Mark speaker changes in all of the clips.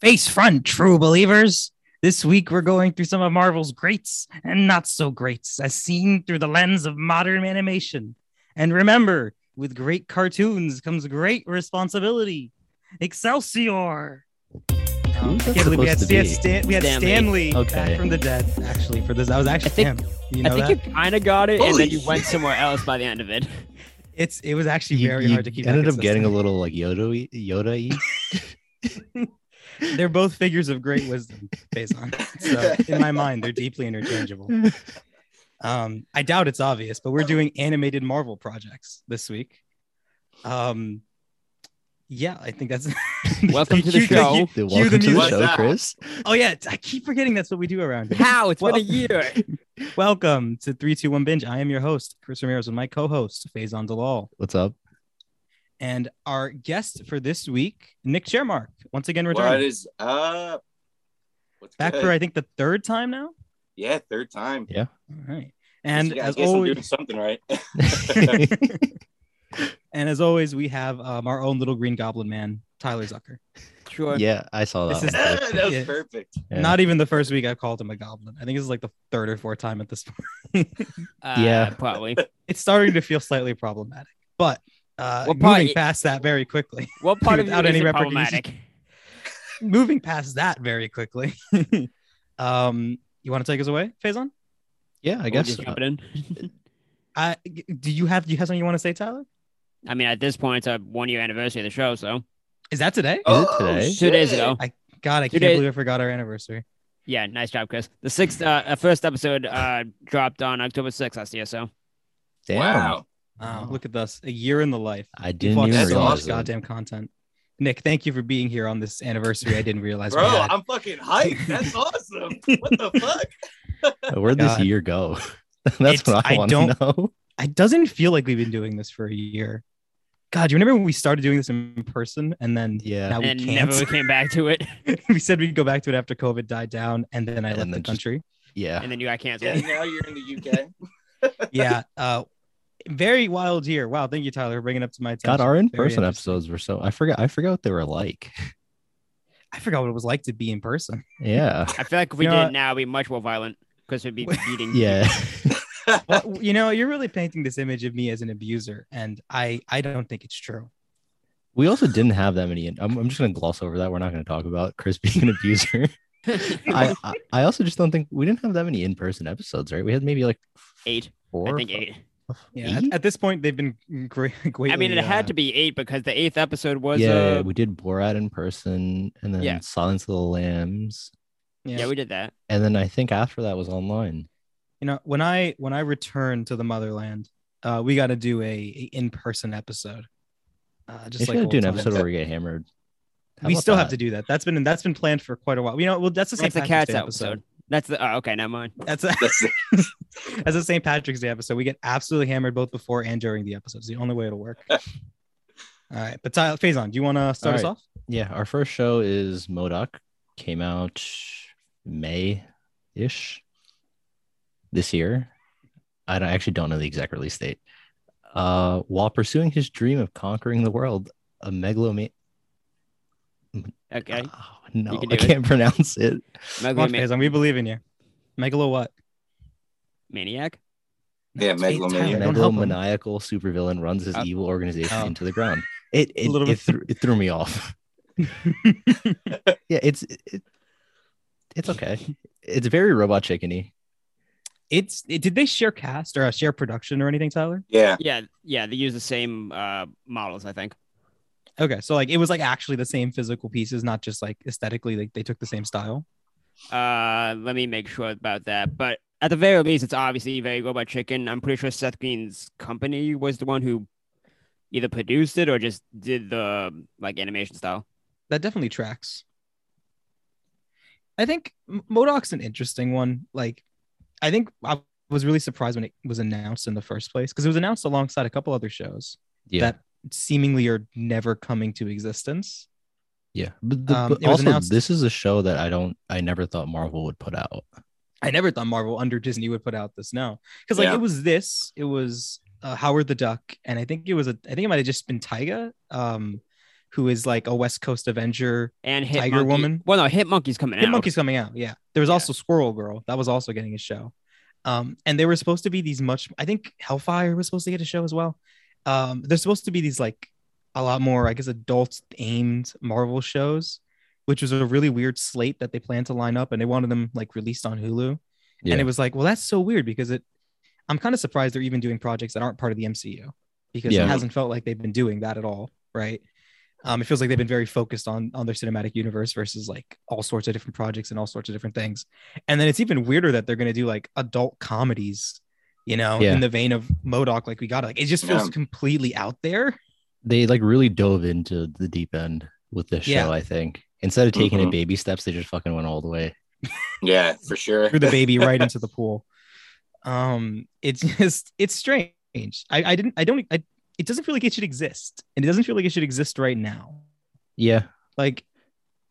Speaker 1: Face front, true believers. This week we're going through some of Marvel's greats and not so greats as seen through the lens of modern animation. And remember, with great cartoons comes great responsibility. Excelsior! Um,
Speaker 2: Who's
Speaker 1: I
Speaker 2: that
Speaker 1: can't believe we had,
Speaker 2: supposed to
Speaker 1: we had
Speaker 2: be?
Speaker 1: Stan, we had
Speaker 3: Stanley.
Speaker 1: Stanley
Speaker 2: Okay.
Speaker 1: back from the dead, actually, for this. I was actually
Speaker 3: think-
Speaker 1: him. You know
Speaker 3: I think
Speaker 1: that?
Speaker 3: you kind of got it, and
Speaker 4: Holy
Speaker 3: then you went somewhere else by the end of it.
Speaker 1: it's, it was actually
Speaker 2: You-
Speaker 1: very
Speaker 2: you
Speaker 1: hard to keep. that
Speaker 2: Ended up getting a
Speaker 1: consistent.
Speaker 2: little like Yoda, Yoda.
Speaker 1: They're both figures of great wisdom, Faison. So in my mind, they're deeply interchangeable. Um, I doubt it's obvious, but we're doing animated Marvel projects this week. Um, yeah, I think that's
Speaker 3: Welcome to the
Speaker 1: Cue
Speaker 3: show.
Speaker 1: cue-
Speaker 2: Welcome
Speaker 1: cue the
Speaker 2: to the
Speaker 1: music.
Speaker 2: show,
Speaker 4: What's
Speaker 2: Chris.
Speaker 1: Oh yeah, I keep forgetting that's what we do around here.
Speaker 3: How? It's been
Speaker 1: Well-
Speaker 3: a year.
Speaker 1: Welcome to three, two, one binge. I am your host, Chris Ramirez, with my co-host Faison Dalal,
Speaker 2: What's up?
Speaker 1: and our guest for this week, Nick Chermark, once again
Speaker 4: What
Speaker 1: returning
Speaker 4: is up? What's
Speaker 1: back
Speaker 4: good?
Speaker 1: for I think the third time now.
Speaker 4: yeah, third time.
Speaker 2: Yeah.
Speaker 1: All right, and
Speaker 4: Guess- I
Speaker 1: as
Speaker 4: guess
Speaker 1: always,
Speaker 4: I'm doing something right.
Speaker 1: and as always, we have um, our own little green goblin man, Tyler Zucker.
Speaker 3: Sure.
Speaker 2: yeah, I saw
Speaker 1: This
Speaker 2: that.
Speaker 1: is-
Speaker 2: one.
Speaker 4: that was
Speaker 1: Yeah.
Speaker 4: perfect.
Speaker 2: Yeah.
Speaker 1: Not even the first week I've called him a goblin. I think this is like the third or fourth time at this point.
Speaker 3: Uh,
Speaker 2: Yeah.
Speaker 3: Probably.
Speaker 1: It's starting to feel slightly problematic, but uh,
Speaker 3: Well, probably-
Speaker 1: moving past that very quickly,
Speaker 3: What part of you
Speaker 1: Without
Speaker 3: is
Speaker 1: any
Speaker 3: it
Speaker 1: repercussions.
Speaker 3: problematic?
Speaker 1: moving past that very quickly. um, you want to take us away, Faison?
Speaker 2: yeah, I
Speaker 3: We'll
Speaker 2: guess.
Speaker 3: just jump it in.
Speaker 1: I do you have do you have something you want to say, Tyler?
Speaker 3: I mean, at this point, it's a one-year anniversary of the show, so
Speaker 1: Is that today?
Speaker 4: Oh,
Speaker 2: today?
Speaker 3: two days ago.
Speaker 1: God, I
Speaker 3: Two
Speaker 1: can't
Speaker 3: days-
Speaker 1: believe I forgot our anniversary.
Speaker 3: Yeah, nice job, Chris. The sixth, uh, uh, first episode uh, dropped on October sixth last year. So
Speaker 2: Damn.
Speaker 4: Wow.
Speaker 1: Wow, Um, look at us. A year in the life.
Speaker 2: I
Speaker 1: We've
Speaker 2: didn't
Speaker 1: watched
Speaker 2: even
Speaker 4: That's
Speaker 1: so
Speaker 2: realize
Speaker 1: much
Speaker 2: that.
Speaker 1: goddamn content. Nick, thank you for being here on this anniversary. I didn't realize. we
Speaker 4: Bro,
Speaker 1: had.
Speaker 4: I'm fucking hyped. That's awesome. What the fuck?
Speaker 2: Where'd this
Speaker 1: God.
Speaker 2: year go? That's
Speaker 1: It's-
Speaker 2: what
Speaker 1: I
Speaker 2: I want to
Speaker 1: don't-
Speaker 2: know.
Speaker 1: it doesn't feel like we've been doing this for a year. God, you remember when we started doing this in person and then
Speaker 2: Yeah.
Speaker 1: now we
Speaker 3: and
Speaker 1: can't.
Speaker 3: never came back to it,
Speaker 1: we said we'd go back to it after COVID died down, and then I left
Speaker 2: And then
Speaker 1: the
Speaker 2: just-
Speaker 1: country.
Speaker 2: Yeah.
Speaker 3: and then you got
Speaker 4: Yeah,
Speaker 3: canceled.
Speaker 4: now you're in the UK.
Speaker 1: yeah, uh, very wild year. Wow, thank you, Tyler, for bringing it up to my attention.
Speaker 2: God, our in
Speaker 1: Very
Speaker 2: person
Speaker 1: interesting.
Speaker 2: episodes were so I forgot I forgot what they were like.
Speaker 1: I forgot what it was like to be in person.
Speaker 2: Yeah.
Speaker 3: I feel like if we
Speaker 1: You know
Speaker 3: did
Speaker 1: what?
Speaker 3: it now, it'd be much more violent because we'd be beating.
Speaker 2: Yeah.
Speaker 1: Well, you know, you're really painting this image of me as an abuser, and I I don't think it's true.
Speaker 2: We also didn't have that many. In- I'm, I'm just going to gloss over that. We're not going to talk about Chris being an abuser. I, I I also just don't think we didn't have that many in person episodes, right? We had maybe like
Speaker 3: eight.
Speaker 2: four.
Speaker 3: I
Speaker 2: or
Speaker 3: think
Speaker 2: fi-
Speaker 3: eight.
Speaker 1: Yeah, at,
Speaker 2: Eight?
Speaker 1: at this point, they've been great. uh,
Speaker 3: I mean, it had to be eight because the eighth episode was.
Speaker 2: yeah,
Speaker 3: uh,
Speaker 2: yeah, we did Borat in person, and then
Speaker 3: Yeah.
Speaker 2: Silence of the Lambs,
Speaker 1: Yeah.
Speaker 3: yeah. we did that.
Speaker 2: and then I think after that was online.
Speaker 1: you know when i when i return to the motherland uh we got to do a, a in-person episode uh
Speaker 2: Just
Speaker 1: just
Speaker 2: like
Speaker 1: like
Speaker 2: do an
Speaker 1: old times.
Speaker 2: episode where we get hammered. How
Speaker 1: we
Speaker 2: about
Speaker 1: still have to
Speaker 2: that?
Speaker 1: do that that's been that's been planned for quite a while you know well that's the St.
Speaker 3: That's the
Speaker 1: Patrick's
Speaker 3: cats
Speaker 1: Day
Speaker 3: episode. That's the. Oh, okay, never mind.
Speaker 1: that's a,
Speaker 4: That's
Speaker 1: that's a st patrick's day episode we get absolutely hammered both before and during the episode it's the only way it'll work all right but tyler Faison, do you want to start
Speaker 2: All
Speaker 1: us
Speaker 2: right.
Speaker 1: off
Speaker 2: Yeah, our first show is Modoc. Came out May ish this year. I, don't, I actually don't know the exact release date. Uh, while pursuing his dream of conquering the world, a megalomania.
Speaker 3: Okay,
Speaker 2: Ah, no,
Speaker 3: can
Speaker 2: I
Speaker 3: do it.
Speaker 2: can't pronounce
Speaker 1: Come
Speaker 2: it.
Speaker 1: on,
Speaker 3: megalomaniac.
Speaker 1: Faison, we believe in you megalo what
Speaker 3: maniac.
Speaker 4: Yeah,
Speaker 1: Tyler,
Speaker 4: megalomaniac.
Speaker 1: don't help him.
Speaker 2: Megalomaniacal supervillain runs his
Speaker 3: Uh,
Speaker 2: evil organization
Speaker 1: oh.
Speaker 2: into the ground. It it,
Speaker 1: little
Speaker 2: it,
Speaker 1: bit-
Speaker 2: threw, it threw me off. yeah, it's it, it's okay. It's very robot chickeny.
Speaker 1: it's it, did they share cast or uh, share production or anything tyler
Speaker 4: yeah.
Speaker 3: Yeah, yeah, they use the same uh, models, I think.
Speaker 1: Okay, so like it was like actually the same physical pieces, not just like aesthetically, like they took the same style.
Speaker 3: Uh, let me make sure about that. But at the very least, it's obviously very robot chicken. I'm pretty sure Seth Green's company was the one who either produced it or just did the like animation style.
Speaker 1: That definitely tracks. I think M- Modoc's an interesting one. Like, I think I was really surprised when it was announced in the first place because it was announced alongside a couple other shows
Speaker 2: Yeah.
Speaker 1: that seemingly are never coming to existence.
Speaker 2: Yeah, but, the,
Speaker 1: Um,
Speaker 2: but
Speaker 1: it was
Speaker 2: also
Speaker 1: announced-
Speaker 2: this is a show that I don't, I never thought Marvel would put out.
Speaker 1: I never thought Marvel under Disney would put out this now because like
Speaker 4: Yeah.
Speaker 1: it was this, it was uh, Howard the Duck, and I think it was a, I think it might have just been Tyga, um, who is like a West Coast Avenger.
Speaker 3: and Hit
Speaker 1: Tiger
Speaker 3: Monkey-
Speaker 1: Woman.
Speaker 3: Well, no, Hit Monkey's coming
Speaker 1: Hit
Speaker 3: out.
Speaker 1: Monkey's coming out. Yeah. There was
Speaker 3: Yeah.
Speaker 1: also Squirrel Girl. That was also getting a show. Um, and they were supposed to be these much, I think Hellfire was supposed to get a show as well. Um, they're supposed to be these like a lot more, I guess, adult aimed Marvel shows, which was a really weird slate that they planned to line up and they wanted them like released on Hulu.
Speaker 2: Yeah.
Speaker 1: And it was like, well, that's so weird because it, I'm kind of surprised they're even doing projects that aren't part of the MCU because
Speaker 2: Yeah.
Speaker 1: it hasn't felt like they've been doing that at all, right? Um, it feels like they've been very focused on on their cinematic universe versus like all sorts of different projects and all sorts of different things. And then it's even weirder that they're going to do like adult comedies, you know,
Speaker 2: Yeah.
Speaker 1: in the vein of Modoc. Like we got it. Like it just feels
Speaker 4: Yeah.
Speaker 1: completely out there.
Speaker 2: They like really dove into the deep end with this
Speaker 1: Yeah. Mm-hmm.
Speaker 2: show, I think. Instead of taking
Speaker 4: Mhm.
Speaker 2: it baby steps, they just fucking went all the way.
Speaker 4: Yeah, for sure.
Speaker 1: threw the baby right into the pool. Um, it's just it's strange. I, I didn't I don't I, it doesn't feel like it should exist, and it doesn't feel like it should exist right now.
Speaker 2: Yeah.
Speaker 1: Like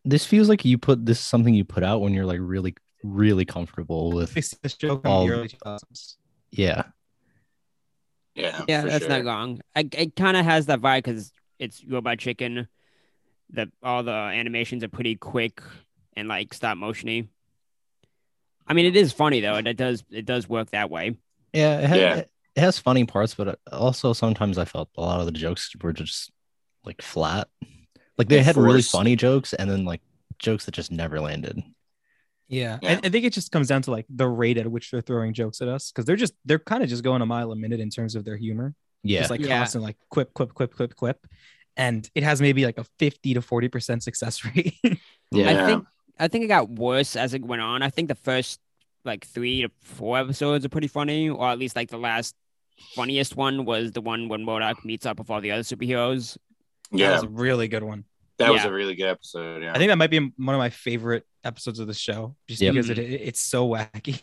Speaker 2: This feels like you put this is something you put out when you're like really, really comfortable with.
Speaker 1: this this show from
Speaker 2: All-
Speaker 1: the early 2000s.
Speaker 2: Yeah.
Speaker 4: Yeah,
Speaker 3: Yeah,
Speaker 4: for
Speaker 3: that's
Speaker 4: sure.
Speaker 3: not wrong. I, it kind of has that vibe because it's Robot Chicken. That all the animations are pretty quick and like stop motiony. I mean, it is funny though, and it does it does work that way.
Speaker 2: Yeah, it, ha-
Speaker 4: Yeah.
Speaker 2: it has funny parts, but uh, also sometimes I felt a lot of the jokes were just like flat. Like they
Speaker 4: Yeah,
Speaker 2: had really
Speaker 4: forced.
Speaker 2: funny jokes and then like jokes that just never landed.
Speaker 1: Yeah,
Speaker 4: Yeah.
Speaker 1: I, I think it just comes down to like the rate at which they're throwing jokes at us because they're just they're kind of just going a mile a minute in terms of their humor.
Speaker 2: Yeah.
Speaker 1: It's like
Speaker 3: Yeah.
Speaker 1: constant like quip quip quip quip quip, and it has maybe like a fifty to forty percent success rate.
Speaker 2: yeah.
Speaker 3: I think I think it got worse as it went on. I think the first like three to four episodes are pretty funny, or at least like the last funniest one was the one when Modoc meets up with all the other superheroes.
Speaker 1: that
Speaker 4: Yeah,
Speaker 1: was a really good one.
Speaker 4: that was
Speaker 3: yeah.
Speaker 4: a really good episode. Yeah,
Speaker 1: I think that might be one of my favorite episodes of the show, just
Speaker 2: Yep.
Speaker 1: because it, it- it's so wacky.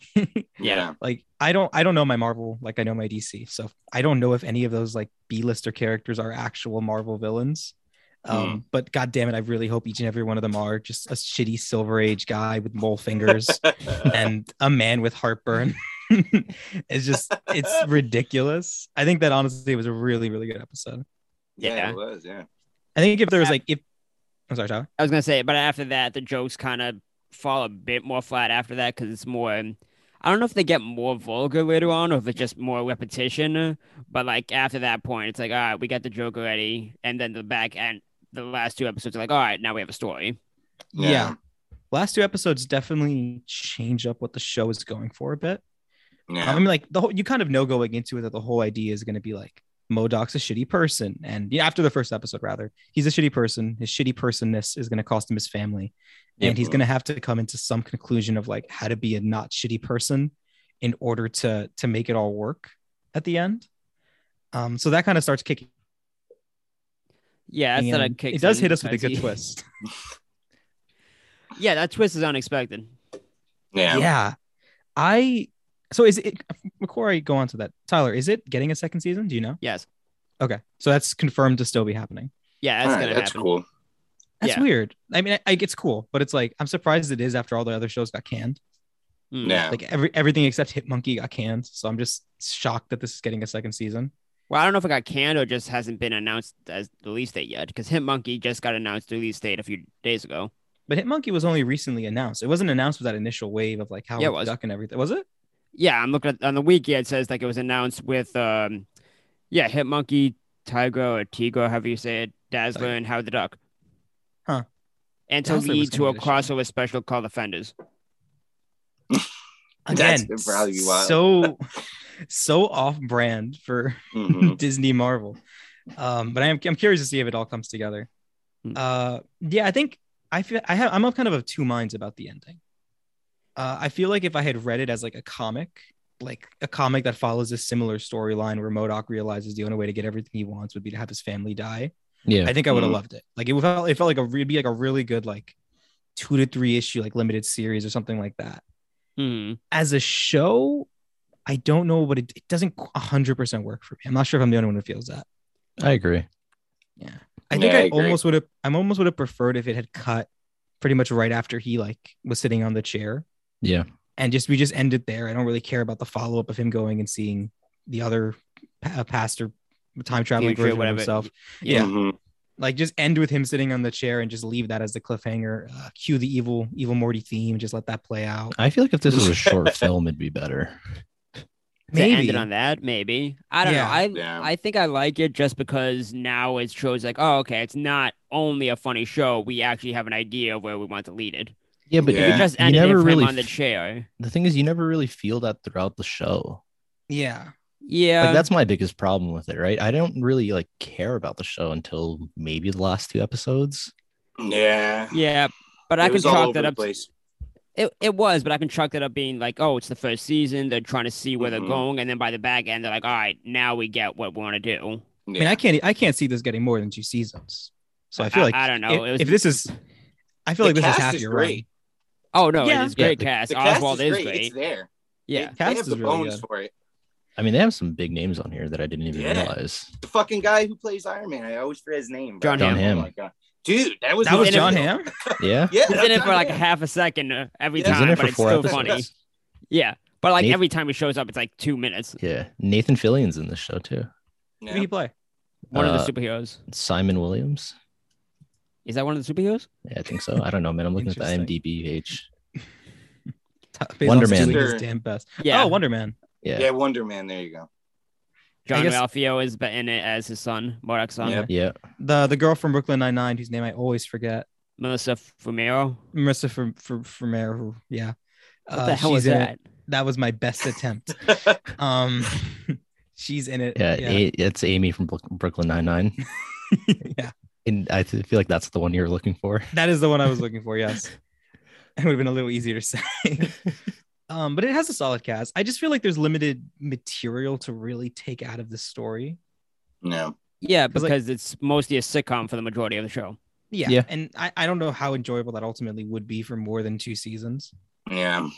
Speaker 4: yeah,
Speaker 1: like I don't I don't know my Marvel like I know my DC, so I don't know if any of those like B-lister characters are actual Marvel villains. Um, But god damn it, I really hope each and every one of them are just a shitty Silver Age guy with mole fingers and a man with heartburn. it's just it's ridiculous. I think that honestly was a really really good episode.
Speaker 4: yeah,
Speaker 3: Yeah.
Speaker 4: it was. Yeah,
Speaker 1: I think if there was like if I'm sorry, Tyler.
Speaker 3: I was gonna say, but after that, the jokes kind of fall a bit more flat after that because it's more. I don't know if they get more vulgar later on, or if it's just more repetition. But like after that point, it's like, all right, we got the joke already, and then the back end, the last two episodes are like, all right, now we have a story.
Speaker 1: Yeah.
Speaker 4: Yeah.
Speaker 1: Last two episodes definitely change up what the show is going for a bit.
Speaker 4: yeah.
Speaker 1: I mean, like the whole you kind of know going into it that the whole idea is going to be like Modoc's a shitty person, and yeah, after the first episode, rather, he's a shitty person. His shitty personness is going to cost him his family,
Speaker 2: Yeah.
Speaker 1: and he's going to have to come into some conclusion of like how to be a not shitty person in order to to make it all work at the end. Um, so that kind of starts kicking.
Speaker 3: Yeah, that's
Speaker 1: in.
Speaker 3: that kicks
Speaker 1: it does
Speaker 3: in
Speaker 1: hit us with a
Speaker 3: because
Speaker 1: good
Speaker 3: he-
Speaker 1: twist.
Speaker 3: Yeah, that twist is unexpected.
Speaker 4: yeah.
Speaker 1: yeah i so is it before i go on to that tyler is it getting a second season do you know
Speaker 3: Yes.
Speaker 1: okay so that's confirmed to still be happening
Speaker 3: Yeah,
Speaker 4: All
Speaker 3: that's
Speaker 4: right,
Speaker 3: gonna
Speaker 4: that's
Speaker 3: happen.
Speaker 4: cool.
Speaker 1: that's
Speaker 3: Yeah.
Speaker 1: weird i mean I, I, it's cool but it's like i'm surprised it is after all the other shows got canned
Speaker 3: Mm.
Speaker 4: Yeah,
Speaker 1: like every everything except hit monkey got canned so i'm just shocked that this is getting a second season
Speaker 3: Well, I don't know if it got canned or just hasn't been announced as the release date yet, because Hit Monkey just got announced the release date a few days ago.
Speaker 1: but hit monkey was only recently announced it wasn't announced with that initial wave of like how
Speaker 3: Yeah, it was.
Speaker 1: duck and everything was it
Speaker 3: Yeah, I'm looking at on the wiki. It says like it was announced with, um, yeah, Hit Monkey, Tiger or Tigro, however you say it, Dazzler
Speaker 1: Tiger.
Speaker 3: and Howard the Duck.
Speaker 1: Huh.
Speaker 3: And to
Speaker 1: Dazzler was
Speaker 3: lead to
Speaker 1: gonna
Speaker 3: a
Speaker 1: be the show.
Speaker 3: crossover special called Offenders.
Speaker 1: again
Speaker 4: That's probably wild.
Speaker 1: so so off brand for
Speaker 4: Mhm.
Speaker 1: Disney Marvel. Um, but I'm I'm curious to see if it all comes together.
Speaker 3: Hmm.
Speaker 1: Uh, yeah, I think I feel I have I'm of kind of of two minds about the ending. Uh, I feel like if I had read it as like a comic, like a comic that follows a similar storyline where Modoc realizes the only way to get everything he wants would be to have his family die,
Speaker 2: Yeah.
Speaker 1: I think I would have
Speaker 4: Mhm.
Speaker 1: loved it. Like it felt it felt like a re- be like a really good like two to three issue like limited series or something like that
Speaker 3: Hmm.
Speaker 1: as a show, I don't know, but it, it doesn't 100% work for me. I'm not sure if I'm the only one who feels that.
Speaker 2: I agree.
Speaker 1: Yeah. I think
Speaker 4: Yeah, I
Speaker 1: I,
Speaker 4: agree.
Speaker 1: almost would have, I'm almost would have preferred if it had cut pretty much right after he like was sitting on the chair
Speaker 2: Yeah.
Speaker 1: and just, we just ended there. I don't really care about the follow up of him going and seeing the other pa- past or time traveling
Speaker 3: Future,
Speaker 1: version of
Speaker 3: whatever.
Speaker 1: himself. Um,
Speaker 3: Yeah.
Speaker 4: Mhm.
Speaker 1: Like just end with him sitting on the chair and just leave that as the cliffhanger. Uh, cue the evil evil Morty theme. Just let that play out.
Speaker 2: I feel like if this was a short film, it'd be better.
Speaker 3: Maybe. To end
Speaker 1: Maybe.
Speaker 3: it on that, maybe. I don't
Speaker 1: Yeah.
Speaker 3: know. I
Speaker 4: Yeah.
Speaker 3: I think I like it just because now it shows like, oh, okay, it's not only a funny show. We actually have an idea of where we want to lead it.
Speaker 2: Yeah, but
Speaker 3: You could
Speaker 4: Yeah.
Speaker 3: just
Speaker 2: You
Speaker 3: end it
Speaker 2: never
Speaker 3: with him
Speaker 2: really
Speaker 3: on the
Speaker 2: f-
Speaker 3: chair.
Speaker 2: the thing is, you never really feel that throughout the show.
Speaker 1: Yeah.
Speaker 3: Yeah.
Speaker 2: like that's my biggest problem with it, right? I don't really like care about the show until maybe the last two episodes.
Speaker 4: Yeah.
Speaker 3: yeah. But I
Speaker 4: it
Speaker 3: can
Speaker 4: was all
Speaker 3: chalk
Speaker 4: over
Speaker 3: that
Speaker 4: the
Speaker 3: up.
Speaker 4: place.
Speaker 3: It, it was, but I can chalk that up being like, oh, it's the first season. They're trying to see where
Speaker 4: Mhm.
Speaker 3: they're going, and then by the back end, they're like, all right, now we get what we want to do.
Speaker 1: I mean,
Speaker 4: Yeah.
Speaker 1: I can't I can't see this getting more than two seasons. So I feel
Speaker 3: I-
Speaker 1: like
Speaker 3: I don't know.
Speaker 1: If,
Speaker 3: It was-
Speaker 1: if this is, I feel
Speaker 4: The
Speaker 1: like this is
Speaker 4: cast
Speaker 1: half
Speaker 4: is
Speaker 1: your
Speaker 4: great.
Speaker 1: run.
Speaker 3: Oh no,
Speaker 1: Yeah.
Speaker 3: it is
Speaker 2: Yeah,
Speaker 3: great
Speaker 2: the-
Speaker 3: cast.
Speaker 4: the cast
Speaker 3: Oswald
Speaker 4: is
Speaker 3: is
Speaker 4: great.
Speaker 3: great.
Speaker 4: It's there.
Speaker 3: Yeah,
Speaker 4: They-
Speaker 1: Cast
Speaker 4: they have
Speaker 1: is
Speaker 4: the
Speaker 1: really
Speaker 4: bones
Speaker 1: good.
Speaker 4: for it.
Speaker 2: I mean, they have some big names on here that I didn't even
Speaker 4: Yeah.
Speaker 2: realize.
Speaker 4: The fucking guy who plays Iron Man. I always forget his name. bro.
Speaker 3: John John
Speaker 2: Hamm.
Speaker 4: Oh my God. Dude, that was
Speaker 1: That was
Speaker 3: in it.
Speaker 1: John Hamm.
Speaker 2: Yeah,
Speaker 4: Yeah,
Speaker 3: He's
Speaker 4: that's
Speaker 3: in it
Speaker 4: John
Speaker 3: for like a
Speaker 4: Hamm.
Speaker 3: half a second uh, every
Speaker 4: Yeah. He's in
Speaker 3: time,
Speaker 2: it
Speaker 3: but
Speaker 2: for
Speaker 3: it's
Speaker 2: four
Speaker 3: still funny.
Speaker 2: episodes.
Speaker 3: Yeah, but like
Speaker 2: Nathan-
Speaker 3: every time he shows up, it's like two minutes.
Speaker 2: Yeah, Nathan Fillion's in this show too.
Speaker 1: Who did he
Speaker 4: Yeah.
Speaker 1: play?
Speaker 3: One
Speaker 2: Uh,
Speaker 3: of the superheroes.
Speaker 2: Simon Williams.
Speaker 3: Is that one of the superheroos?
Speaker 2: Yeah, I think so. I don't know, man. I'm looking at the
Speaker 1: Interesting.
Speaker 2: IMDb page.
Speaker 1: Based
Speaker 2: Wonder
Speaker 1: on
Speaker 2: Man.
Speaker 1: His
Speaker 4: Sure.
Speaker 1: damn best.
Speaker 3: Yeah.
Speaker 1: Oh, Wonder Man.
Speaker 2: Yeah,
Speaker 4: Yeah.
Speaker 2: yeah.
Speaker 4: Wonder Man. There you go.
Speaker 3: John
Speaker 1: guess-
Speaker 3: Ralphio is ba- in it as his son, Mordok's son,
Speaker 4: Yep.
Speaker 1: The the girl from Brooklyn Nine Nine, whose name I always forget,
Speaker 3: Melissa Fumero.
Speaker 1: Marissa from from from Air. Yeah.
Speaker 3: What
Speaker 1: Uh,
Speaker 3: the hell
Speaker 1: she's
Speaker 3: is
Speaker 1: in it.
Speaker 3: that?
Speaker 1: That was my best attempt. um, she's in it.
Speaker 2: Yeah,
Speaker 1: yeah.
Speaker 2: A- it's Amy from Brook- Brooklyn Nine Nine,
Speaker 1: Yeah.
Speaker 2: and I th- feel like that's the one you're looking for.
Speaker 1: That is the one I was looking for. Yes, it would have been a little easier to say. um, but it has a solid cast. I just feel like there's limited material to really take out of this story.
Speaker 4: No.
Speaker 3: Yeah,
Speaker 1: 'Cause, like-
Speaker 3: because it's mostly a sitcom for the majority of the show.
Speaker 1: Yeah,
Speaker 2: Yeah.
Speaker 1: and I, I don't know how enjoyable that ultimately would be for more than two seasons.
Speaker 4: Yeah.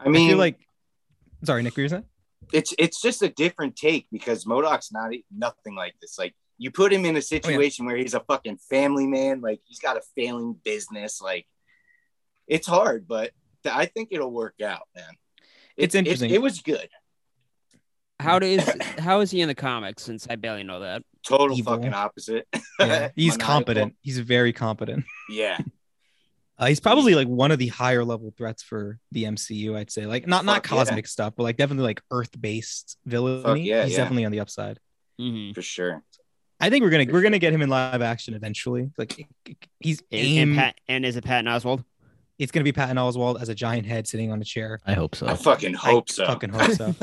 Speaker 4: I
Speaker 1: I,
Speaker 4: mean,
Speaker 1: feel
Speaker 4: like
Speaker 1: like, sorry, Nick, what were you saying?
Speaker 4: it's it's just a different take because Modoc's not e, nothing like this. Like you put
Speaker 1: Oh,
Speaker 4: him in a situation where he's a fucking family man. Like he's got a failing business. Like it's hard, but th- I think it'll work out, man. It-
Speaker 1: It's interesting.
Speaker 4: It, it was good.
Speaker 3: How do- is how is he in the comics? Since I barely know that.
Speaker 4: Total
Speaker 1: Evil.
Speaker 4: fucking opposite.
Speaker 1: Yeah, he's
Speaker 4: Maniacal.
Speaker 1: competent. He's very competent.
Speaker 4: Yeah.
Speaker 1: Uh, he's probably like one of the higher level threats for the MCU. I'd say, like not not
Speaker 4: Fuck, yeah.
Speaker 1: cosmic stuff, but like definitely like Earth based villainy.
Speaker 4: yeah,
Speaker 1: he's
Speaker 4: yeah.
Speaker 1: definitely on the upside.
Speaker 3: Mm-hmm.
Speaker 4: For sure.
Speaker 1: I think we're gonna
Speaker 4: For
Speaker 1: we're gonna get him in live action eventually. Like he's
Speaker 3: And,
Speaker 1: aim.
Speaker 3: Pat, and is it Patton Oswald?
Speaker 1: it's gonna be Patton Oswald as a giant head sitting on a chair.
Speaker 2: I hope so.
Speaker 4: I fucking hope
Speaker 1: I
Speaker 4: so.
Speaker 1: Fucking hope so.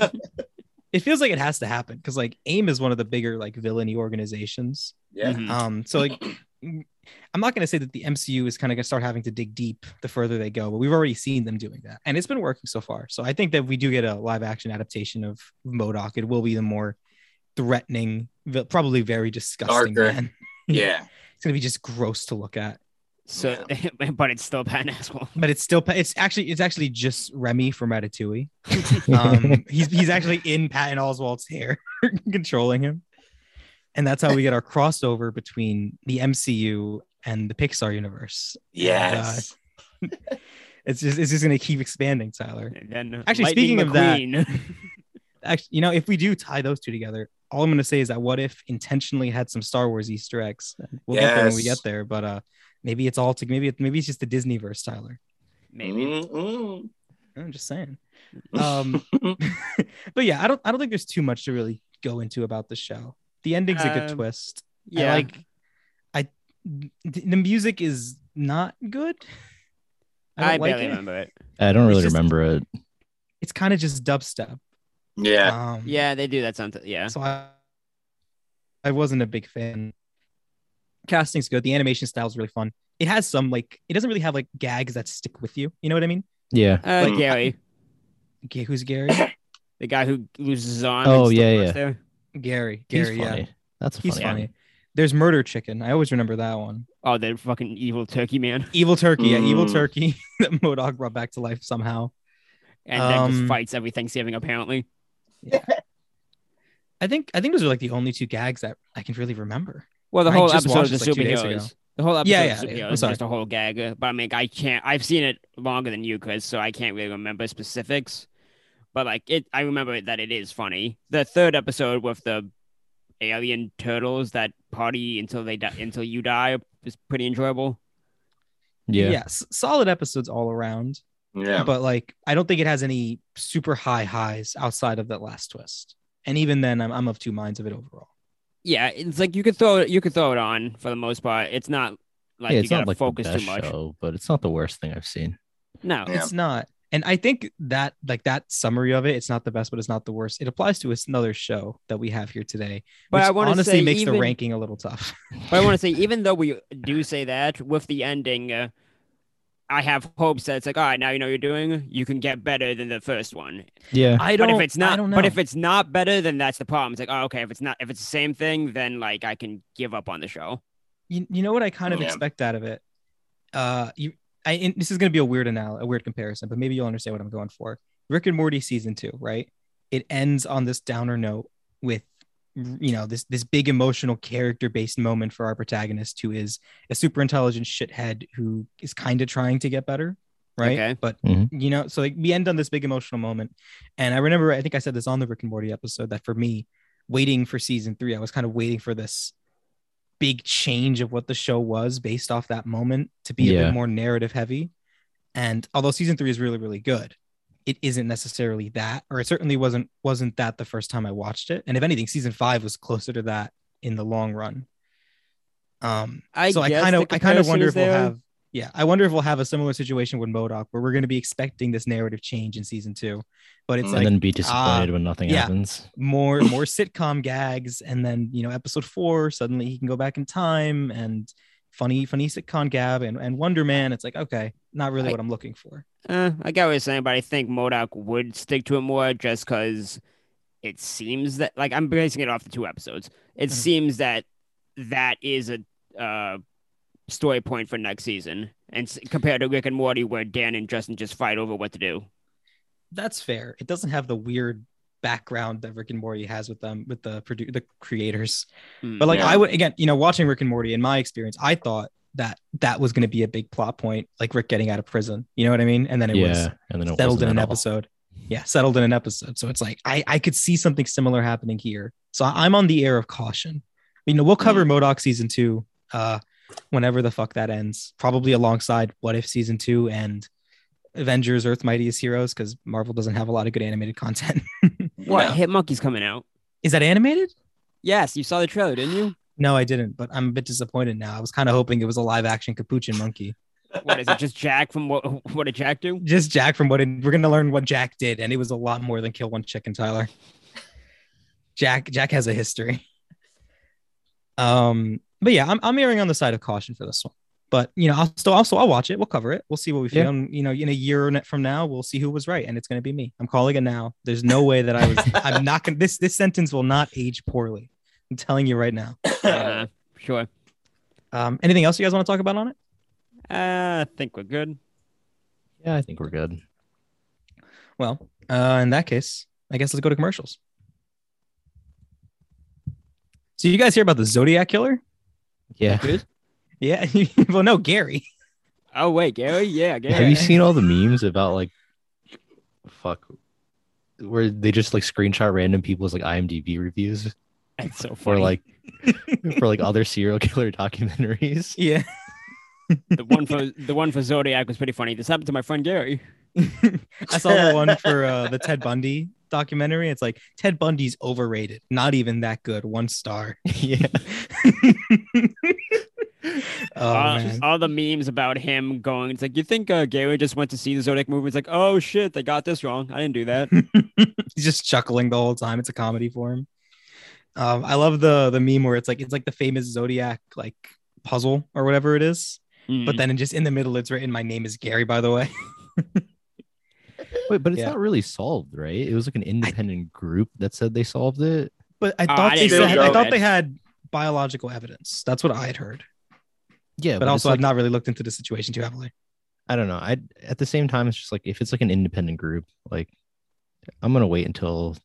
Speaker 1: it feels like it has to happen because like AIM is one of the bigger like villainy organizations.
Speaker 4: yeah.
Speaker 3: Mhm.
Speaker 1: Um, so like. I'm not going to say that the MCU is kind of going to start having to dig deep the further they go, but we've already seen them doing that, and it's been working so far. So I think that if we do get a live action adaptation of Modoc, it will be the more threatening, vi- probably very disgusting.
Speaker 4: Darker.
Speaker 1: Man.
Speaker 4: Yeah.
Speaker 1: It's going to be just gross to look at.
Speaker 3: So, but it's still Patton Oswald.
Speaker 1: but it's still it's actually it's actually just Remy from Ratatouille. Um, he's he's actually in Patton Oswald's hair, controlling him, and that's how we get our crossover between the MCU and the Pixar universe.
Speaker 4: Yes.
Speaker 1: It's just it's just gonna keep expanding, Tyler.
Speaker 3: And then
Speaker 1: Actually,
Speaker 3: Lightning
Speaker 1: speaking of that-
Speaker 3: McQueen.
Speaker 1: Actually, you know, if we do tie those two together, all I'm gonna say is that what if intentionally had some Star Wars Easter eggs? We'll get there when we
Speaker 4: Yes.
Speaker 1: get there, but uh, maybe it's all to maybe it, maybe it's just the Disney verse, Tyler.
Speaker 3: maybe.
Speaker 4: Mm-mm.
Speaker 1: I'm just saying. Um, but yeah, I don't I don't think there's too much to really go into about the show. The ending's a good
Speaker 3: Um,
Speaker 1: twist.
Speaker 3: Yeah,
Speaker 1: I like I th- the music is not good.
Speaker 3: I,
Speaker 1: don't like
Speaker 3: barely
Speaker 1: it.
Speaker 3: remember it. Mm-hmm.
Speaker 2: I don't really
Speaker 1: It's just-
Speaker 2: remember it.
Speaker 1: It's kind of just dubstep.
Speaker 4: Yeah.
Speaker 1: Um,
Speaker 3: Yeah, they do that sometimes. Yeah.
Speaker 1: So I, I wasn't a big fan. Casting's good. The animation style's really fun. It has some like it doesn't really have like gags that stick with you. You know what I mean?
Speaker 2: Yeah.
Speaker 3: Uh,
Speaker 4: Like-
Speaker 3: Gary,
Speaker 1: Ga- who's Gary?
Speaker 3: the guy who loses his arm.
Speaker 2: Oh,
Speaker 3: and still
Speaker 2: yeah,
Speaker 3: works
Speaker 2: yeah.
Speaker 3: There.
Speaker 1: Gary.
Speaker 2: He's
Speaker 1: Gary.
Speaker 2: funny.
Speaker 1: Yeah,
Speaker 2: That's a
Speaker 1: he's
Speaker 2: funny.
Speaker 1: funny. There's Murder Chicken. I always remember that one.
Speaker 3: Oh, the fucking evil turkey man,
Speaker 1: Evil Turkey, yeah, Evil
Speaker 4: Mm.
Speaker 1: Turkey that Modoc brought back to life somehow.
Speaker 3: and then
Speaker 1: Um,
Speaker 3: just fights every Thanksgiving apparently.
Speaker 1: I think I think those are like the only two gags that I can really remember.
Speaker 3: Well, the
Speaker 1: I
Speaker 3: whole
Speaker 1: just
Speaker 3: episode
Speaker 1: watched
Speaker 3: of the
Speaker 1: this, like, two days ago.
Speaker 3: superheroes. The whole episode
Speaker 1: Yeah,
Speaker 3: of the
Speaker 1: yeah,
Speaker 3: superheroes
Speaker 1: yeah. I'm
Speaker 3: is
Speaker 1: sorry.
Speaker 3: just a whole gag. uh, But I mean, I can't. I've seen it longer than you, cause so I can't really remember specifics. But like it, I remember that it is funny. The third episode with the alien turtles that party until they die until you die is pretty enjoyable.
Speaker 2: Yeah.
Speaker 1: Yes, solid episodes all around.
Speaker 4: Yeah.
Speaker 1: But like, I don't think it has any super high highs outside of that last twist. And even then, I'm, I'm of two minds of it overall.
Speaker 3: Yeah, it's like you could throw it you could throw it on for the most part. It's not like
Speaker 2: Yeah,
Speaker 3: you
Speaker 2: it's
Speaker 3: gotta
Speaker 2: not like
Speaker 3: focus
Speaker 2: the best
Speaker 3: too much.
Speaker 2: show, but it's not the worst thing I've seen.
Speaker 3: No.
Speaker 4: Yeah.
Speaker 1: It's not. And I think that like that summary of it, it's not the best, but it's not the worst. It applies to another show that we have here today,
Speaker 3: But
Speaker 1: which
Speaker 3: I wanna
Speaker 1: honestly
Speaker 3: say
Speaker 1: makes the
Speaker 3: even-
Speaker 1: ranking a little tough.
Speaker 3: But I want to say, even though we do say that with the ending, uh, I have hopes that it's like, all right, now you know what you're doing. You can get better than the first one.
Speaker 2: Yeah.
Speaker 1: I
Speaker 3: but
Speaker 1: don't.
Speaker 3: if it's not,
Speaker 1: I don't know.
Speaker 3: but if it's not better, then that's the problem. It's like, oh, okay, if it's not, if it's the same thing, then like I can give up on the show.
Speaker 1: you, you know what I kind of
Speaker 4: Yeah.
Speaker 1: expect out of it. Uh, you, I and this is gonna be a weird anal, a weird comparison, but maybe you'll understand what I'm going for. Rick and Morty season two, right? It ends on this downer note with you know this this big emotional character based moment for our protagonist who is a super intelligent shithead who is kind of trying to get better right
Speaker 3: Okay.
Speaker 1: but
Speaker 2: Mhm.
Speaker 1: you know so like we end on this big emotional moment and i remember i think i said this on the rick and morty episode that for me waiting for season three i was kind of waiting for this big change of what the show was based off that moment to be a
Speaker 2: Yeah.
Speaker 1: bit more narrative heavy and although season three is really really good it isn't necessarily that or it certainly wasn't wasn't that the first time i watched it and if anything season five was closer to that in the long run um
Speaker 3: I
Speaker 1: so i
Speaker 3: guess
Speaker 1: kind of
Speaker 3: the
Speaker 1: i kind of
Speaker 3: comparison
Speaker 1: wonder
Speaker 3: is
Speaker 1: if we'll
Speaker 3: there.
Speaker 1: have yeah i wonder if we'll have a similar situation with modoc where we're going to be expecting this narrative change in season two but it's
Speaker 4: Mm.
Speaker 2: and
Speaker 1: like uh,
Speaker 2: then be disappointed when nothing
Speaker 1: yeah.
Speaker 2: happens.
Speaker 1: more more sitcom gags and then you know episode four suddenly he can go back in time and funny funny sitcom gab and, and wonder man it's like okay not really
Speaker 3: I-
Speaker 1: what i'm looking for
Speaker 3: Uh, I get what you're saying, but I think Modoc would stick to it more just because it seems that, like, I'm basing it off the two episodes. It
Speaker 1: Mhm.
Speaker 3: seems that that is a uh, story point for next season, and s- compared to Rick and Morty, where Dan and Justin just fight over what to do.
Speaker 1: that's fair it doesn't have the weird background that rick and morty has with them with the produ- the creators
Speaker 3: Mm.
Speaker 1: But like
Speaker 4: Yeah.
Speaker 1: I would again, you know, watching Rick and Morty in my experience, I thought that that was going to be a big plot point, like Rick getting out of prison. You know what I mean? And then it
Speaker 2: yeah. And then
Speaker 1: was
Speaker 2: it
Speaker 1: settled in
Speaker 2: wasn't
Speaker 1: an
Speaker 2: at all.
Speaker 1: episode. Yeah, settled in an episode. So it's like I I could see something similar happening here. So I- I'm on the air of caution. You know, we'll
Speaker 2: Mm.
Speaker 1: cover Modoc season two, uh, whenever the fuck that ends, probably alongside What If season two and Avengers Earth Mightiest Heroes because Marvel doesn't have a lot of good animated content.
Speaker 3: what?
Speaker 4: Yeah.
Speaker 3: Hit Monkey's coming out.
Speaker 1: Is that animated?
Speaker 3: Yes, you saw the trailer, didn't you?
Speaker 1: No, I didn't, but I'm a bit disappointed now. I was kind of hoping it was a live action capuchin monkey.
Speaker 3: What is it? Just Jack from what? What did Jack do?
Speaker 1: Just Jack from what it, we're going to learn what Jack did, and it was a lot more than kill one chicken, Tyler. Jack Jack has a history. Um, but yeah, I'm I'm erring on the side of caution for this one. But you know, I'll still also I'll watch it. We'll cover it. We'll see what we feel.
Speaker 2: Yeah.
Speaker 1: And, you know, in a year and- from now, we'll see who was right, and it's going to be me. I'm calling it now. There's no way that I was. I'm not going. to This this sentence will not age poorly. I'm telling you right now.
Speaker 3: Uh, sure.
Speaker 1: Um, anything else you guys want to talk about on it?
Speaker 3: Uh, I think we're good.
Speaker 2: Yeah, I think we're good.
Speaker 1: Well, uh, in that case, I guess let's go to commercials. So you guys hear about the Zodiac killer?
Speaker 2: Yeah.
Speaker 1: Yeah. well, no, Gary.
Speaker 3: Oh wait, Gary. Yeah, Gary.
Speaker 2: Have you seen all the memes about like fuck where they just like screenshot random people's like IMDb reviews
Speaker 3: That's so
Speaker 2: for
Speaker 3: funny.
Speaker 2: like for like other serial killer documentaries?
Speaker 1: Yeah.
Speaker 3: the one for the one for Zodiac was pretty funny. This happened to my friend Gary.
Speaker 1: I saw the one for uh, the Ted Bundy documentary. It's like Ted Bundy's overrated, not even that good, one star.
Speaker 2: yeah.
Speaker 1: Oh,
Speaker 3: all,
Speaker 1: man.
Speaker 3: Uh, all the memes about him going. It's like you think uh, Gary just went to see the Zodiac movie. It's like, oh shit, they got this wrong. I didn't do that.
Speaker 1: He's just chuckling the whole time. It's a comedy for him. Um, I love the the meme where it's like it's like the famous Zodiac like puzzle or whatever it is. but then just in the middle it's written my name is gary by the way
Speaker 2: Wait, but it's
Speaker 1: Yeah.
Speaker 2: not really solved, right? It was like an independent group that said they solved it.
Speaker 1: but Ah, i
Speaker 3: Oh,
Speaker 1: thought
Speaker 3: I
Speaker 1: they
Speaker 3: didn't
Speaker 1: said,
Speaker 4: know
Speaker 1: i
Speaker 4: that.
Speaker 1: thought they had biological evidence that's what i had heard
Speaker 2: Yeah,
Speaker 1: but,
Speaker 2: it's,
Speaker 1: also
Speaker 2: like,
Speaker 1: i've not really looked into the situation too heavily
Speaker 2: I don't know. I at the same time, it's just like if it's like an independent group, like I'm gonna wait until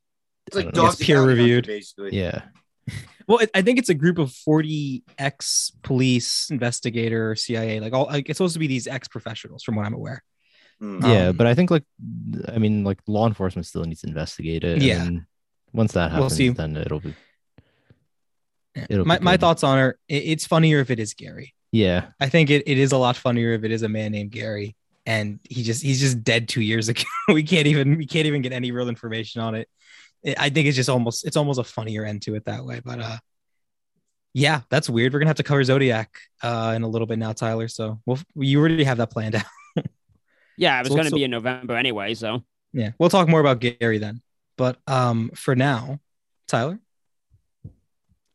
Speaker 4: It's
Speaker 2: I
Speaker 4: like
Speaker 2: don't know.
Speaker 4: dog
Speaker 1: It's peer-reviewed.
Speaker 4: Basically.
Speaker 2: yeah,
Speaker 1: well it, i think it's a group of 40 ex police investigator cia like all like, it's supposed to be these ex professionals from what i'm aware
Speaker 4: Mm.
Speaker 2: yeah.
Speaker 1: Um,
Speaker 2: But I think like I mean like law enforcement still needs to investigate it.
Speaker 1: Yeah.
Speaker 2: and once that
Speaker 1: We'll
Speaker 2: happens,
Speaker 1: see.
Speaker 2: then it'll be It'll
Speaker 1: My,
Speaker 2: be
Speaker 1: my
Speaker 2: good.
Speaker 1: thoughts on her, it, it's funnier if it is Gary.
Speaker 2: Yeah,
Speaker 1: I think it, it is a lot funnier if it is a man named Gary. And he just he's just dead two years ago. we can't even we can't even get any real information on it. It- I think it's just almost it's almost a funnier end to it that way. But uh yeah, that's weird. We're gonna have to cover Zodiac uh in a little bit now, Tyler. So well you already have that planned out.
Speaker 3: Yeah, it was
Speaker 1: So-
Speaker 3: going to
Speaker 1: so-
Speaker 3: be in November anyway, so
Speaker 1: yeah. We'll talk more about Gary then. But um for now, Tyler.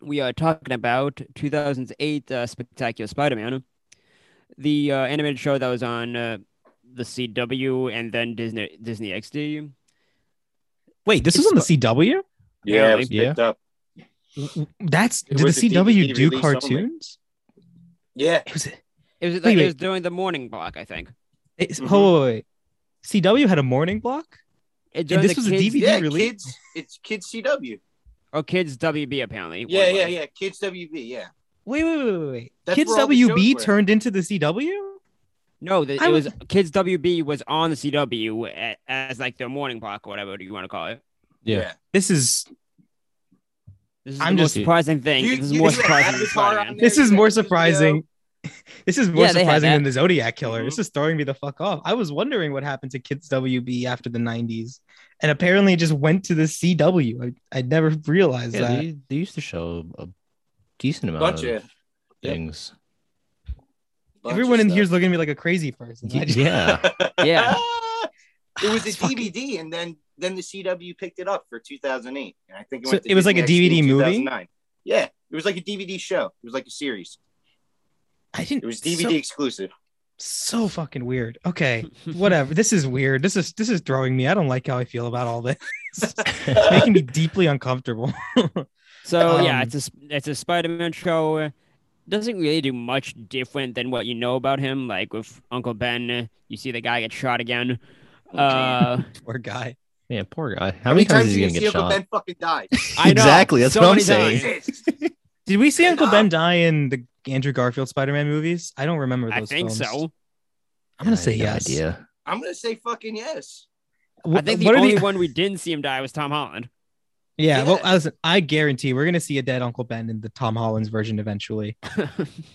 Speaker 3: we are talking about 2008 uh, Spectacular Spider-Man, the uh, animated show that was on uh, the CW and then Disney Disney XD.
Speaker 1: Wait, this was on the CW?
Speaker 4: Yeah, it was
Speaker 2: Yeah.
Speaker 4: picked up.
Speaker 1: That's
Speaker 4: It
Speaker 1: did the
Speaker 4: was a
Speaker 1: CW do
Speaker 4: DVD release only.
Speaker 1: cartoons?
Speaker 4: Yeah,
Speaker 1: It was
Speaker 3: It was like
Speaker 1: Wait,
Speaker 3: it
Speaker 1: wait.
Speaker 3: was during the morning block, I think.
Speaker 1: It's,
Speaker 4: Mhm.
Speaker 1: hold- wait, wait, wait. CW had a morning block.
Speaker 3: It, during
Speaker 1: this
Speaker 3: the
Speaker 1: was a
Speaker 3: kids,
Speaker 1: DVD
Speaker 4: yeah,
Speaker 1: release?
Speaker 4: kids. It's kids CW.
Speaker 3: or kids WB apparently.
Speaker 4: Yeah,
Speaker 3: one
Speaker 4: yeah,
Speaker 3: way.
Speaker 4: yeah. Kids WB. Yeah,
Speaker 1: Wait, wait, wait, wait, wait.
Speaker 4: That's
Speaker 1: Kids
Speaker 4: where all the shows
Speaker 1: WB
Speaker 4: were.
Speaker 1: turned into the CW.
Speaker 3: No, the,
Speaker 1: I
Speaker 3: it was kids WB was on the CW a- as like their morning block or whatever you want to call it.
Speaker 2: yeah,
Speaker 1: This is
Speaker 3: This is
Speaker 1: I'm
Speaker 3: the
Speaker 1: just-
Speaker 3: most surprising thing.
Speaker 4: You-
Speaker 3: this is
Speaker 4: you
Speaker 3: more
Speaker 4: said
Speaker 3: surprising. than
Speaker 4: Avatar on
Speaker 3: Spider-Man.
Speaker 4: there.
Speaker 1: this is
Speaker 4: you
Speaker 1: more
Speaker 4: got the
Speaker 1: surprising. This is more
Speaker 3: Yeah, they had
Speaker 1: surprising
Speaker 3: that.
Speaker 1: than the Zodiac Killer.
Speaker 4: Mhm.
Speaker 1: This is throwing me the fuck off. I was wondering what happened to Kids WB after the '90s, and apparently it just went to the CW. I I never realized
Speaker 2: yeah.
Speaker 1: that.
Speaker 2: they, they used to show a decent amount
Speaker 4: Bunch
Speaker 2: of
Speaker 4: of- yep.
Speaker 2: things.
Speaker 4: Bunch
Speaker 1: Everyone
Speaker 4: of
Speaker 1: in
Speaker 4: stuff.
Speaker 1: here is looking at me like a crazy person. I just-
Speaker 2: yeah,
Speaker 3: Yeah.
Speaker 4: it was a DVD, and then then the CW picked it up for 2008, and I think it,
Speaker 1: So
Speaker 4: went to
Speaker 1: it was like a
Speaker 4: Disney
Speaker 1: DVD
Speaker 4: XD in
Speaker 1: movie?
Speaker 4: 2009. Yeah, it was like a DVD show. It was like a series.
Speaker 1: I didn't.
Speaker 4: It was
Speaker 1: so-
Speaker 4: DVD exclusive.
Speaker 1: so fucking weird. Okay, whatever. this is weird. This is this is throwing me. I don't like how I feel about all this. it's making me deeply uncomfortable.
Speaker 3: So yeah,
Speaker 1: Um,
Speaker 3: it's a s- it's a Spider-Man show. uh, Doesn't really do much different than what you know about him. Like with Uncle Ben, uh, you see the guy get shot again.
Speaker 4: Oh,
Speaker 3: Uh,
Speaker 1: Poor guy.
Speaker 2: yeah. Poor guy. How, many times is he
Speaker 4: did
Speaker 2: gonna
Speaker 4: you
Speaker 2: get
Speaker 4: see Uncle
Speaker 2: shot?
Speaker 4: Ben fucking die?
Speaker 3: I know,
Speaker 2: Exactly, that's
Speaker 3: so
Speaker 2: what I'm
Speaker 3: many
Speaker 2: saying.
Speaker 3: times.
Speaker 4: Jesus.
Speaker 1: Did we see Uncle
Speaker 4: Ah.
Speaker 1: Ben die in the Andrew Garfield Spider-Man movies? I don't remember those.
Speaker 3: I think
Speaker 1: films.
Speaker 3: so.
Speaker 1: I'm gonna
Speaker 2: I
Speaker 1: say
Speaker 2: have no
Speaker 1: yes.
Speaker 2: Idea.
Speaker 4: I'm gonna say fucking yes.
Speaker 1: Wh-
Speaker 3: I think the
Speaker 1: what are
Speaker 3: only
Speaker 1: the-
Speaker 3: one we didn't see him die was Tom Holland.
Speaker 1: yeah, well,
Speaker 4: Yeah.
Speaker 1: listen, I guarantee we're gonna see a dead Uncle Ben in the Tom Holland's version eventually.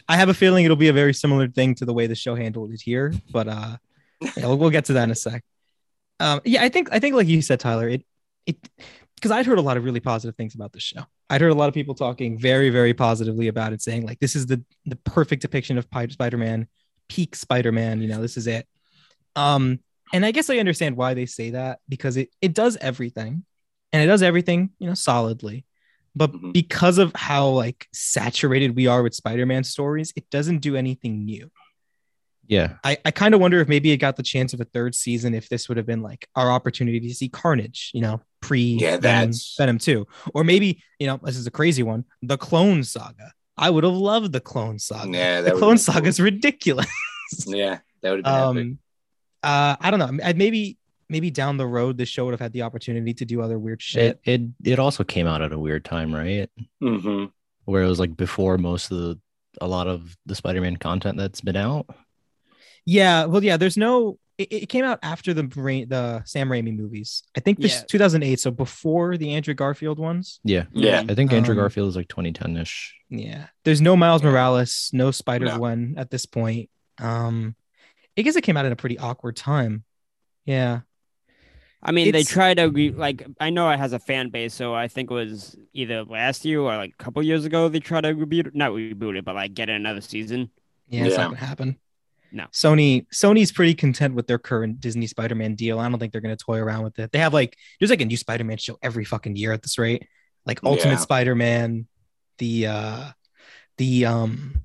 Speaker 1: I have a feeling it'll be a very similar thing to the way the show handled it here, but uh, yeah, we'll, we'll get to that in a sec. Um, yeah, I think I think like you said, Tyler, it it because I'd heard a lot of really positive things about this show. I'd heard a lot of people talking very very positively about it, saying like this is the the perfect depiction of Pi- Spider-Man, peak Spider-Man. You know, this is it. Um, and I guess I understand why they say that because it it does everything, and it does everything you know solidly but
Speaker 4: Mhm.
Speaker 1: because of how like saturated we are with spider-man stories it doesn't do anything new
Speaker 2: Yeah,
Speaker 1: i, I kind of wonder if maybe it got the chance of a third season if this would have been like our opportunity to see carnage you know pre
Speaker 4: Yeah,
Speaker 1: venom,
Speaker 4: that's-
Speaker 1: venom 2 or maybe you know this is a crazy one the clone saga i would have loved the clone saga
Speaker 4: Yeah,
Speaker 1: the
Speaker 4: that would've
Speaker 1: clone
Speaker 4: been
Speaker 1: saga is ridiculous
Speaker 4: Yeah, that would have been
Speaker 1: um uh i don't know I- maybe maybe down the road the show would have had the opportunity to do other weird shit
Speaker 2: it, it it also came out at a weird time, right?
Speaker 4: epic. hmm
Speaker 2: Where it was like before most of the a lot of the Spider-Man content that's been out.
Speaker 1: Yeah, well, yeah. There's no. It, it came out after the Ra- the Sam Raimi movies. I think this
Speaker 3: Yeah.
Speaker 1: 2008, so before the Andrew Garfield ones.
Speaker 2: Yeah,
Speaker 4: Yeah.
Speaker 2: I think Andrew
Speaker 1: Um,
Speaker 2: Garfield is like 2010 ish.
Speaker 1: Yeah, there's no Miles Morales, no Spider
Speaker 4: No.
Speaker 1: Gwen at this point. Um, I guess it came out at a pretty awkward time. Yeah,
Speaker 3: I mean, they
Speaker 1: It's-
Speaker 3: tried to re- like. I know it has a fan base, so I think it was either last year or like a couple years ago they tried to reboot, not reboot it, but like get another season.
Speaker 1: yeah, it's
Speaker 4: Yeah.
Speaker 1: not gonna happen.
Speaker 3: No.
Speaker 1: Sony Sony's pretty content with their current Disney Spider Man deal. I don't think they're gonna toy around with it. They have like there's like a new Spider Man show every fucking year at this rate. Like Ultimate
Speaker 4: Yeah.
Speaker 1: Spider Man, the uh the um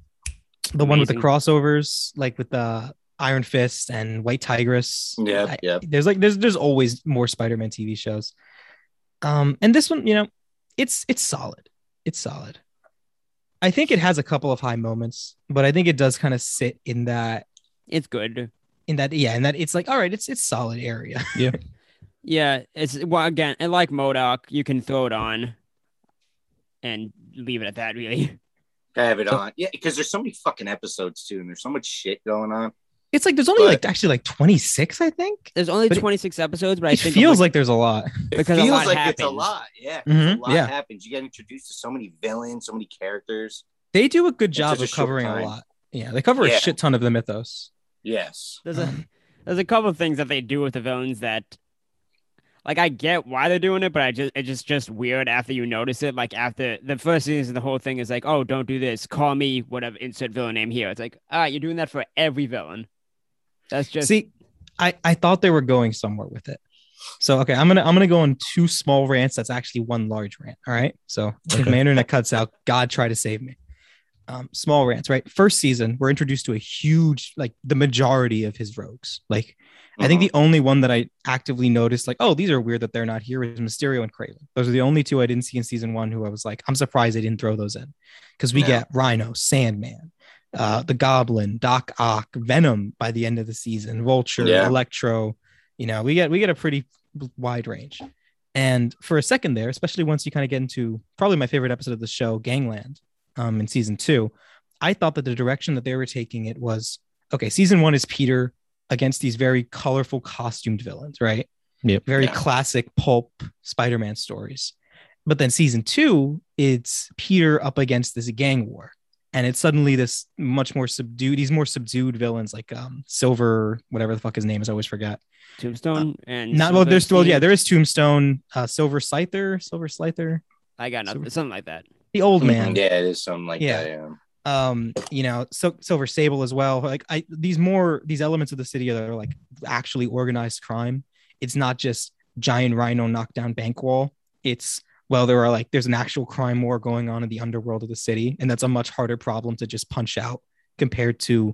Speaker 1: the one with the
Speaker 3: Amazing.
Speaker 1: crossovers, like with the Iron Fist and White Tigress.
Speaker 4: Yeah,
Speaker 1: I-
Speaker 4: yeah.
Speaker 1: There's like there's there's always more Spider Man TV shows. Um, and this one, you know, it's it's solid. It's solid. I think it has a couple of high moments, but I think it does kind of sit in that
Speaker 3: It's good.
Speaker 1: in that yeah, and that it's like all right, it's it's solid area.
Speaker 3: Yeah, it's well again, and like Modoc, you can throw it on and leave it at that. Really,
Speaker 4: Have it
Speaker 1: So-
Speaker 4: on. Yeah, because there's so many fucking episodes too, and there's so much shit going on.
Speaker 1: It's like there's only
Speaker 4: But-
Speaker 1: like actually like 26, I think.
Speaker 3: There's only
Speaker 1: But it-
Speaker 3: 26 episodes, but I
Speaker 1: It
Speaker 3: think
Speaker 1: feels like there's a lot.
Speaker 4: It
Speaker 3: Because a
Speaker 4: feels
Speaker 3: lot
Speaker 4: like it's a
Speaker 3: happens.
Speaker 4: lot. Yeah, 'cause
Speaker 1: Mhm,
Speaker 4: a lot
Speaker 1: yeah.
Speaker 4: happens. You get introduced to so many villains, so many characters.
Speaker 1: They do a good job
Speaker 4: such a
Speaker 1: of
Speaker 4: short
Speaker 1: covering a
Speaker 4: time.
Speaker 1: lot. Yeah, they cover
Speaker 4: Yeah.
Speaker 1: a shit ton of the mythos.
Speaker 4: Yes.
Speaker 3: there's a there's a couple of things that they do with the villains that like I get why they're doing it, but I just it's just just weird after you notice it. Like after the first season, the whole thing is like, oh, don't do this. Call me whatever insert villain name here. It's like, all right, you're doing that for every villain. That's just
Speaker 1: See, I I thought they were going somewhere with it. So okay, I'm gonna I'm gonna go on two small rants. That's actually one large rant. All right. So if
Speaker 2: Okay.
Speaker 1: my internet cuts out, God try to save me. Um, small rants, right? First season, we're introduced to a huge, like the majority of his rogues. Like I think
Speaker 4: Uh-huh.
Speaker 1: the only one that I actively noticed, like, oh, these are weird that they're not here, is Mysterio and Craven. Those are the only two I didn't see in season one who I was like, I'm surprised they didn't throw those in. Because we
Speaker 4: Yeah.
Speaker 1: get Rhino, Sandman, uh, the Goblin, Doc Ock, Venom by the end of the season, Vulture,
Speaker 4: Yeah.
Speaker 1: Electro. You know, we get we get a pretty wide range. And for a second there, especially once you kind of get into probably my favorite episode of the show, Gangland, um, in season two, I thought that the direction that they were taking it was okay, season one is Peter against these very colorful costumed villains, right?
Speaker 2: Yep.
Speaker 1: Very
Speaker 4: Yeah.
Speaker 1: classic pulp Spider-Man stories. But then season two, it's Peter up against this gang war. And it's suddenly this much more subdued, these more subdued villains like um Silver, whatever the fuck his name is, I always forgot.
Speaker 3: Tombstone and
Speaker 1: uh, Not well,
Speaker 3: Silver
Speaker 1: there's well,
Speaker 3: Sea.
Speaker 1: yeah, there is Tombstone, uh Silver Scyther, Silver Scyther,
Speaker 3: I got nothing, something like that.
Speaker 1: the old man.
Speaker 4: Mm-hmm. Yeah, it is something like
Speaker 1: Yeah.
Speaker 4: that. Yeah.
Speaker 1: um you know so silver sable as well like i these more these elements of the city that are like actually organized crime it's not just giant rhino knockdown bank wall it's well there are like there's an actual crime war going on in the underworld of the city and that's a much harder problem to just punch out compared to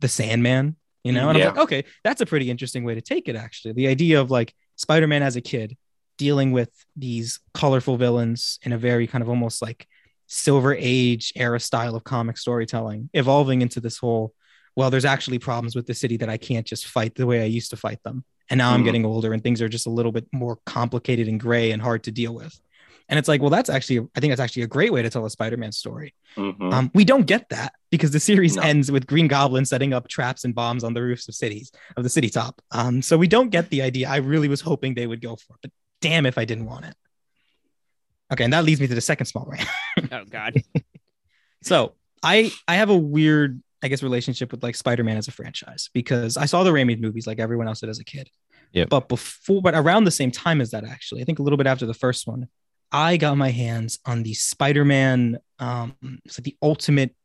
Speaker 1: the sandman you know and
Speaker 4: Yeah.
Speaker 1: i'm like okay that's a pretty interesting way to take it actually the idea of like spider-man as a kid dealing with these colorful villains in a very kind of almost like silver age era style of comic storytelling evolving into this whole well there's actually problems with the city that i can't just fight the way i used to fight them and now i'm
Speaker 4: Mhm.
Speaker 1: getting older and things are just a little bit more complicated and gray and hard to deal with and it's like well that's actually i think that's actually a great way to tell a spider-man story
Speaker 4: Mhm.
Speaker 1: um, we don't get that because the series
Speaker 4: No.
Speaker 1: ends with Green Goblin setting up traps and bombs on the roofs of cities of the city top. Um, so we don't get the idea. I really was hoping they would go for it, but damn if I didn't want it. Okay, and that leads me to the second small rant.
Speaker 3: Oh god.
Speaker 1: So I I have a weird I guess relationship with like Spider Man as a franchise because I saw the Raimi movies like everyone else did as a kid.
Speaker 2: Yep.
Speaker 1: But before, but around the same time as that, actually, I think a little bit after the first one, I got my hands on the Spider Man. Um, it's like the ultimate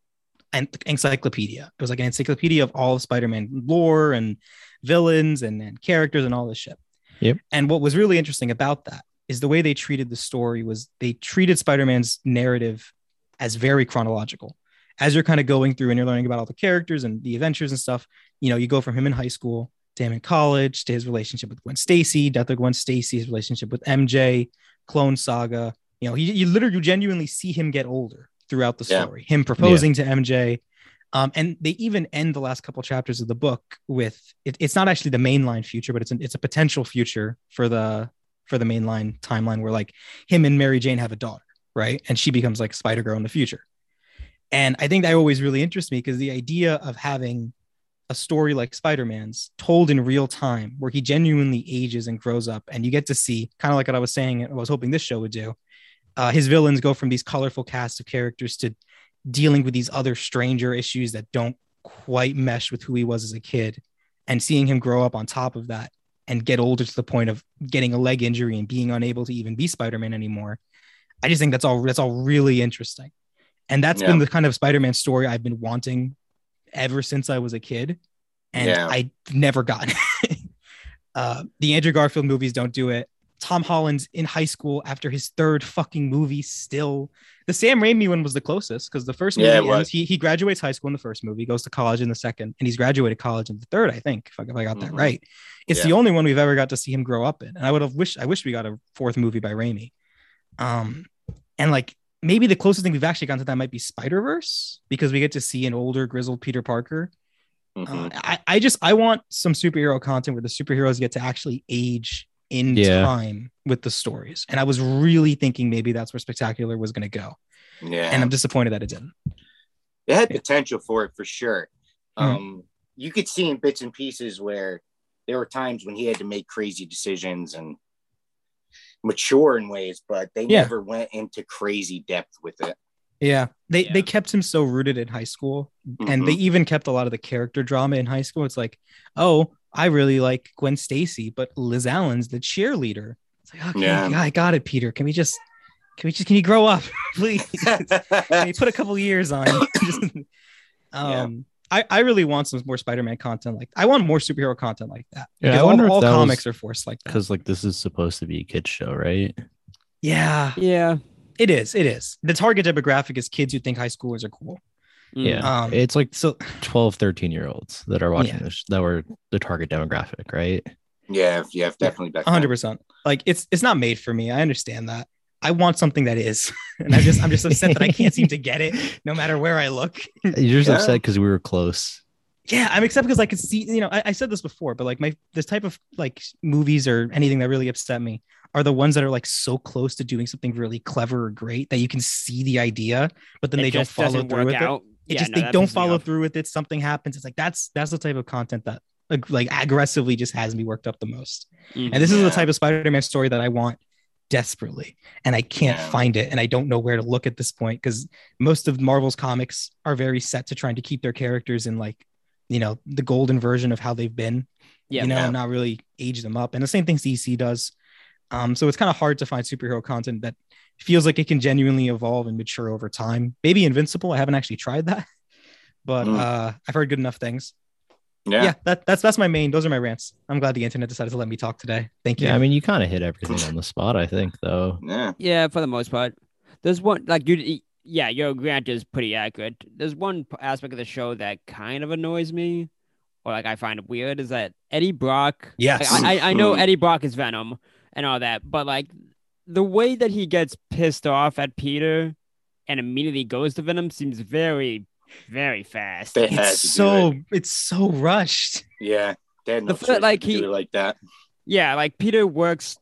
Speaker 1: en- encyclopedia. It was like an encyclopedia of all of Spider Man lore and villains and, and characters and all this shit.
Speaker 2: Yep.
Speaker 1: And what was really interesting about that is the way they treated the story was they treated Spider Man's narrative as very chronological. As you're kind of going through and you're learning about all the characters and the adventures and stuff, you know, you go from him in high school to him in college to his relationship with Gwen Stacy, death of Gwen Stacy, his relationship with MJ, Clone Saga. You know, he, you literally you genuinely see him get older throughout the
Speaker 4: Yeah.
Speaker 1: story. Him proposing to MJ, um, and they even end the last couple chapters of the book with it, it's not actually the mainline future, but it's an, it's a potential future for the for the mainline timeline where like him and Mary Jane have a daughter, right? And she becomes like Spider Girl in the future. And I think that always really interests me because the idea of having a story like Spider Man's told in real time, where he genuinely ages and grows up, and you get to see kind of like what I was saying, and I was hoping this show would do. Uh, his villains go from these colorful cast of characters to dealing with these other stranger issues that don't quite mesh with who he was as a kid, and seeing him grow up on top of that and get older to the point of getting a leg injury and being unable to even be Spider Man anymore. I just think that's all that's all really interesting. And that's
Speaker 4: Yeah.
Speaker 1: been the kind of Spider-Man story I've been wanting ever since I was a kid. And
Speaker 4: Yeah.
Speaker 1: I've never gotten it. uh, the Andrew Garfield movies don't do it. Tom Holland's in high school after his third fucking movie still. The Sam Raimi one was the closest because the first movie
Speaker 4: Yeah, it
Speaker 1: ends-
Speaker 4: was.
Speaker 1: he, he graduates high school in the first movie, goes to college in the second, and he's graduated college in the third, I think, if I, if I got that
Speaker 4: Mhm.
Speaker 1: right. It's the
Speaker 4: Yeah.
Speaker 1: only one we've ever got to see him grow up in. And I would have wished I wish we got a fourth movie by Raimi. Um, and like maybe the closest thing we've actually gotten to that might be Spider Verse because we get to see an older grizzled Peter Parker.
Speaker 4: Mhm.
Speaker 1: Uh, I, I just I want some superhero content where the superheroes get to actually age in
Speaker 2: Yeah.
Speaker 1: time with the stories. And I was really thinking maybe that's where Spectacular was going to go,
Speaker 4: yeah.
Speaker 1: and I'm disappointed that it didn't.
Speaker 4: it had potential for it for sure.
Speaker 1: Mhm.
Speaker 4: Um, you could see in bits and pieces where there were times when he had to make crazy decisions and mature in ways, but they
Speaker 1: Yeah.
Speaker 4: never went into crazy depth with it.
Speaker 1: Yeah. They
Speaker 3: Yeah.
Speaker 1: they kept him so rooted in high school and
Speaker 4: Mhm.
Speaker 1: they even kept a lot of the character drama in high school. It's like, "Oh, I really like Gwen Stacy, but Liz Allen's the cheerleader." It's like, "Okay,
Speaker 4: Yeah.
Speaker 1: yeah, I got it, Peter. Can we just can we just can you grow up, please? can
Speaker 4: Mm-hmm.
Speaker 1: you put a couple years on?" Just- um I, I really want some more Spider-Man content like I want more superhero content like that.
Speaker 2: Yeah, I
Speaker 1: Because all-
Speaker 2: wonder if
Speaker 1: all,
Speaker 2: that was-
Speaker 1: comics are forced like that.
Speaker 2: because like this is supposed to be a kids show, right?
Speaker 1: Yeah,
Speaker 3: Yeah.
Speaker 1: it is. It is. The target demographic is kids who think high schoolers are cool.
Speaker 3: Mm.
Speaker 2: Yeah,
Speaker 1: Um,
Speaker 2: it's like
Speaker 1: So
Speaker 2: 12, 13 year olds that are watching
Speaker 1: Yeah.
Speaker 2: this that were the target demographic, right?
Speaker 4: yeah, if- yeah, if definitely back.
Speaker 1: A hundred
Speaker 4: then.
Speaker 1: percent. Like it's it's not made for me. I understand that. I want something that is, and I'm just I'm just upset that I can't seem to get it, no matter where I look.
Speaker 2: You're just
Speaker 4: Yeah.
Speaker 2: upset because we were close.
Speaker 1: Yeah, I'm upset because I could see. You know, I, I said this before, but like my this type of like movies or anything that really upset me are the ones that are like so close to doing something really clever or great that you can see the idea, but then
Speaker 3: It
Speaker 1: they don't
Speaker 3: just
Speaker 1: follow
Speaker 3: doesn't
Speaker 1: through
Speaker 3: work
Speaker 1: with it.
Speaker 3: out.
Speaker 1: It
Speaker 3: Yeah,
Speaker 1: just
Speaker 3: no,
Speaker 1: they
Speaker 3: that
Speaker 1: don't
Speaker 3: pisses me
Speaker 1: follow
Speaker 3: off.
Speaker 1: through with it. Something happens. It's like that's that's the type of content that like, like aggressively just has me worked up the most.
Speaker 3: Mhm.
Speaker 1: And this is the
Speaker 4: Yeah.
Speaker 1: type of Spider-Man story that I want desperately, and I can't
Speaker 4: Yeah.
Speaker 1: find it, and I don't know where to look at this point because most of Marvel's comics are very set to trying to keep their characters in like, you know, the golden version of how they've been.
Speaker 3: Yeah.
Speaker 1: you know,
Speaker 4: Yeah.
Speaker 1: and not really age them up. And the same thing DC does. Um, so it's kind of hard to find superhero content that feels like it can genuinely evolve and mature over time. Maybe Invincible. I haven't actually tried that, but
Speaker 4: Mm.
Speaker 1: uh, I've heard good enough things. Yeah,
Speaker 4: Yeah.
Speaker 1: that, that's that's my main. Those are my rants. I'm glad the internet decided to let me talk today. Thank you.
Speaker 2: Yeah, I mean, you kind of hit everything on the spot, I think, though.
Speaker 4: Yeah.
Speaker 3: Yeah, for the most part. There's one like you. Yeah, your grant is pretty accurate. There's one p- aspect of the show that kind of annoys me, or like I find weird, is that Eddie Brock.
Speaker 1: Yes.
Speaker 3: Like, I, I I know
Speaker 4: Mm.
Speaker 3: Eddie Brock is Venom and all that, but like the way that he gets pissed off at Peter and immediately goes to Venom seems very, very fast.
Speaker 4: They had
Speaker 1: it's
Speaker 4: to do
Speaker 1: so
Speaker 4: it.
Speaker 1: it's so rushed.
Speaker 4: Yeah. They had
Speaker 3: The
Speaker 4: no choice
Speaker 3: foot,
Speaker 4: but
Speaker 3: like,
Speaker 4: to
Speaker 3: he-
Speaker 4: do it like that.
Speaker 3: Yeah, like Peter works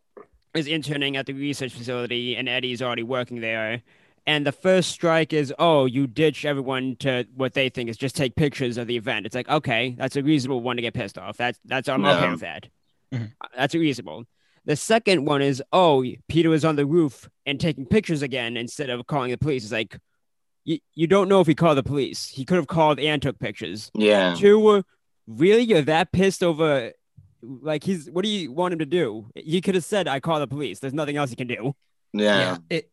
Speaker 3: is interning at the research facility, and Eddie's already working there. And the first strike is, oh, you ditch everyone to what they think is just take pictures of the event. It's like, okay, that's a reasonable one to get pissed off. That's that's I'm okay
Speaker 4: Yeah.
Speaker 3: with that.
Speaker 1: Mhm.
Speaker 3: Uh, That's reasonable. The second one is, oh, Peter was on the roof and taking pictures again instead of calling the police. It's like, you, you don't know if he called the police. He could have called and took pictures
Speaker 4: Yeah.
Speaker 3: two uh, really you're that pissed over like he's what do you want him to do he could have said i call the police there's nothing else he can do
Speaker 4: Yeah.
Speaker 1: It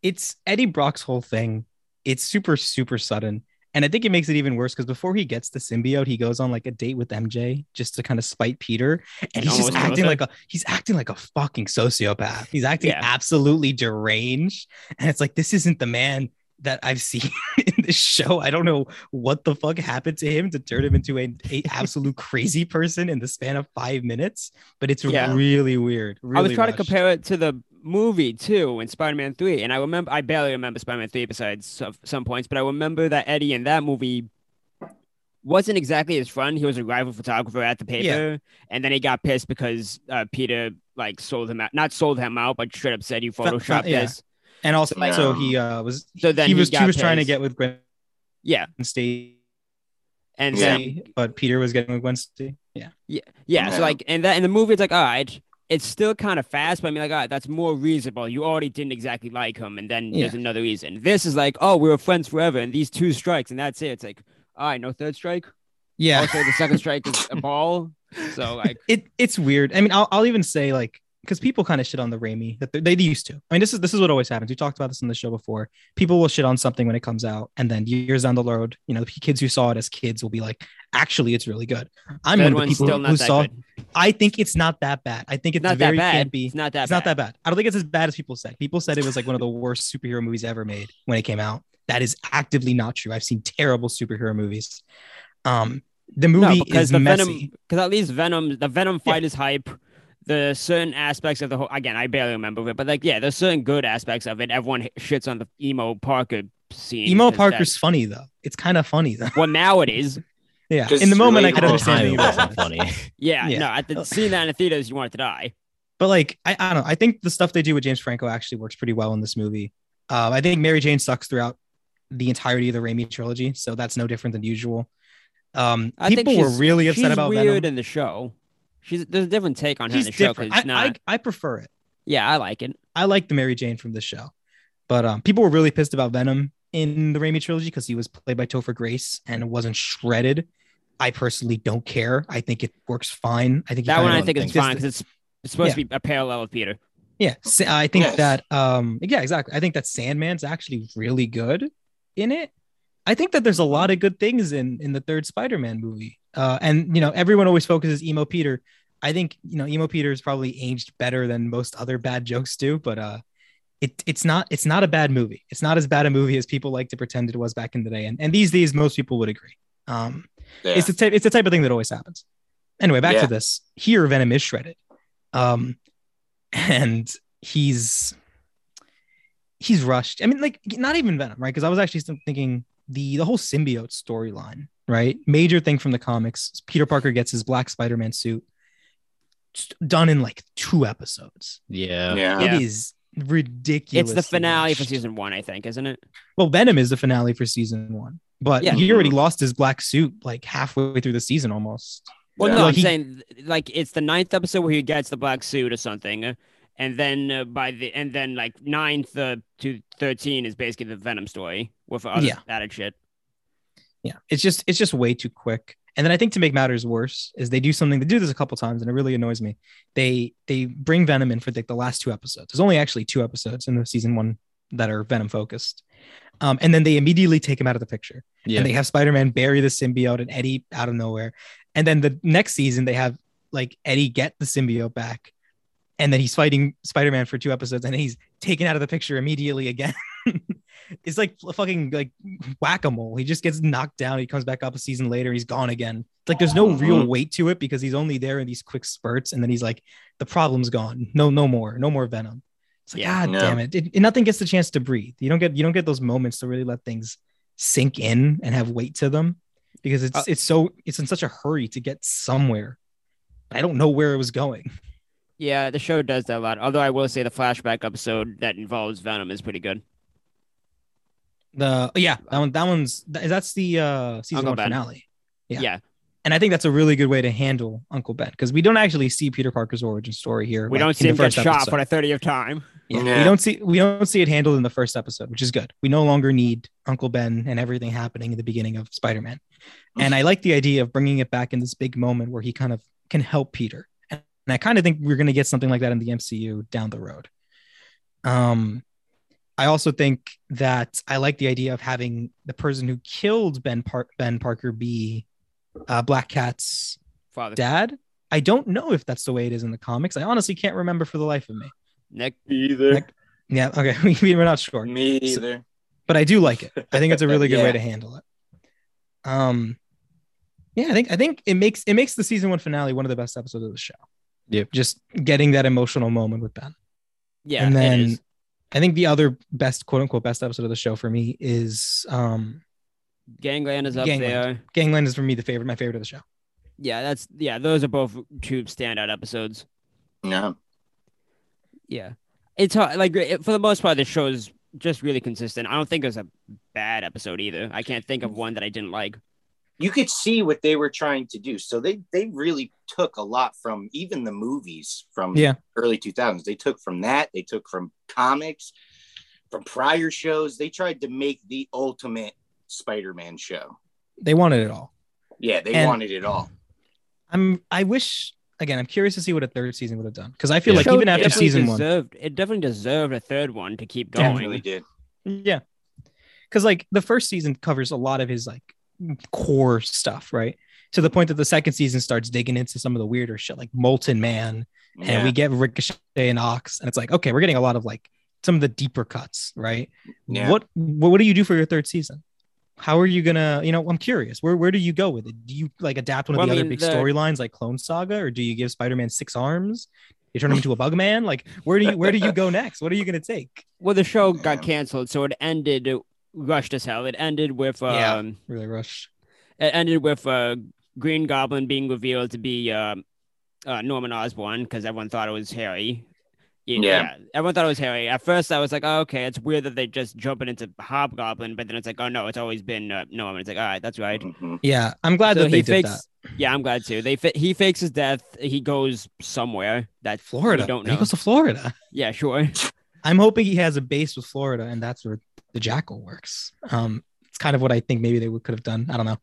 Speaker 1: it's Eddie Brock's whole thing. It's super super sudden. And I think it makes it even worse because before he gets the symbiote, he goes on like a date with MJ just to kind of spite Peter, and
Speaker 3: And
Speaker 1: he's just
Speaker 3: almost kills
Speaker 1: acting
Speaker 3: her.
Speaker 1: like a he's acting like a fucking sociopath. He's acting
Speaker 3: Yeah.
Speaker 1: absolutely deranged, and it's like this isn't the man that I've seen in this show. I don't know what the fuck happened to him to turn him into a, a absolute crazy person in the span of five minutes, but it's
Speaker 3: Yeah.
Speaker 1: really weird.
Speaker 3: i was
Speaker 1: really
Speaker 3: trying to
Speaker 1: rushed.
Speaker 3: compare it to the movie too in spider-man 3 and i remember i barely remember spider-man 3 besides so- some points but i remember that eddie in that movie wasn't exactly his friend he was a rival photographer at the paper and then he got pissed because uh, peter like sold him out not sold him out but straight up said you
Speaker 1: Fo- fo-
Speaker 3: photoshopped
Speaker 1: yeah.
Speaker 3: this
Speaker 1: And also,
Speaker 4: Yeah.
Speaker 1: so he uh, was.
Speaker 3: So then
Speaker 1: he
Speaker 3: he
Speaker 1: was. He,
Speaker 3: got
Speaker 1: was trying to
Speaker 3: pissed.
Speaker 1: get with Gwen
Speaker 3: yeah
Speaker 1: Stacy,
Speaker 3: and
Speaker 4: Yeah.
Speaker 3: then
Speaker 1: but Peter was getting with Gwen Stacy. Yeah,
Speaker 3: Yeah, yeah. So
Speaker 4: Yeah.
Speaker 3: like, and that in the movie, it's like, all right, it's still kind of fast, but I mean, like, all right, that's more reasonable. You already didn't exactly like him, and then there's another reason. This is like, oh, we were friends forever, and these two strikes, and that's it. It's like, all right, no third strike.
Speaker 1: yeah.
Speaker 3: Also, the second strike is a ball. So like,
Speaker 1: It it's weird. I mean, I'll, I'll even say like because people kind of shit on the Raimi that they, they used to. I mean, this is this is what always happens. We talked about this on the show before. People will shit on something when it comes out, and then years down the road, you know, the kids who saw it as kids will be like, actually, it's really good. I'm
Speaker 3: that
Speaker 1: one of the
Speaker 3: one's
Speaker 1: people
Speaker 3: still
Speaker 1: who
Speaker 3: not that
Speaker 1: saw.
Speaker 3: good.
Speaker 1: I think it's not that bad. I think it's
Speaker 3: Not that
Speaker 1: very
Speaker 3: bad.
Speaker 1: campy.
Speaker 3: It's not that.
Speaker 1: it's not that bad. I don't think it's as bad as people said. People said it was like one of the worst superhero movies ever made when it came out. That is actively not true. I've seen terrible superhero movies. Um, the movie
Speaker 3: no, because
Speaker 1: is
Speaker 3: the
Speaker 1: messy.
Speaker 3: Venom, because at least Venom, the Venom fight is hype. The certain aspects of the whole, again, I barely remember it, but like, yeah, there's certain good aspects of it. Everyone h- shits on the emo Parker scene.
Speaker 1: Emo
Speaker 3: because that-
Speaker 1: Parker's funny though. It's kind of funny though.
Speaker 3: Well, now it is.
Speaker 1: Yeah.
Speaker 4: Just
Speaker 1: In the moment, I
Speaker 4: relatable.
Speaker 1: could
Speaker 2: At the
Speaker 1: understand. that
Speaker 2: time, it
Speaker 1: he was
Speaker 2: wasn't
Speaker 1: funny.
Speaker 2: funny.
Speaker 3: Yeah,
Speaker 1: Yeah. Oh.
Speaker 3: no, at the seeing that in the theaters, you wanted to die.
Speaker 1: But like, I, I don't know. I think the stuff they do with James Franco actually works pretty well in this movie. Um, I think Mary Jane sucks throughout the entirety of the Raimi trilogy, so that's no different than usual. Um,
Speaker 3: I think
Speaker 1: people were
Speaker 3: she's-
Speaker 1: really upset
Speaker 3: She's
Speaker 1: about
Speaker 3: weird
Speaker 1: Venom.
Speaker 3: in the show. She's there's a different take on her
Speaker 1: She's
Speaker 3: in the show. 'cause
Speaker 1: different.
Speaker 3: it's
Speaker 1: I,
Speaker 3: not,
Speaker 1: I, I prefer it.
Speaker 3: yeah, I like it.
Speaker 1: I like the Mary Jane from this show, but um, people were really pissed about Venom in the Raimi trilogy because he was played by Topher Grace and wasn't shredded. I personally don't care. I think it works fine. I think he
Speaker 3: That
Speaker 1: kinda
Speaker 3: one I
Speaker 2: don't
Speaker 3: think it's
Speaker 2: think-
Speaker 3: fine because it's, it's supposed to be a parallel with Peter.
Speaker 1: Yeah, Sa- I think
Speaker 4: Yes.
Speaker 1: that um yeah, exactly. I think that Sandman's actually really good in it. I think that there's a lot of good things in in the third Spider-Man movie. Uh and you know, everyone always focuses emo Peter. I think, you know, emo Peter is probably aged better than most other bad jokes do, but uh it, it's not it's not a bad movie. It's not as bad a movie as people like to pretend it was back in the day. And and these days most people would agree. Um
Speaker 4: Yeah.
Speaker 1: it's the type it's the type of thing that always happens. Anyway, back
Speaker 4: Yeah.
Speaker 1: to this. Here, Venom is shredded, um, and he's he's rushed. I mean, like not even Venom, right? Because I was actually still thinking the the whole symbiote storyline, right? Major thing from the comics. Peter Parker gets his black Spider-Man suit s- done in like two episodes.
Speaker 2: Yeah.
Speaker 4: yeah.
Speaker 3: Yeah.
Speaker 1: It is ridiculous.
Speaker 3: It's the finale for season one, I think, isn't it?
Speaker 1: Well, Venom is the finale for season one, but
Speaker 3: Yeah.
Speaker 1: he already lost his black suit like halfway through the season almost.
Speaker 3: Well,
Speaker 4: Yeah.
Speaker 3: no,
Speaker 1: Well,
Speaker 3: I'm
Speaker 1: he-
Speaker 3: saying like it's the ninth episode where he gets the black suit or something, uh, and then uh, by the and then like ninth uh, to thirteen is basically the Venom story with other
Speaker 1: Yeah.
Speaker 3: added shit.
Speaker 1: yeah it's just it's just way too quick and then i think to make matters worse is they do something they do this a couple times and it really annoys me they they bring venom in for like the last two episodes there's only actually two episodes in the season one that are venom focused um, and then they immediately take him out of the picture
Speaker 2: Yeah.
Speaker 1: and they have spider-man bury the symbiote and eddie out of nowhere and then the next season they have like eddie get the symbiote back and then he's fighting spider-man for two episodes and he's taken out of the picture immediately again it's like f- fucking like whack-a-mole he just gets knocked down he comes back up a season later he's gone again like there's no real
Speaker 4: Mhm.
Speaker 1: weight to it because he's only there in these quick spurts and then he's like the problem's gone no no more no more venom it's like
Speaker 3: Yeah.
Speaker 1: god
Speaker 4: No.
Speaker 1: damn it. It- it nothing gets the chance to breathe you don't get you don't get those moments to really let things sink in and have weight to them because it's
Speaker 3: Uh,
Speaker 1: it's so it's in such a hurry to get somewhere. I don't know where it was going.
Speaker 3: Yeah, the show does that a lot. Although I will say the flashback episode that involves Venom is pretty good.
Speaker 1: The yeah, that one that one's that- that's the uh season
Speaker 3: Uncle
Speaker 1: one
Speaker 3: Ben.
Speaker 1: finale. Yeah.
Speaker 3: yeah.
Speaker 1: And I think that's a really good way to handle Uncle Ben because we don't actually see Peter Parker's origin story here.
Speaker 3: We
Speaker 1: like,
Speaker 3: don't
Speaker 1: in
Speaker 3: see
Speaker 1: the
Speaker 3: him get
Speaker 1: first
Speaker 3: shot
Speaker 1: episode.
Speaker 3: for the thirtieth time.
Speaker 1: Yeah,
Speaker 4: Yeah.
Speaker 1: We don't see we don't see it handled in the first episode, which is good. We no longer need Uncle Ben and everything happening at the beginning of Spider-Man. And I like the idea of bringing it back in this big moment where he kind of can help Peter. And I kind of think we're going to get something like that in the MCU down the road. Um I also think that I like the idea of having the person who killed Ben Par- Ben Parker be uh, Black Cat's
Speaker 3: Father
Speaker 1: dad. I don't know if that's the way it is in the comics. I honestly can't remember for the life of me.
Speaker 3: Nick.
Speaker 4: Either.
Speaker 1: Like- Yeah, okay, we- we're not sure
Speaker 4: Me
Speaker 1: So-
Speaker 4: either.
Speaker 1: but I do like it. I think it's a really good way
Speaker 4: Yeah.
Speaker 1: to handle it. Um, yeah, I think I think it makes it makes the season one finale one of the best episodes of the show.
Speaker 2: Yep.
Speaker 1: Just getting that emotional moment with Ben,
Speaker 3: Yeah.
Speaker 1: and
Speaker 3: it
Speaker 1: then
Speaker 3: is.
Speaker 1: I think the other best quote unquote best episode of the show for me is um,
Speaker 3: Gangland is up
Speaker 1: Gangland.
Speaker 3: there.
Speaker 1: Gangland is for me the favorite, my favorite of the show.
Speaker 3: Yeah, that's yeah, those are both two standout episodes.
Speaker 4: No.
Speaker 3: Yeah. It's hard, like it- for the most part, the show's just really consistent. I don't think there's a bad episode either. I can't think of one that I didn't like.
Speaker 4: You could see what they were trying to do. So they they really took a lot from even the movies from
Speaker 1: Yeah.
Speaker 4: early 2000s. They took from that, they took from comics, from prior shows. They tried to make the ultimate Spider-Man show.
Speaker 1: They wanted it all.
Speaker 4: Yeah, they
Speaker 1: And-
Speaker 4: wanted it all.
Speaker 1: I'm I wish again. I'm curious to see what a third season would have done because I feel
Speaker 2: Yeah.
Speaker 1: like
Speaker 3: Show
Speaker 1: even after
Speaker 3: definitely
Speaker 1: season one,
Speaker 3: deserved, it definitely deserved a third one to keep
Speaker 1: Definitely.
Speaker 3: going.
Speaker 4: Really did.
Speaker 1: Yeah. Cause like the first season covers a lot of his like core stuff, right? To the point that the second season starts digging into some of the weirder shit, like Molten Man, and
Speaker 4: Yeah.
Speaker 1: we get Ricochet and Ox, and it's like, okay, we're getting a lot of like some of the deeper cuts, right?
Speaker 4: Yeah.
Speaker 1: What what do you do for your third season? How are you gonna, you know, I'm curious. Where where do you go with it? Do you like adapt one of
Speaker 3: Well,
Speaker 1: the
Speaker 3: I
Speaker 1: other
Speaker 3: mean,
Speaker 1: big
Speaker 3: the-
Speaker 1: storylines like Clone Saga, or do you give Spider-Man six arms? You turn him into a bug man? Like where do you where do you go next? What are you gonna take?
Speaker 3: Well, the show
Speaker 4: Yeah.
Speaker 3: got canceled, so it ended rushed as hell. It ended with um,
Speaker 1: Yeah. Really rush.
Speaker 3: it ended with uh, Green Goblin being revealed to be um uh, Norman Osborn because everyone thought it was Harry, Yeah,
Speaker 4: Yeah.
Speaker 3: yeah. Everyone thought it was Harry. At first, I was like, oh, okay, it's weird that they just jumping into Hobgoblin, but then it's like, oh no, it's always been uh, Norm. It's like, all right, that's right.
Speaker 4: Mhm.
Speaker 1: Yeah, I'm glad
Speaker 3: So
Speaker 1: that they
Speaker 3: he
Speaker 1: did
Speaker 3: fakes.
Speaker 1: that.
Speaker 3: Yeah, I'm glad too. They fa- he fakes his death. He goes somewhere that
Speaker 1: Florida.
Speaker 3: We don't
Speaker 1: He
Speaker 3: know.
Speaker 1: goes to Florida.
Speaker 3: Yeah, sure.
Speaker 1: I'm hoping he has a base with Florida, and that's where the Jackal works. Um, it's kind of what I think maybe they would could have done. I don't know.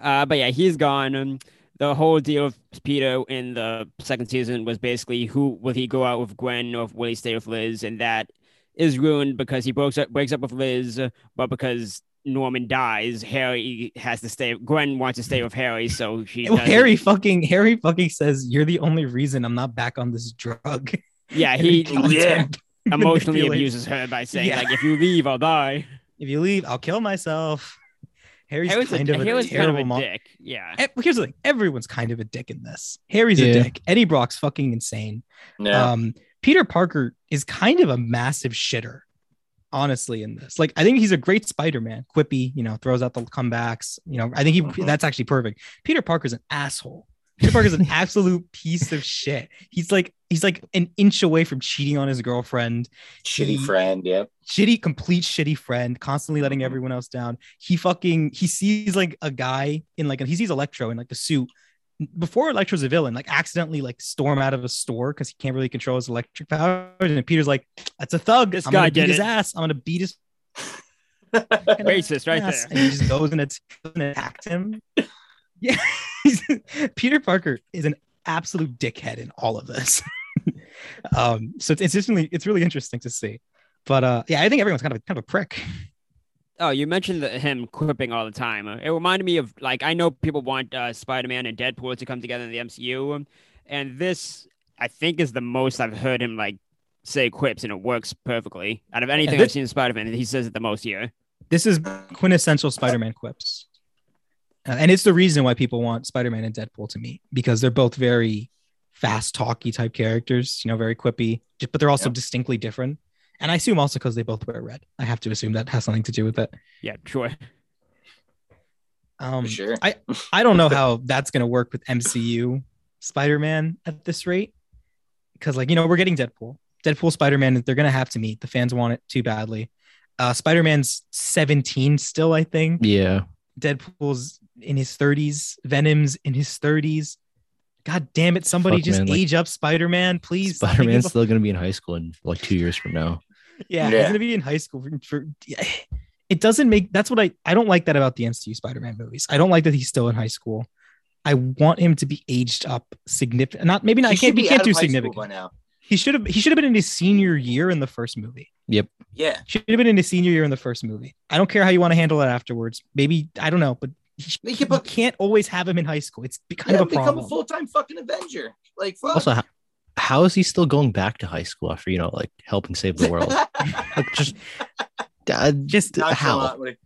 Speaker 3: Uh, but yeah, he's gone. Um, the whole deal of Peter in the second season was basically who will he go out with Gwen or will he stay with Liz? And that is ruined because he breaks up, breaks up with Liz, but because Norman dies, Harry has to stay. Gwen wants to stay with Harry, so she.
Speaker 1: Well,
Speaker 3: doesn't-
Speaker 1: Harry fucking Harry fucking says you're the only reason I'm not back on this drug.
Speaker 3: Yeah,
Speaker 1: And he
Speaker 3: he
Speaker 1: kills
Speaker 4: Yeah.
Speaker 1: her.
Speaker 3: emotionally
Speaker 1: manipulates.
Speaker 3: abuses her by saying
Speaker 1: Yeah.
Speaker 3: like, if you leave, I'll die.
Speaker 1: If you leave, I'll kill myself. Harry's
Speaker 3: Harry's
Speaker 1: kind
Speaker 3: a,
Speaker 1: of a
Speaker 3: Harry's kind
Speaker 1: terrible
Speaker 3: of a
Speaker 1: mo-
Speaker 3: dick. Yeah.
Speaker 1: Eh, Here's the thing: everyone's kind of a dick in this. Harry's a
Speaker 2: Yeah.
Speaker 1: dick. Eddie Brock's fucking insane.
Speaker 4: Yeah.
Speaker 1: Um, Peter Parker is kind of a massive shitter, honestly. In this, like, I think he's a great Spider-Man. Quippy, you know, throws out the comebacks. You know, I think he
Speaker 4: Mhm.
Speaker 1: that's actually perfect. Peter Parker's an asshole. Peter Parker's an absolute piece of shit. He's like he's like an inch away from cheating on his girlfriend
Speaker 4: Shitty
Speaker 1: he-
Speaker 4: friend. Yep.
Speaker 1: shitty, complete shitty friend, constantly letting
Speaker 3: Mm-hmm.
Speaker 4: Mhm.
Speaker 1: everyone else down. He fucking he sees like a guy in like he sees Electro in like the suit before Electro's a villain, like accidentally like storm out of a store because he can't really control his electric powers. And Peter's like, "That's a thug.
Speaker 3: This
Speaker 1: I'm
Speaker 3: guy
Speaker 1: gonna
Speaker 3: did
Speaker 1: beat his
Speaker 3: it."
Speaker 1: ass. I'm gonna beat his fucking
Speaker 3: Racist right
Speaker 1: ass."
Speaker 3: there.
Speaker 1: And uh, he just goes and, att- and attacks him. Yeah, he's- Peter Parker is an absolute dickhead in all of this. um, so it's, it's just really it's really interesting to see. But uh, yeah, I think everyone's kind of kind of a prick.
Speaker 3: Oh, you mentioned the, him quipping all the time. Uh, It reminded me of like I know people want uh, Spider-Man and Deadpool to come together in the MCU, um, and this I think is the most I've heard him like say quips, and it works perfectly out of anything I've
Speaker 1: this-
Speaker 3: seen in Spider-Man. He says it the most here.
Speaker 1: This is quintessential Spider-Man quips, Uh, and it's the reason why people want Spider-Man and Deadpool to meet because they're both very fast, talky type characters. You know, very quippy, just, but they're also
Speaker 4: Yep.
Speaker 1: distinctly different. And I assume also because they both wear red. I have to assume that has something to do with it.
Speaker 3: Yeah, sure.
Speaker 1: Um,
Speaker 4: For sure.
Speaker 1: I I don't know how that's gonna work with MCU Spider-Man at this rate, because like you know we're getting Deadpool, Deadpool Spider-Man. They're gonna have to meet. The fans want it too badly. Uh, Spider-Man's 17 still, I think.
Speaker 2: Yeah.
Speaker 1: Deadpool's in his 30s. Venom's in his 30s. God damn it! Somebody
Speaker 2: Fuck,
Speaker 1: just
Speaker 2: man, like-
Speaker 1: age up Spider-Man, please. Like,
Speaker 2: Spider Man's
Speaker 1: he's-
Speaker 2: still going to be in high school in like two years from now.
Speaker 1: yeah, he's
Speaker 4: Yeah.
Speaker 1: gonna be in high school for. for it doesn't make. That's what I. I don't like that about the MCU Spider-Man movies. I don't like that he's still in high school. I want him to be aged up significant. Not maybe not. I
Speaker 4: He should
Speaker 1: can't.
Speaker 4: be
Speaker 1: He
Speaker 4: out
Speaker 1: can't
Speaker 4: of
Speaker 1: do
Speaker 4: high school by
Speaker 1: significant.
Speaker 4: now.
Speaker 1: He should have. He should have been in his senior year in the first movie.
Speaker 4: Yeah.
Speaker 1: Should have been in his senior year in the first movie. I don't care how you want to handle it afterwards. Maybe I don't know, but he,
Speaker 4: They
Speaker 1: you
Speaker 4: could book-
Speaker 1: can't always have him in high school. It's kind of
Speaker 4: yeah
Speaker 1: a
Speaker 4: become
Speaker 1: problem.
Speaker 4: a full time fucking Avenger. Like fuck.
Speaker 2: Also, how, how is he still going back to high school after, you know, like helping save the world? like, just, uh,
Speaker 1: Just-
Speaker 2: just how?
Speaker 4: Nonchalantly.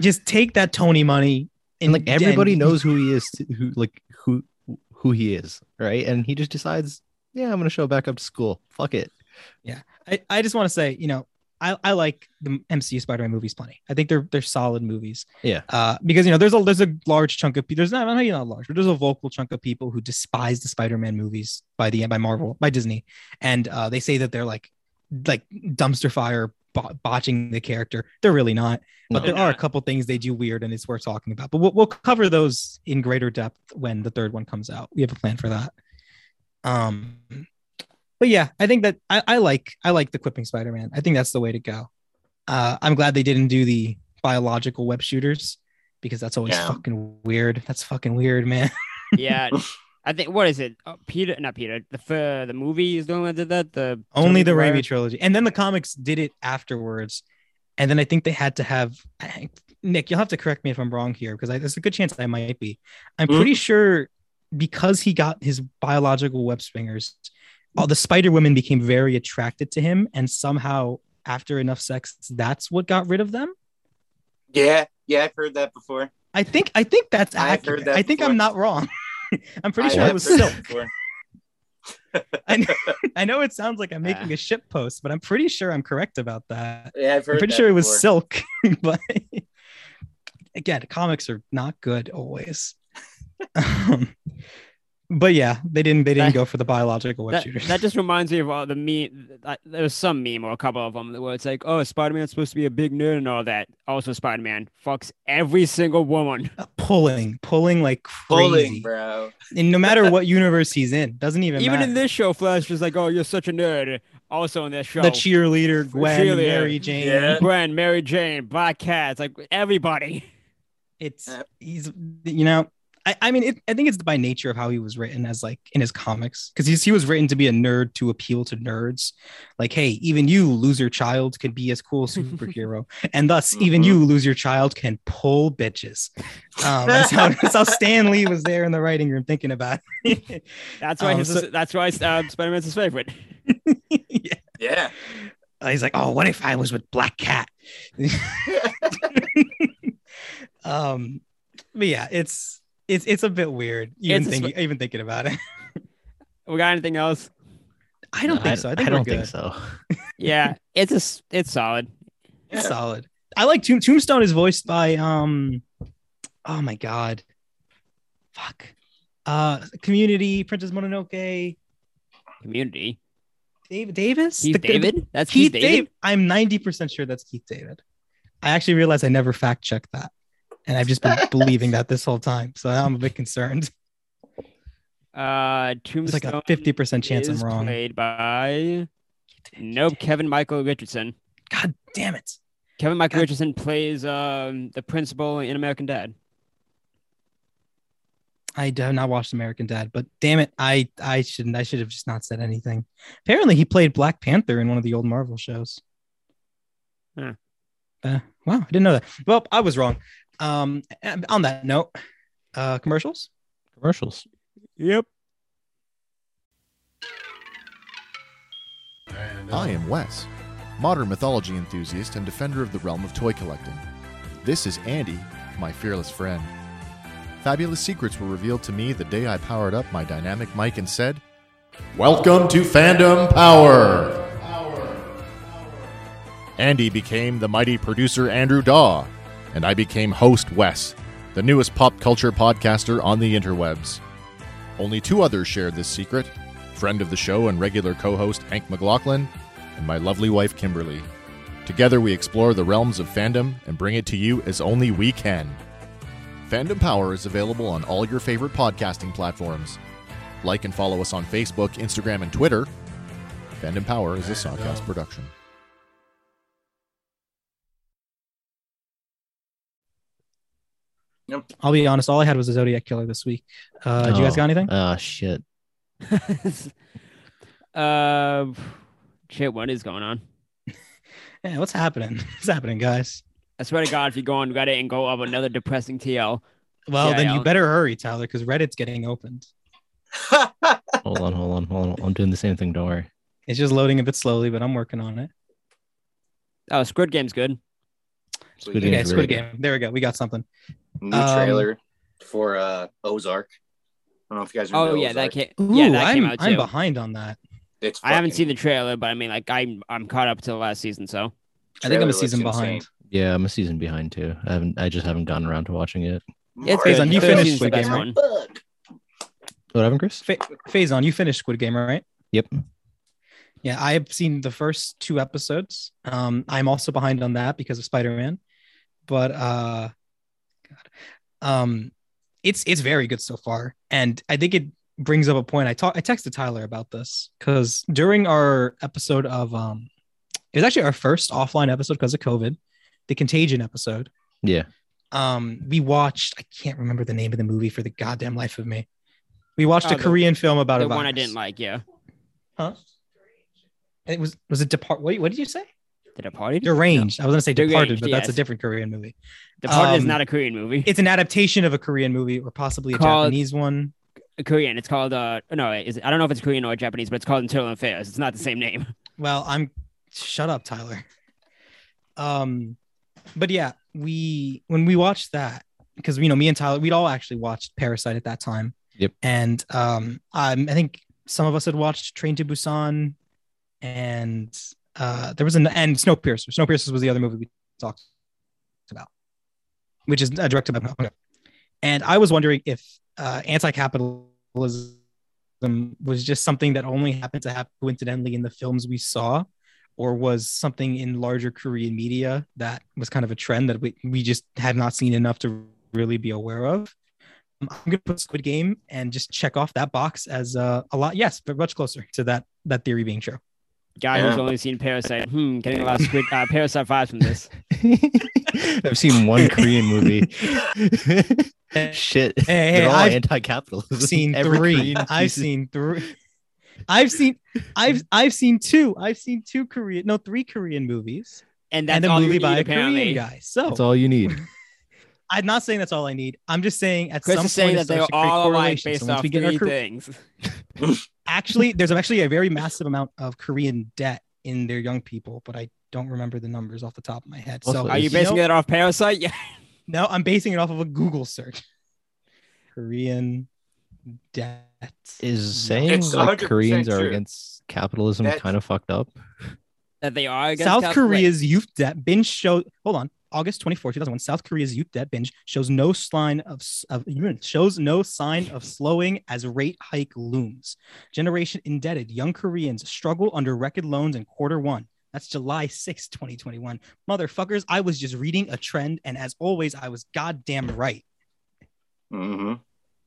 Speaker 1: Just take that Tony money
Speaker 2: And like everybody
Speaker 1: and-
Speaker 2: knows who he is, to, who like who who he is, right? And he just decides, yeah, I'm going to show back up to school. Fuck it.
Speaker 1: I, I just want to say, you know, I, I like the MCU Spider-Man movies plenty. I think they're they're solid movies.
Speaker 2: Yeah.
Speaker 1: Uh, because you know, there's a there's a large chunk of people. There's not maybe not large, but there's a vocal chunk of people who despise the Spider-Man movies by the by Marvel by Disney, and uh, they say that they're like like dumpster fire bo- botching the character. They're really not. But
Speaker 2: No.
Speaker 1: there are a couple things they do weird, and it's worth talking about. But we'll, we'll cover those in greater depth when the third one comes out. We have a plan for that. Um, but yeah, I think that I, I like I like the quipping Spider-Man. I think that's the way to go. Uh, I'm glad they didn't do the biological web shooters because that's always
Speaker 4: Yeah.
Speaker 1: fucking weird. That's fucking weird, man.
Speaker 3: Yeah, I think what is it? Oh, Peter, not Peter. The fir- the movie is the one that did that. The
Speaker 1: Only the
Speaker 3: Tobey Maguire?
Speaker 1: Raimi trilogy, and then the comics did it afterwards. And then I think they had to have I think- Nick. You'll have to correct me if I'm wrong here because I, there's a good chance I might be. I'm
Speaker 4: Hmm?
Speaker 1: pretty sure because he got his biological web swingers, all the Spider Women became very attracted to him, and somehow after enough sex, that's what got rid of them.
Speaker 4: Yeah, yeah, I've heard that before.
Speaker 1: I think I think that's
Speaker 4: I've heard
Speaker 1: accurate.
Speaker 4: that
Speaker 1: I think
Speaker 4: before.
Speaker 1: I'm not wrong. I'm pretty
Speaker 4: I
Speaker 1: sure
Speaker 4: have
Speaker 1: it was
Speaker 4: heard that
Speaker 1: silk.
Speaker 4: before.
Speaker 1: I know, I know it sounds like I'm making a shit post, but I'm pretty sure I'm correct about that.
Speaker 4: Yeah, I've heard
Speaker 1: I'm pretty
Speaker 4: that
Speaker 1: sure it was
Speaker 4: before.
Speaker 1: Silk, but again, comics are not good always. um, But yeah, they didn't. They didn't
Speaker 3: That-
Speaker 1: go for the biological web
Speaker 3: That,
Speaker 1: shooters.
Speaker 3: that just reminds me of all the meme. I- There was some meme or a couple of them where it's like, "Oh, Spider Man's supposed to be a big nerd and all that." Also, Spider Man fucks every single woman.
Speaker 1: pulling, pulling like crazy.
Speaker 4: Pulling, bro.
Speaker 1: And no matter what universe he's in, doesn't even
Speaker 3: Even
Speaker 1: matter.
Speaker 3: in this show, Flash is like, "Oh, you're such a nerd." Also in this show,
Speaker 1: the cheerleader, Gwen,
Speaker 3: cheerleader.
Speaker 1: Mary Jane.
Speaker 4: Yeah.
Speaker 3: Gwen, Mary Jane, Black Cats, like everybody.
Speaker 1: It's
Speaker 4: Yep.
Speaker 1: he's you know. I, I mean, it, I think it's by nature of how he was written as like in his comics, because he's he was written to be a nerd to appeal to nerds. Like, hey, even you, loser child, can be as cool superhero, and thus even
Speaker 4: Mhm.
Speaker 1: you, loser child, can pull bitches. Um, that's, how, that's how Stan Lee was there in the writing room thinking about. It.
Speaker 3: That's why
Speaker 1: Um,
Speaker 3: his,
Speaker 1: so-
Speaker 3: that's why uh, Spider Man's his favorite.
Speaker 4: Yeah.
Speaker 1: Uh, he's like, oh, what if I was with Black Cat? um, but yeah, it's it's it's a bit weird even
Speaker 3: It's a sp-
Speaker 1: thinking even thinking about it.
Speaker 3: We got anything else?
Speaker 1: I don't
Speaker 2: No,
Speaker 1: think so. I think we're
Speaker 2: don't
Speaker 1: good.
Speaker 2: think so.
Speaker 3: Yeah, it's a, s- it's solid.
Speaker 1: It's
Speaker 4: Yeah.
Speaker 1: solid. I like Tomb- Tombstone is voiced by um, oh my god, fuck, uh, Community, Princess Mononoke,
Speaker 3: Community.
Speaker 1: David Davis,
Speaker 3: Keith
Speaker 1: The- the-
Speaker 3: David. That's
Speaker 1: Keith,
Speaker 3: Keith,
Speaker 1: David.
Speaker 3: David.
Speaker 1: I'm 90% sure that's Keith David. I actually realized I never fact checked that. And I've just been believing that this whole time. So now I'm a bit concerned.
Speaker 3: Uh,
Speaker 1: It's
Speaker 3: Tombstone.
Speaker 1: like a 50% chance I'm
Speaker 3: is
Speaker 1: wrong.
Speaker 3: Played by nope, Kevin Michael Richardson.
Speaker 1: God damn it.
Speaker 3: Kevin Michael
Speaker 1: God.
Speaker 3: Richardson plays um, the principal in American Dad.
Speaker 1: I have not watched American Dad, but damn it, I I shouldn't. I should have just not said anything. Apparently, he played Black Panther in one of the old Marvel shows.
Speaker 3: Huh.
Speaker 1: Uh, wow, I didn't know that. Well, I was wrong. Um, and on that note, uh, commercials.
Speaker 2: Commercials.
Speaker 3: Yep.
Speaker 5: I am Wes, modern mythology enthusiast and defender of the realm of toy collecting. This is Andy, my fearless friend. Fabulous secrets were revealed to me the day I powered up my dynamic mic and said, Welcome to Fandom Power! Andy became the mighty producer Andrew Daw, and I became host Wes, the newest pop culture podcaster on the interwebs. Only two others shared this secret friend of the show and regular co host Hank McLaughlin, and my lovely wife Kimberly. Together we explore the realms of fandom and bring it to you as only we can. Fandom Power is available on all your favorite podcasting platforms. Like and follow us on Facebook, Instagram, and Twitter. Fandom Power is a Sawcast production.
Speaker 1: I'll be honest. All I had was a Zodiac Killer this week. Uh, do you guys
Speaker 2: Oh,
Speaker 1: got anything?
Speaker 2: Oh shit.
Speaker 3: uh, shit, what is going on?
Speaker 1: Yeah, what's happening? What's happening, guys?
Speaker 3: I swear to God, if you go on Reddit and go up another depressing TL,
Speaker 1: Well,
Speaker 3: Yeah,
Speaker 1: then
Speaker 3: yeah.
Speaker 1: you better hurry, Tyler, because Reddit's getting opened.
Speaker 2: Hold on, hold on, hold on. I'm doing the same thing. Don't worry.
Speaker 1: It's just loading a bit slowly, but I'm working on it.
Speaker 3: oh, Squid Game's good.
Speaker 2: Squid
Speaker 1: Okay,
Speaker 2: Game's
Speaker 1: Squid
Speaker 2: really
Speaker 1: Game. There we go. We got something.
Speaker 4: New
Speaker 1: Um,
Speaker 4: trailer for uh Ozark. I don't know if you guys remember.
Speaker 3: Oh yeah, that
Speaker 4: Ozark.
Speaker 3: came.
Speaker 1: Ooh,
Speaker 3: yeah, that
Speaker 1: I'm,
Speaker 3: came out
Speaker 1: I'm
Speaker 3: too.
Speaker 1: behind on that.
Speaker 4: It's
Speaker 3: I haven't
Speaker 4: fucking-
Speaker 3: seen the trailer, but I mean, like, I'm I'm caught up to the last season, so
Speaker 1: I think I'm
Speaker 4: trailer
Speaker 1: a
Speaker 4: looks
Speaker 1: season
Speaker 4: insane.
Speaker 1: behind.
Speaker 2: Yeah, I'm a season behind too. I haven't. I just haven't gotten around to watching it.
Speaker 3: it's
Speaker 1: Faison,
Speaker 3: good.
Speaker 1: you
Speaker 3: Third
Speaker 1: finished
Speaker 3: season's the
Speaker 1: Squid
Speaker 3: best
Speaker 1: Game, right?
Speaker 3: one.
Speaker 4: Fuck.
Speaker 2: What happened, Chris?
Speaker 1: Fa- Faison, you finished Squid Game, right?
Speaker 2: Yep.
Speaker 1: Yeah, I have seen the first two episodes. Um, I'm also behind on that because of Spider Man, but uh, God, um, it's it's very good so far, and I think it brings up a point. I talked, I texted Tyler about this because during our episode of um, it was actually our first offline episode because of COVID, the Contagion episode.
Speaker 2: Yeah.
Speaker 1: Um, we watched. I can't remember the name of the movie for the goddamn life of me. We watched
Speaker 3: Oh,
Speaker 1: a
Speaker 3: the-
Speaker 1: Korean film about
Speaker 3: The
Speaker 1: a
Speaker 3: one I
Speaker 1: virus.
Speaker 3: didn't like, yeah.
Speaker 1: Huh? It was was it depart? Wait, what did you say?
Speaker 3: The Departed.
Speaker 1: Deranged. I was gonna say
Speaker 3: Deranged,
Speaker 1: departed, but that's a
Speaker 3: yes.
Speaker 1: different Korean movie.
Speaker 3: Departed is
Speaker 1: Um,
Speaker 3: not a Korean movie.
Speaker 1: It's an adaptation of a Korean movie or possibly a
Speaker 3: Called-
Speaker 1: Japanese one.
Speaker 3: It's Korean. It's called uh no, is I don't know if it's Korean or Japanese, but it's called Internal Affairs. It's not the same name.
Speaker 1: Well, I'm shut up, Tyler. Um, but yeah, we when we watched that because you know me and Tyler we'd all actually watched Parasite at that time.
Speaker 2: Yep.
Speaker 1: And um, I, I think some of us had watched Train to Busan, and uh, there was an and Snowpiercer. Snowpiercer was the other movie we talked about, which is uh, directed by. And I was wondering if uh, anti-capitalism them was just something that only happened to happen coincidentally in the films we saw, or was something in larger Korean media that was kind of a trend that we, we just had not seen enough to really be aware of. Um, I'm gonna put Squid Game and just check off that box as uh, a lot. Yes, but much closer to that that theory being true.
Speaker 3: Guy who's
Speaker 4: Yeah.
Speaker 3: only seen Parasite. Hmm, getting a lot of squid, uh, Parasite vibes from this.
Speaker 2: I've seen one Korean movie. Shit.
Speaker 1: Hey, hey,
Speaker 2: They're all
Speaker 1: I've
Speaker 2: anti-capitalism.
Speaker 1: seen
Speaker 2: Every
Speaker 1: three.
Speaker 2: Korean
Speaker 1: I've
Speaker 2: piece is-
Speaker 1: seen three. I've seen, I've I've seen two. I've seen two Korean, no, three Korean movies,
Speaker 3: And that's
Speaker 1: and a
Speaker 3: all you
Speaker 1: movie
Speaker 3: need,
Speaker 1: by a
Speaker 3: apparently.
Speaker 1: Korean guy. So
Speaker 2: That's all you need.
Speaker 1: Oh. I'm not saying that's all I need. I'm just saying at
Speaker 3: Chris
Speaker 1: some
Speaker 3: is saying
Speaker 1: point
Speaker 3: that
Speaker 1: it
Speaker 3: they're
Speaker 1: starts to create
Speaker 3: all alike
Speaker 1: correlations.
Speaker 3: based
Speaker 1: So once
Speaker 3: off
Speaker 1: we get our
Speaker 3: three
Speaker 1: Kor-
Speaker 3: things.
Speaker 1: actually, there's actually a very massive amount of Korean debt in their young people, but I don't remember the numbers off the top of my head.
Speaker 2: Also,
Speaker 1: so
Speaker 3: Are you
Speaker 2: Yes.
Speaker 3: basing
Speaker 1: know-
Speaker 3: that off Parasite? Yeah.
Speaker 1: No, I'm basing it off of a Google search. Korean debt.
Speaker 2: Is saying
Speaker 4: It's
Speaker 2: like
Speaker 4: 100%
Speaker 2: Koreans are
Speaker 4: true.
Speaker 2: against capitalism
Speaker 4: That's-
Speaker 2: kind of fucked up?
Speaker 3: That they are against
Speaker 1: South
Speaker 3: Cap-
Speaker 1: Korea's youth debt binge show. Hold on, August 24, 2001. South Korea's youth debt binge shows no sign of, s- of shows no sign of slowing as rate hike looms. Generation indebted young Koreans struggle under record loans in quarter one. That's July 6, 2021. Motherfuckers, I was just reading a trend, and as always, I was goddamn right.
Speaker 4: hmm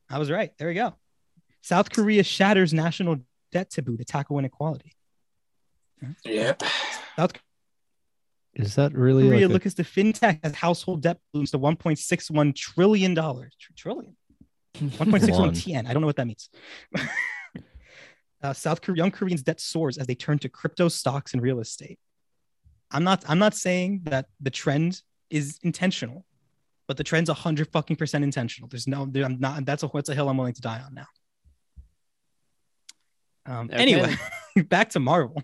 Speaker 1: I was right. There we go. South Korea shatters national debt taboo to tackle inequality.
Speaker 4: Yep.
Speaker 1: South
Speaker 2: Is that really
Speaker 1: Korea
Speaker 2: like a-
Speaker 1: look as the fintech as household debt balloons to 1.61 trillion dollars. Tr- Trillion. 1.61
Speaker 2: One.
Speaker 1: TN. I don't know what that means. uh, South Korea, young Koreans' debt soars as they turn to crypto stocks and real estate. I'm not. I'm not saying that the trend is intentional, but the trend's 100 fucking percent intentional. There's no. There, I'm not. That's a that's a hill I'm willing to die on now. Um,
Speaker 3: Okay.
Speaker 1: Anyway, back to Marvel.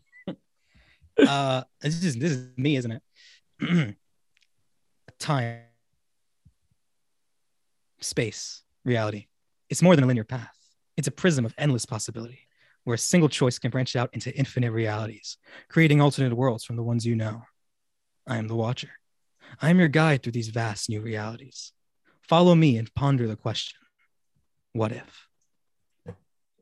Speaker 1: uh, this is this is me, isn't it? Time, space, reality. It's more than a linear path. It's a prism of endless possibility, where a single choice can branch out into infinite realities, creating alternate worlds from the ones you know. I am the Watcher. I am your guide through these vast new realities. Follow me and ponder the question: What if?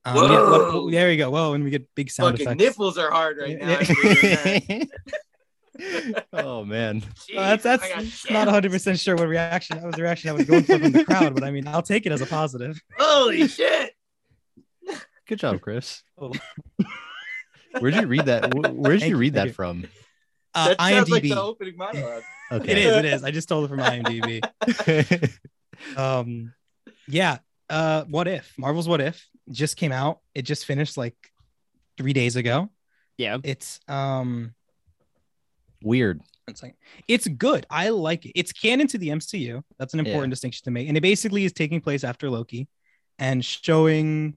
Speaker 1: Um, we get- what-
Speaker 4: Whoa.
Speaker 1: there we go. Whoa, and we get big sound
Speaker 4: Fucking
Speaker 1: effects.
Speaker 4: nipples are hard right now.
Speaker 1: Yeah.
Speaker 4: after doing that.
Speaker 2: oh man.
Speaker 4: Jeez,
Speaker 1: Well, that's
Speaker 4: I got
Speaker 1: that's not 100 percent sure what reaction that was the reaction I was going for from the crowd, but I mean I'll take it as a positive.
Speaker 4: Holy shit!
Speaker 2: Good job, Chris.
Speaker 1: Oh.
Speaker 2: Where'd you read that? wh- Where'd
Speaker 1: Thank
Speaker 2: you
Speaker 1: you,
Speaker 2: read
Speaker 1: thank
Speaker 2: that
Speaker 1: you.
Speaker 2: from?
Speaker 1: Uh,
Speaker 4: that sounds like
Speaker 1: IMDb.
Speaker 4: the opening monologue.
Speaker 2: Okay.
Speaker 1: it is. It is. I just stole it from IMDb. um, yeah. Uh, what if Marvel's What If just came out? It just finished like three days ago.
Speaker 3: Yeah.
Speaker 1: It's um,
Speaker 2: Weird.
Speaker 1: one second. It's good. I like it. It's canon to the MCU. That's an important
Speaker 2: Yeah.
Speaker 1: distinction to make. And it basically is taking place after Loki and showing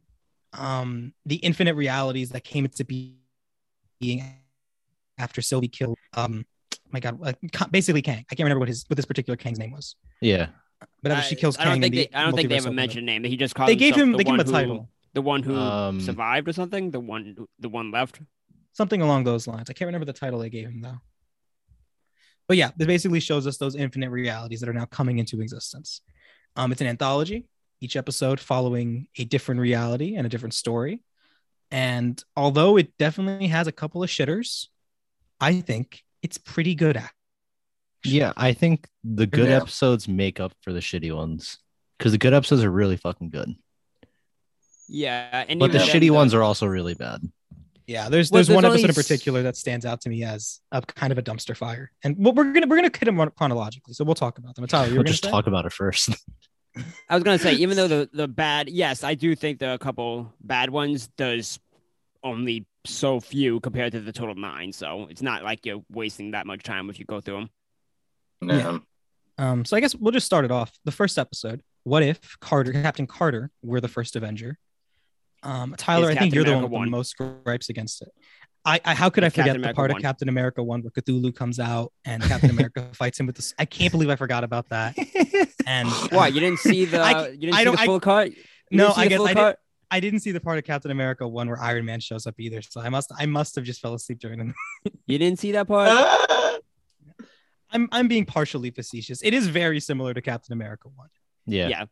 Speaker 1: um the infinite realities that came into be- being after Sylvie killed um my god uh, Ka- basically Kang. I can't remember what his what this particular Kang's name was.
Speaker 2: Yeah.
Speaker 1: But after she kills
Speaker 3: I, I don't
Speaker 1: Kang in
Speaker 3: think
Speaker 1: the
Speaker 3: they, I don't think they
Speaker 1: multiverse
Speaker 3: ever
Speaker 1: opener.
Speaker 3: mentioned a name. He just called
Speaker 1: They gave
Speaker 3: himself
Speaker 1: him
Speaker 3: the
Speaker 1: they gave him
Speaker 3: one
Speaker 1: a title.
Speaker 3: Who, the one who
Speaker 2: Um,
Speaker 3: survived or something. The one who- the one left.
Speaker 1: something along those lines. I can't remember the title they gave him though. But yeah, this basically shows us those infinite realities that are now coming into existence. Um, it's an anthology, each episode following a different reality and a different story. And although it definitely has a couple of shitters, I think it's pretty good. Act.
Speaker 2: Yeah. I think the good
Speaker 4: Yeah.
Speaker 2: episodes make up for the shitty ones because the good episodes are really fucking good,
Speaker 3: Yeah, and
Speaker 2: but the
Speaker 3: even then,
Speaker 2: shitty
Speaker 3: though,
Speaker 2: ones are also really bad.
Speaker 1: Yeah, there's
Speaker 3: Well,
Speaker 1: there's,
Speaker 3: there's
Speaker 1: one
Speaker 3: only
Speaker 1: episode in
Speaker 3: s-
Speaker 1: particular that stands out to me as a kind of a dumpster fire. And well, we're gonna we're gonna hit them chronologically, so we'll talk about them. Tyler, you were
Speaker 2: we'll
Speaker 1: gonna
Speaker 2: just
Speaker 1: say?
Speaker 2: talk about it first.
Speaker 3: I was gonna say, even though the the bad, yes, I do think there are a couple bad ones. There's only so few compared to the total nine, so it's not like you're wasting that much time if you go through them.
Speaker 1: Yeah. Um, so I guess we'll just start it off. The first episode. What if Carter, Captain Carter, were the first Avenger? Um, Tyler, I
Speaker 3: Is
Speaker 1: think
Speaker 3: Captain
Speaker 1: you're the
Speaker 3: America
Speaker 1: one with
Speaker 3: one?
Speaker 1: the most gripes against it. I, I how could
Speaker 3: Is
Speaker 1: I forget
Speaker 3: Captain
Speaker 1: the
Speaker 3: America
Speaker 1: part
Speaker 3: one?
Speaker 1: of Captain America one where Cthulhu comes out and Captain America fights him with this? I can't believe I forgot about that. And
Speaker 3: What you didn't see the
Speaker 1: I-
Speaker 3: you didn't
Speaker 1: I
Speaker 3: see
Speaker 1: don't-
Speaker 3: the
Speaker 1: I-
Speaker 3: full cut? You
Speaker 1: no,
Speaker 3: didn't see
Speaker 1: I
Speaker 3: the
Speaker 1: guess
Speaker 3: full
Speaker 1: I, did,
Speaker 3: cut?
Speaker 1: I didn't see the part of Captain America one where Iron Man shows up either. So I must I must have just fell asleep during the
Speaker 3: You didn't see that
Speaker 1: Uh,
Speaker 3: part.
Speaker 4: Ah!
Speaker 1: I'm I'm being partially facetious. It is very similar to Captain America one.
Speaker 2: yeah.
Speaker 3: yeah.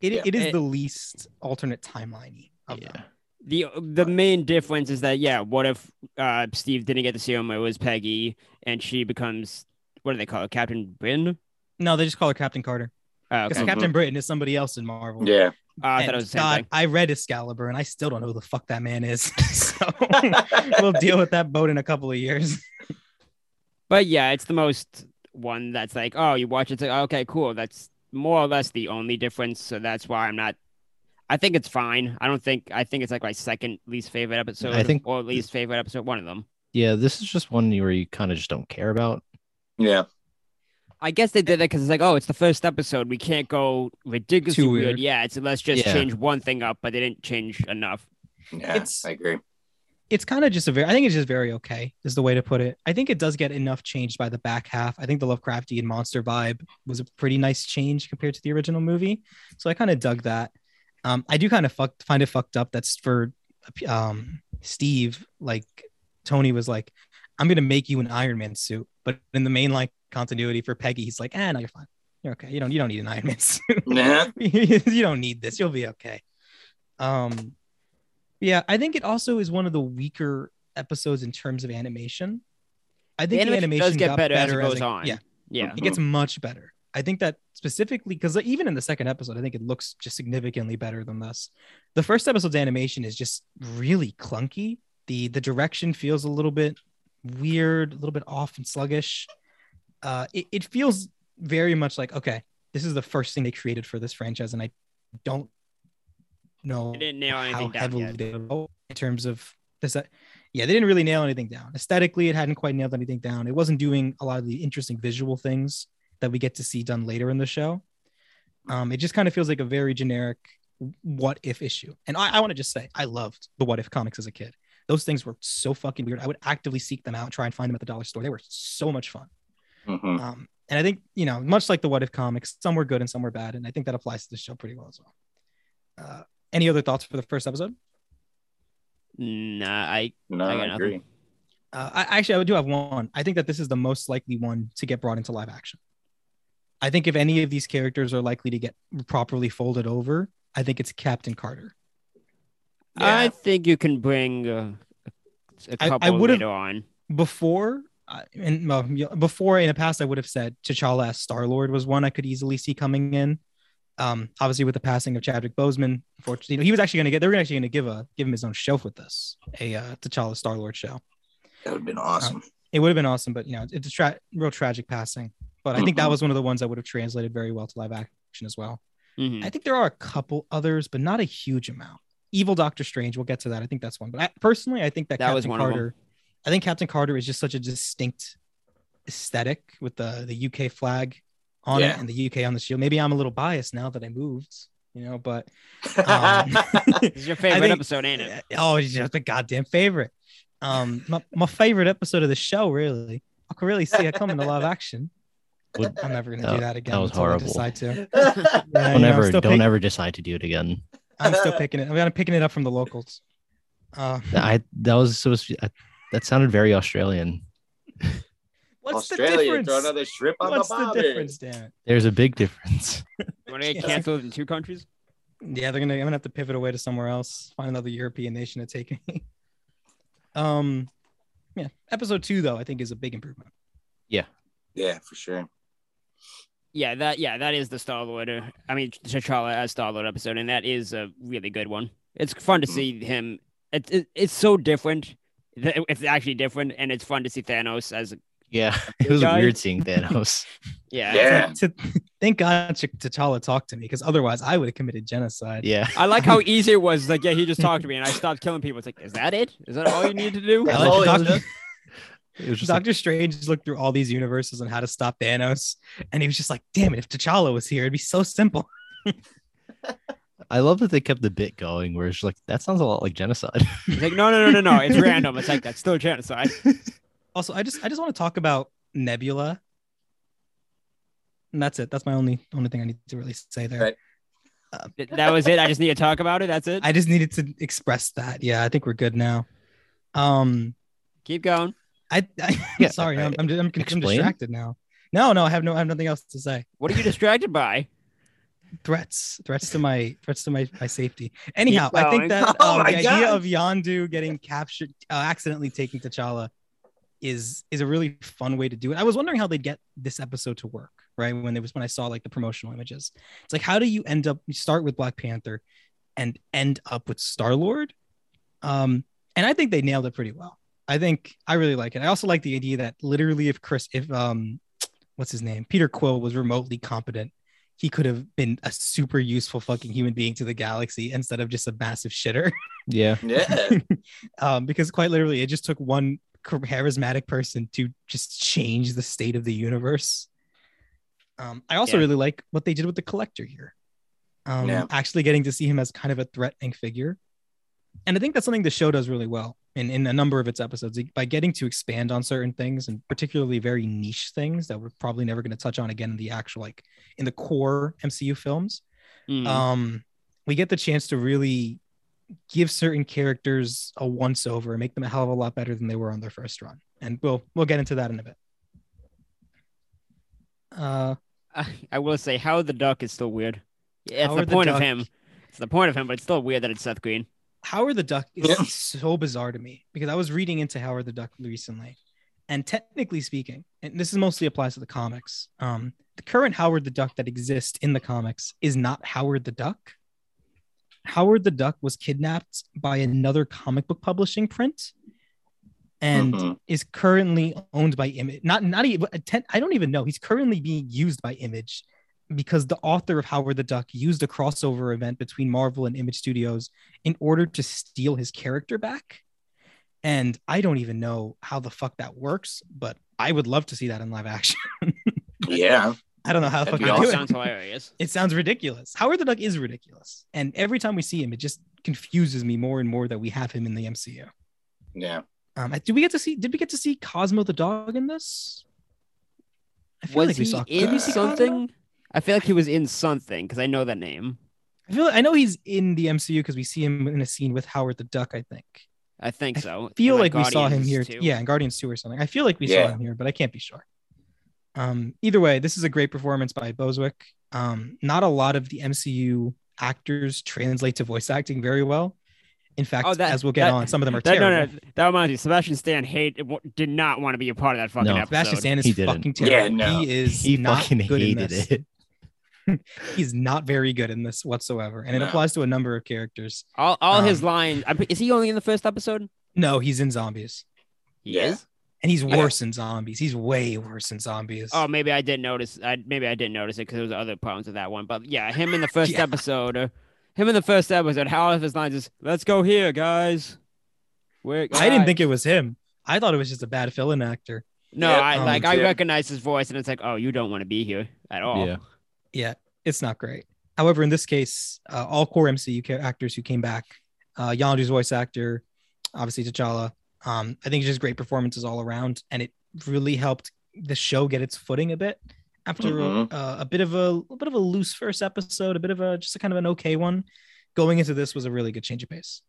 Speaker 1: It,
Speaker 4: Yeah.
Speaker 1: it is
Speaker 3: It-
Speaker 1: the least alternate timeliney of
Speaker 2: Yeah.
Speaker 1: them.
Speaker 3: the the main difference is that yeah, what if uh, Steve didn't get to see him? It was Peggy, and she becomes what do they call it, Captain Britain?
Speaker 1: No, they just call her Captain Carter.
Speaker 3: Oh,
Speaker 1: Because
Speaker 3: okay.
Speaker 1: Captain Britain is somebody else in Marvel.
Speaker 4: Yeah.
Speaker 3: Uh, I thought
Speaker 1: And
Speaker 3: it was the same
Speaker 1: God,
Speaker 3: thing.
Speaker 1: I read Excalibur and I still don't know who the fuck that man is. so we'll deal with that boat in a couple of years.
Speaker 3: But yeah, it's the most one that's like, oh, you watch it, it's like, okay, cool. That's more or less the only difference. So that's why I'm not. I think it's fine. I don't think. I think it's like my second least favorite episode.
Speaker 2: I think-
Speaker 3: or least favorite episode. One of them.
Speaker 2: Yeah, this is just one where you kind of just don't care about.
Speaker 4: Yeah.
Speaker 3: I guess they did that because it's like, oh, it's the first episode. We can't go ridiculously
Speaker 1: Too
Speaker 3: weird.
Speaker 1: weird.
Speaker 3: Yeah, it's let's just
Speaker 2: Yeah.
Speaker 3: change one thing up, but they didn't change enough.
Speaker 4: Yeah.
Speaker 1: It's-
Speaker 4: I agree.
Speaker 1: It's kind of just a very, I think it's just very okay, is the way to put it. I think it does get enough changed by the back half. I think the Lovecrafty and monster vibe was a pretty nice change compared to the original movie. So I kind of dug that. Um, I do kind of fucked, find it fucked up. That's for um, Steve. Like Tony was like, I'm going to make you an Iron Man suit. But in the main like continuity for Peggy, he's like, ah, no, you're fine. You're okay. You don't, you don't need an Iron Man suit.
Speaker 4: Nah.
Speaker 1: you don't need this. You'll be okay. Um, yeah, I think it also is one of the weaker episodes in terms of animation. I think the
Speaker 3: animation
Speaker 1: animation
Speaker 3: does get
Speaker 1: got
Speaker 3: better as it goes
Speaker 1: I-
Speaker 3: on.
Speaker 1: Yeah,
Speaker 3: Yeah,
Speaker 1: it gets much better. I think that specifically because even in the second episode, I think it looks just significantly better than this. The first episode's animation is just really clunky. the The direction feels a little bit weird, a little bit off and sluggish. Uh, it, it feels very much like okay, this is the first thing they created for this franchise, and I don't know
Speaker 3: they didn't nail
Speaker 1: how
Speaker 3: anything down
Speaker 1: heavily
Speaker 3: yet.
Speaker 1: they were in terms of this. uh, Yeah, they didn't really nail anything down. Aesthetically, it hadn't quite nailed anything down. It wasn't doing a lot of the interesting visual things that we get to see done later in the show. Um, it just kind of feels like a very generic what if issue. And I, I want to just say, I loved the what if comics as a kid. Those things were so fucking weird. I would actively seek them out, try and find them at the dollar store. They were so much fun.
Speaker 4: Mhm.
Speaker 3: Hmm.
Speaker 1: Um, and I think, you know, much like the what if comics, some were good and some were bad. And I think that applies to the show pretty well as well. Uh, any other thoughts for the first episode?
Speaker 3: Nah, I
Speaker 4: No,
Speaker 3: I got
Speaker 4: I,
Speaker 3: nothing.
Speaker 4: agree.
Speaker 1: Uh, I actually I do have one. I think that this is the most likely one to get brought into live action. I think if any of these characters are likely to get properly folded over, I think it's Captain Carter.
Speaker 3: I
Speaker 4: Yeah.
Speaker 3: think you can bring uh, a
Speaker 1: I- I
Speaker 3: couple
Speaker 1: would've-
Speaker 3: later on.
Speaker 1: Before I- and well, you know, before in the past, I would have said T'Challa as Star Lord was one I could easily see coming in. Um, obviously, with the passing of Chadwick Boseman, unfortunately, you know, he was actually going to get they were actually going to give a give him his own show with this a uh, T'Challa Star Lord show.
Speaker 4: That would have been awesome.
Speaker 1: it would have been awesome, but you know, it's a tra- real tragic passing. But I think that
Speaker 3: Mm-hmm.
Speaker 4: Mhm.
Speaker 1: was one of the ones that would have translated very well to live action as well.
Speaker 3: Mhm.
Speaker 1: I think there are a couple others, but not a huge amount. Evil Doctor Strange, we'll get to that. I think that's one. But I, personally, I think that,
Speaker 3: That
Speaker 1: Captain
Speaker 3: was one of them.
Speaker 1: Carter, I think Captain Carter is just such a distinct aesthetic with the the UK flag on it
Speaker 4: Yeah.
Speaker 1: and the UK on the shield. Maybe I'm a little biased now that I moved, you know, but um,
Speaker 3: This is your favorite
Speaker 1: think-
Speaker 3: episode, ain't it?
Speaker 1: Oh, it's just a goddamn favorite. Um, my, my favorite episode of the show, really. I could really see it coming to live action.
Speaker 2: Would-
Speaker 1: I'm never gonna
Speaker 2: That-
Speaker 1: do that again.
Speaker 2: that was
Speaker 1: until
Speaker 2: horrible.
Speaker 1: I decide to. Yeah, you
Speaker 2: Don't
Speaker 1: know, I'm
Speaker 2: ever,
Speaker 1: still
Speaker 2: don't
Speaker 1: pick-
Speaker 2: ever decide to do it again.
Speaker 1: I'm still picking it. I'm gonna picking it up from the locals. Uh,
Speaker 2: I that was supposed to. Be, I, that sounded very Australian.
Speaker 1: what's the
Speaker 4: Australia, throw
Speaker 1: difference?
Speaker 4: another strip on
Speaker 1: What's
Speaker 4: the
Speaker 1: the
Speaker 4: bobby.
Speaker 1: difference, damn it?
Speaker 2: There's a big difference.
Speaker 3: You want to
Speaker 1: Yeah.
Speaker 3: get canceled in two countries?
Speaker 1: Yeah, they're gonna. I'm gonna have to pivot away to somewhere else. Find another European nation to take me. um, yeah. Episode two, though, I think is a big improvement.
Speaker 4: Yeah, for sure.
Speaker 3: Yeah, that yeah, that is the Star Lord. uh, I mean, T'Challa as Star Lord episode, and that is a really good one. It's fun to
Speaker 4: Mhm.
Speaker 3: see him. It's it, it's so different. Th- It's actually different, and it's fun to see Thanos as a-
Speaker 2: Yeah, it was
Speaker 3: guy.
Speaker 2: weird seeing Thanos.
Speaker 3: yeah.
Speaker 4: Yeah.
Speaker 1: to, thank God Ch- T'Challa talked to me because otherwise I would have committed genocide.
Speaker 2: yeah,
Speaker 3: I like how easy it was. Like, yeah, he just talked to me, and I stopped killing people. It's like, is that it? Is that all you need to do?
Speaker 2: I
Speaker 4: That's
Speaker 2: like
Speaker 4: all
Speaker 2: how
Speaker 4: it
Speaker 2: Doc-
Speaker 4: took.
Speaker 2: it was just like,
Speaker 1: Doctor Strange looked through all these universes on how to stop Thanos, and he was just like, "Damn it! If T'Challa was here, it'd be so simple."
Speaker 2: I love that they kept the bit going where it's like that sounds a lot like genocide.
Speaker 3: It's like, no, no, no, no, no. It's random. It's like that's still genocide.
Speaker 1: Also, I just I just want to talk about Nebula, and that's it. That's my only only thing I need to really say there.
Speaker 4: Right.
Speaker 3: Th- That was it. I just need to talk about it. That's it.
Speaker 1: I just needed to express that. Yeah, I think we're good now. Um,
Speaker 3: Keep going.
Speaker 1: I, I
Speaker 2: Yeah,
Speaker 1: am sorry, I'm, I'm, I'm, I'm
Speaker 2: Explain.
Speaker 1: distracted now. No, no, I have no, I have nothing else to say.
Speaker 3: What are you distracted by?
Speaker 1: threats, threats to my threats to my, my safety. Anyhow, I
Speaker 3: going.
Speaker 1: think that um,
Speaker 4: Oh my
Speaker 1: the idea
Speaker 4: God.
Speaker 1: of Yondu getting captured, uh, accidentally taking T'Challa, is is a really fun way to do it. I was wondering how they'd get this episode to work, right? When it was when I saw like the promotional images, it's like how do you end up? You start with Black Panther, and end up with Star Lord. Um, and I think they nailed it pretty well. I think I really like it. I also like the idea that literally, if Chris, if um, what's his name, Peter Quill was remotely competent, he could have been a super useful fucking human being to the galaxy instead of just a massive shitter.
Speaker 2: Yeah.
Speaker 4: Yeah.
Speaker 1: um, because quite literally, it just took one charismatic person to just change the state of the universe. Um, I also
Speaker 3: Yeah.
Speaker 1: really like what they did with the collector here. Um,
Speaker 4: Yeah.
Speaker 1: Actually, getting to see him as kind of a threatening figure, and I think that's something the show does really well in in a number of its episodes by getting to expand on certain things and particularly very niche things that we're probably never going to touch on again in the actual like in the core MCU films
Speaker 3: Mm.
Speaker 1: um we get the chance to really give certain characters a once over and make them a hell of a lot better than they were on their first run and we'll we'll get into that in a bit uh
Speaker 3: I, I will say Howard the Duck is still weird. Yeah, it's the
Speaker 1: Howard the
Speaker 3: point of
Speaker 1: Duck.
Speaker 3: him. It's the point of him, but it's still weird that it's Seth Green.
Speaker 1: howard the duck is
Speaker 4: Yeah.
Speaker 1: so bizarre to me because i was reading into howard the duck recently and technically speaking and this is mostly applies to the comics um the current howard the duck that exists in the comics is not howard the duck howard the duck was kidnapped by another comic book publishing print and
Speaker 4: Mhm.
Speaker 1: is currently owned by Image. Not not even ten, I don't even know. He's currently being used by Image because the author of Howard the Duck used a crossover event between Marvel and Image Studios in order to steal his character back. And I don't even know how the fuck that works, but I would love to see that in live action.
Speaker 4: yeah.
Speaker 1: I don't know how the fuck
Speaker 4: That'd
Speaker 1: you
Speaker 4: be
Speaker 1: do
Speaker 3: That
Speaker 4: awesome.
Speaker 1: it.
Speaker 3: sounds hilarious.
Speaker 1: It sounds ridiculous. Howard the Duck is ridiculous. And every time we see him, it just confuses me more and more that we have him in the MCU.
Speaker 4: Yeah.
Speaker 1: Um, did we get to see? Did we get to see Cosmo the dog in this? I feel
Speaker 3: Was
Speaker 1: like
Speaker 3: he
Speaker 1: we saw.
Speaker 3: in
Speaker 1: we see Cosmo?
Speaker 3: something? I feel like he was in something because I know that name.
Speaker 1: I feel. I know he's in the MCU because we see him in a scene with Howard the Duck. I think.
Speaker 3: I think
Speaker 1: I
Speaker 3: so.
Speaker 1: Feel
Speaker 3: And,
Speaker 1: like, we saw him
Speaker 3: Guardians,
Speaker 1: here.
Speaker 3: too.
Speaker 1: Yeah, in Guardians Two or something. I feel like we
Speaker 4: Yeah.
Speaker 1: saw him here, but I can't be sure. Um, either way, this is a great performance by Boswick. Um, not a lot of the MCU actors translate to voice acting very well. In fact,
Speaker 3: Oh, that-
Speaker 1: as we'll get
Speaker 3: that-
Speaker 1: on, some of them are
Speaker 3: That, no,
Speaker 1: terrible.
Speaker 3: no, that reminds me. Sebastian Stan hate did not want to be a part of that fucking
Speaker 2: No.
Speaker 3: episode.
Speaker 1: Sebastian Stan
Speaker 2: He
Speaker 1: is
Speaker 2: didn't.
Speaker 1: fucking
Speaker 4: Yeah,
Speaker 1: terrible.
Speaker 4: no.
Speaker 1: He is
Speaker 2: He
Speaker 1: not
Speaker 2: fucking
Speaker 1: good in
Speaker 2: hated
Speaker 1: this.
Speaker 2: it.
Speaker 1: he's not very good in this whatsoever and it
Speaker 4: No.
Speaker 1: applies to a number of characters
Speaker 3: All, all his
Speaker 1: Um,
Speaker 3: lines. I'm, pre- is he only in the first episode?
Speaker 1: no he's in zombies
Speaker 3: He
Speaker 4: Yeah.
Speaker 3: is.
Speaker 1: and he's
Speaker 4: Yeah.
Speaker 1: worse in zombies he's way worse in zombies
Speaker 3: Oh, maybe I didn't notice. I maybe I didn't notice it because there was other problems with that one. But yeah, him in the first
Speaker 1: Yeah.
Speaker 3: episode. Uh, him in the first episode. How of his lines is "Let's go here, guys." Where
Speaker 1: i didn't think it was him i thought it was just a bad fill-in actor
Speaker 3: No,
Speaker 4: Yeah,
Speaker 3: I
Speaker 1: um,
Speaker 3: like I
Speaker 4: yeah.
Speaker 3: recognize his voice, and it's like, oh, you don't want to be here at all.
Speaker 2: Yeah.
Speaker 1: yeah it's not great however in this case uh, all core mcu ca- actors who came back uh yondu's voice actor obviously t'challa um i think it's just great performances all around and it really helped the show get its footing a bit after
Speaker 4: Mhm.
Speaker 1: uh,
Speaker 3: Mm-hmm.
Speaker 1: a bit of a, a bit of a loose first episode a bit of a just a kind of an okay one going into this was a really good change of pace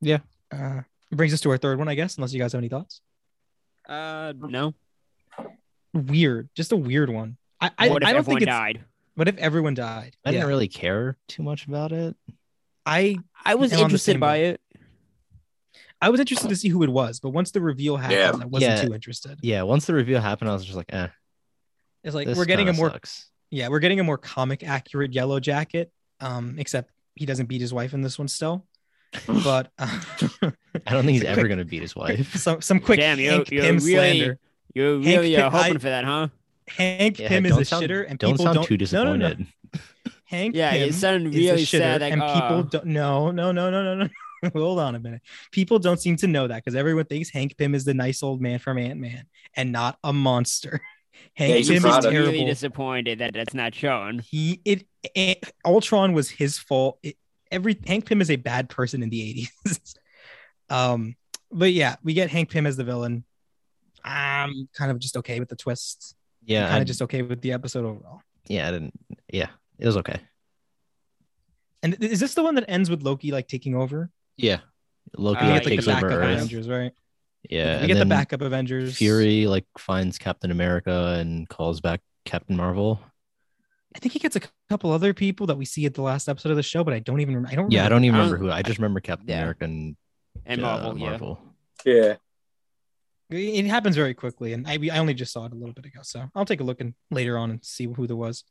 Speaker 2: Yeah.
Speaker 1: uh brings us to our third one i guess unless you guys have any thoughts
Speaker 3: Uh, no.
Speaker 1: weird just a weird one i i,
Speaker 3: what if
Speaker 1: I don't
Speaker 3: everyone
Speaker 1: think it's
Speaker 3: died?
Speaker 1: what if everyone died
Speaker 2: I
Speaker 1: Yeah.
Speaker 2: didn't really care too much about it.
Speaker 1: i
Speaker 3: I was
Speaker 1: I'm on the
Speaker 3: interested
Speaker 1: same
Speaker 3: by it.
Speaker 1: I was interested to see who it was, but once the reveal happened,
Speaker 4: Yeah.
Speaker 1: I wasn't
Speaker 2: Yeah.
Speaker 1: too interested.
Speaker 2: Yeah. Once the reveal happened, I was just like, eh.
Speaker 1: It's like
Speaker 2: this
Speaker 1: we're getting a
Speaker 2: kinda
Speaker 1: more
Speaker 2: sucks.
Speaker 1: yeah, we're getting a more comic accurate yellow jacket. Um, except he doesn't beat his wife in this one still. But uh,
Speaker 2: I don't think he's
Speaker 1: Quick-
Speaker 2: ever gonna beat his wife.
Speaker 1: some some quick
Speaker 3: Damn, you-
Speaker 1: Hank
Speaker 3: you
Speaker 1: Pym
Speaker 3: really-
Speaker 1: slander.
Speaker 3: You really
Speaker 1: Pym-
Speaker 3: are hoping
Speaker 1: I-
Speaker 3: for that, huh?
Speaker 1: Hank
Speaker 2: Yeah,
Speaker 1: Pym is
Speaker 2: don't
Speaker 1: a
Speaker 2: sound-
Speaker 1: shitter, and
Speaker 2: don't
Speaker 1: people
Speaker 2: sound
Speaker 1: don't
Speaker 2: too
Speaker 1: No, no,
Speaker 2: disappointed.
Speaker 1: no. Hank
Speaker 3: Yeah,
Speaker 1: Pim
Speaker 3: it
Speaker 1: is
Speaker 3: sounded
Speaker 1: a
Speaker 3: really
Speaker 1: shitter,
Speaker 3: sad. Like,
Speaker 1: and people
Speaker 3: oh.
Speaker 1: don't. No, no, no, no, no, no. Hold on a minute. People don't seem to know that because everyone thinks Hank Pym is the nice old man from Ant Man and not a monster.
Speaker 4: Yeah,
Speaker 1: Hank
Speaker 4: he's a
Speaker 1: Pym is
Speaker 4: product.
Speaker 1: terrible.
Speaker 3: really disappointed that that's not shown.
Speaker 1: he it, it Ultron was his fault. It, every Hank Pym is a bad person in the eighties. um, but yeah, we get Hank Pym as the villain. I'm kind of just okay with the twist.
Speaker 2: Yeah.
Speaker 1: kind
Speaker 2: I,
Speaker 1: of just okay with the episode overall.
Speaker 2: yeah. I didn't. Yeah. It was okay.
Speaker 1: And th- is this the one that ends with Loki like taking over?
Speaker 2: Yeah. Loki
Speaker 3: Uh,
Speaker 1: we
Speaker 2: like,
Speaker 1: get
Speaker 3: the
Speaker 2: takes
Speaker 3: backup
Speaker 2: over Earth.
Speaker 1: Avengers, right?
Speaker 2: Yeah.
Speaker 1: we
Speaker 2: and
Speaker 1: get the
Speaker 2: then
Speaker 1: backup Avengers.
Speaker 2: Fury like finds Captain America and calls back Captain Marvel.
Speaker 1: I think he gets a c- couple other people that we see at the last episode of the show, but I don't even. rem- I don't.
Speaker 2: Yeah, I
Speaker 1: remember.
Speaker 2: don't even
Speaker 3: I
Speaker 2: remember
Speaker 3: don't-
Speaker 2: who. I just remember Captain
Speaker 3: Yeah.
Speaker 2: America and,
Speaker 3: and
Speaker 2: uh,
Speaker 3: Marvel, yeah.
Speaker 2: Marvel.
Speaker 4: Yeah.
Speaker 1: It happens very quickly, and I I only just saw it a little bit ago, so I'll take a look and later on and see who there was.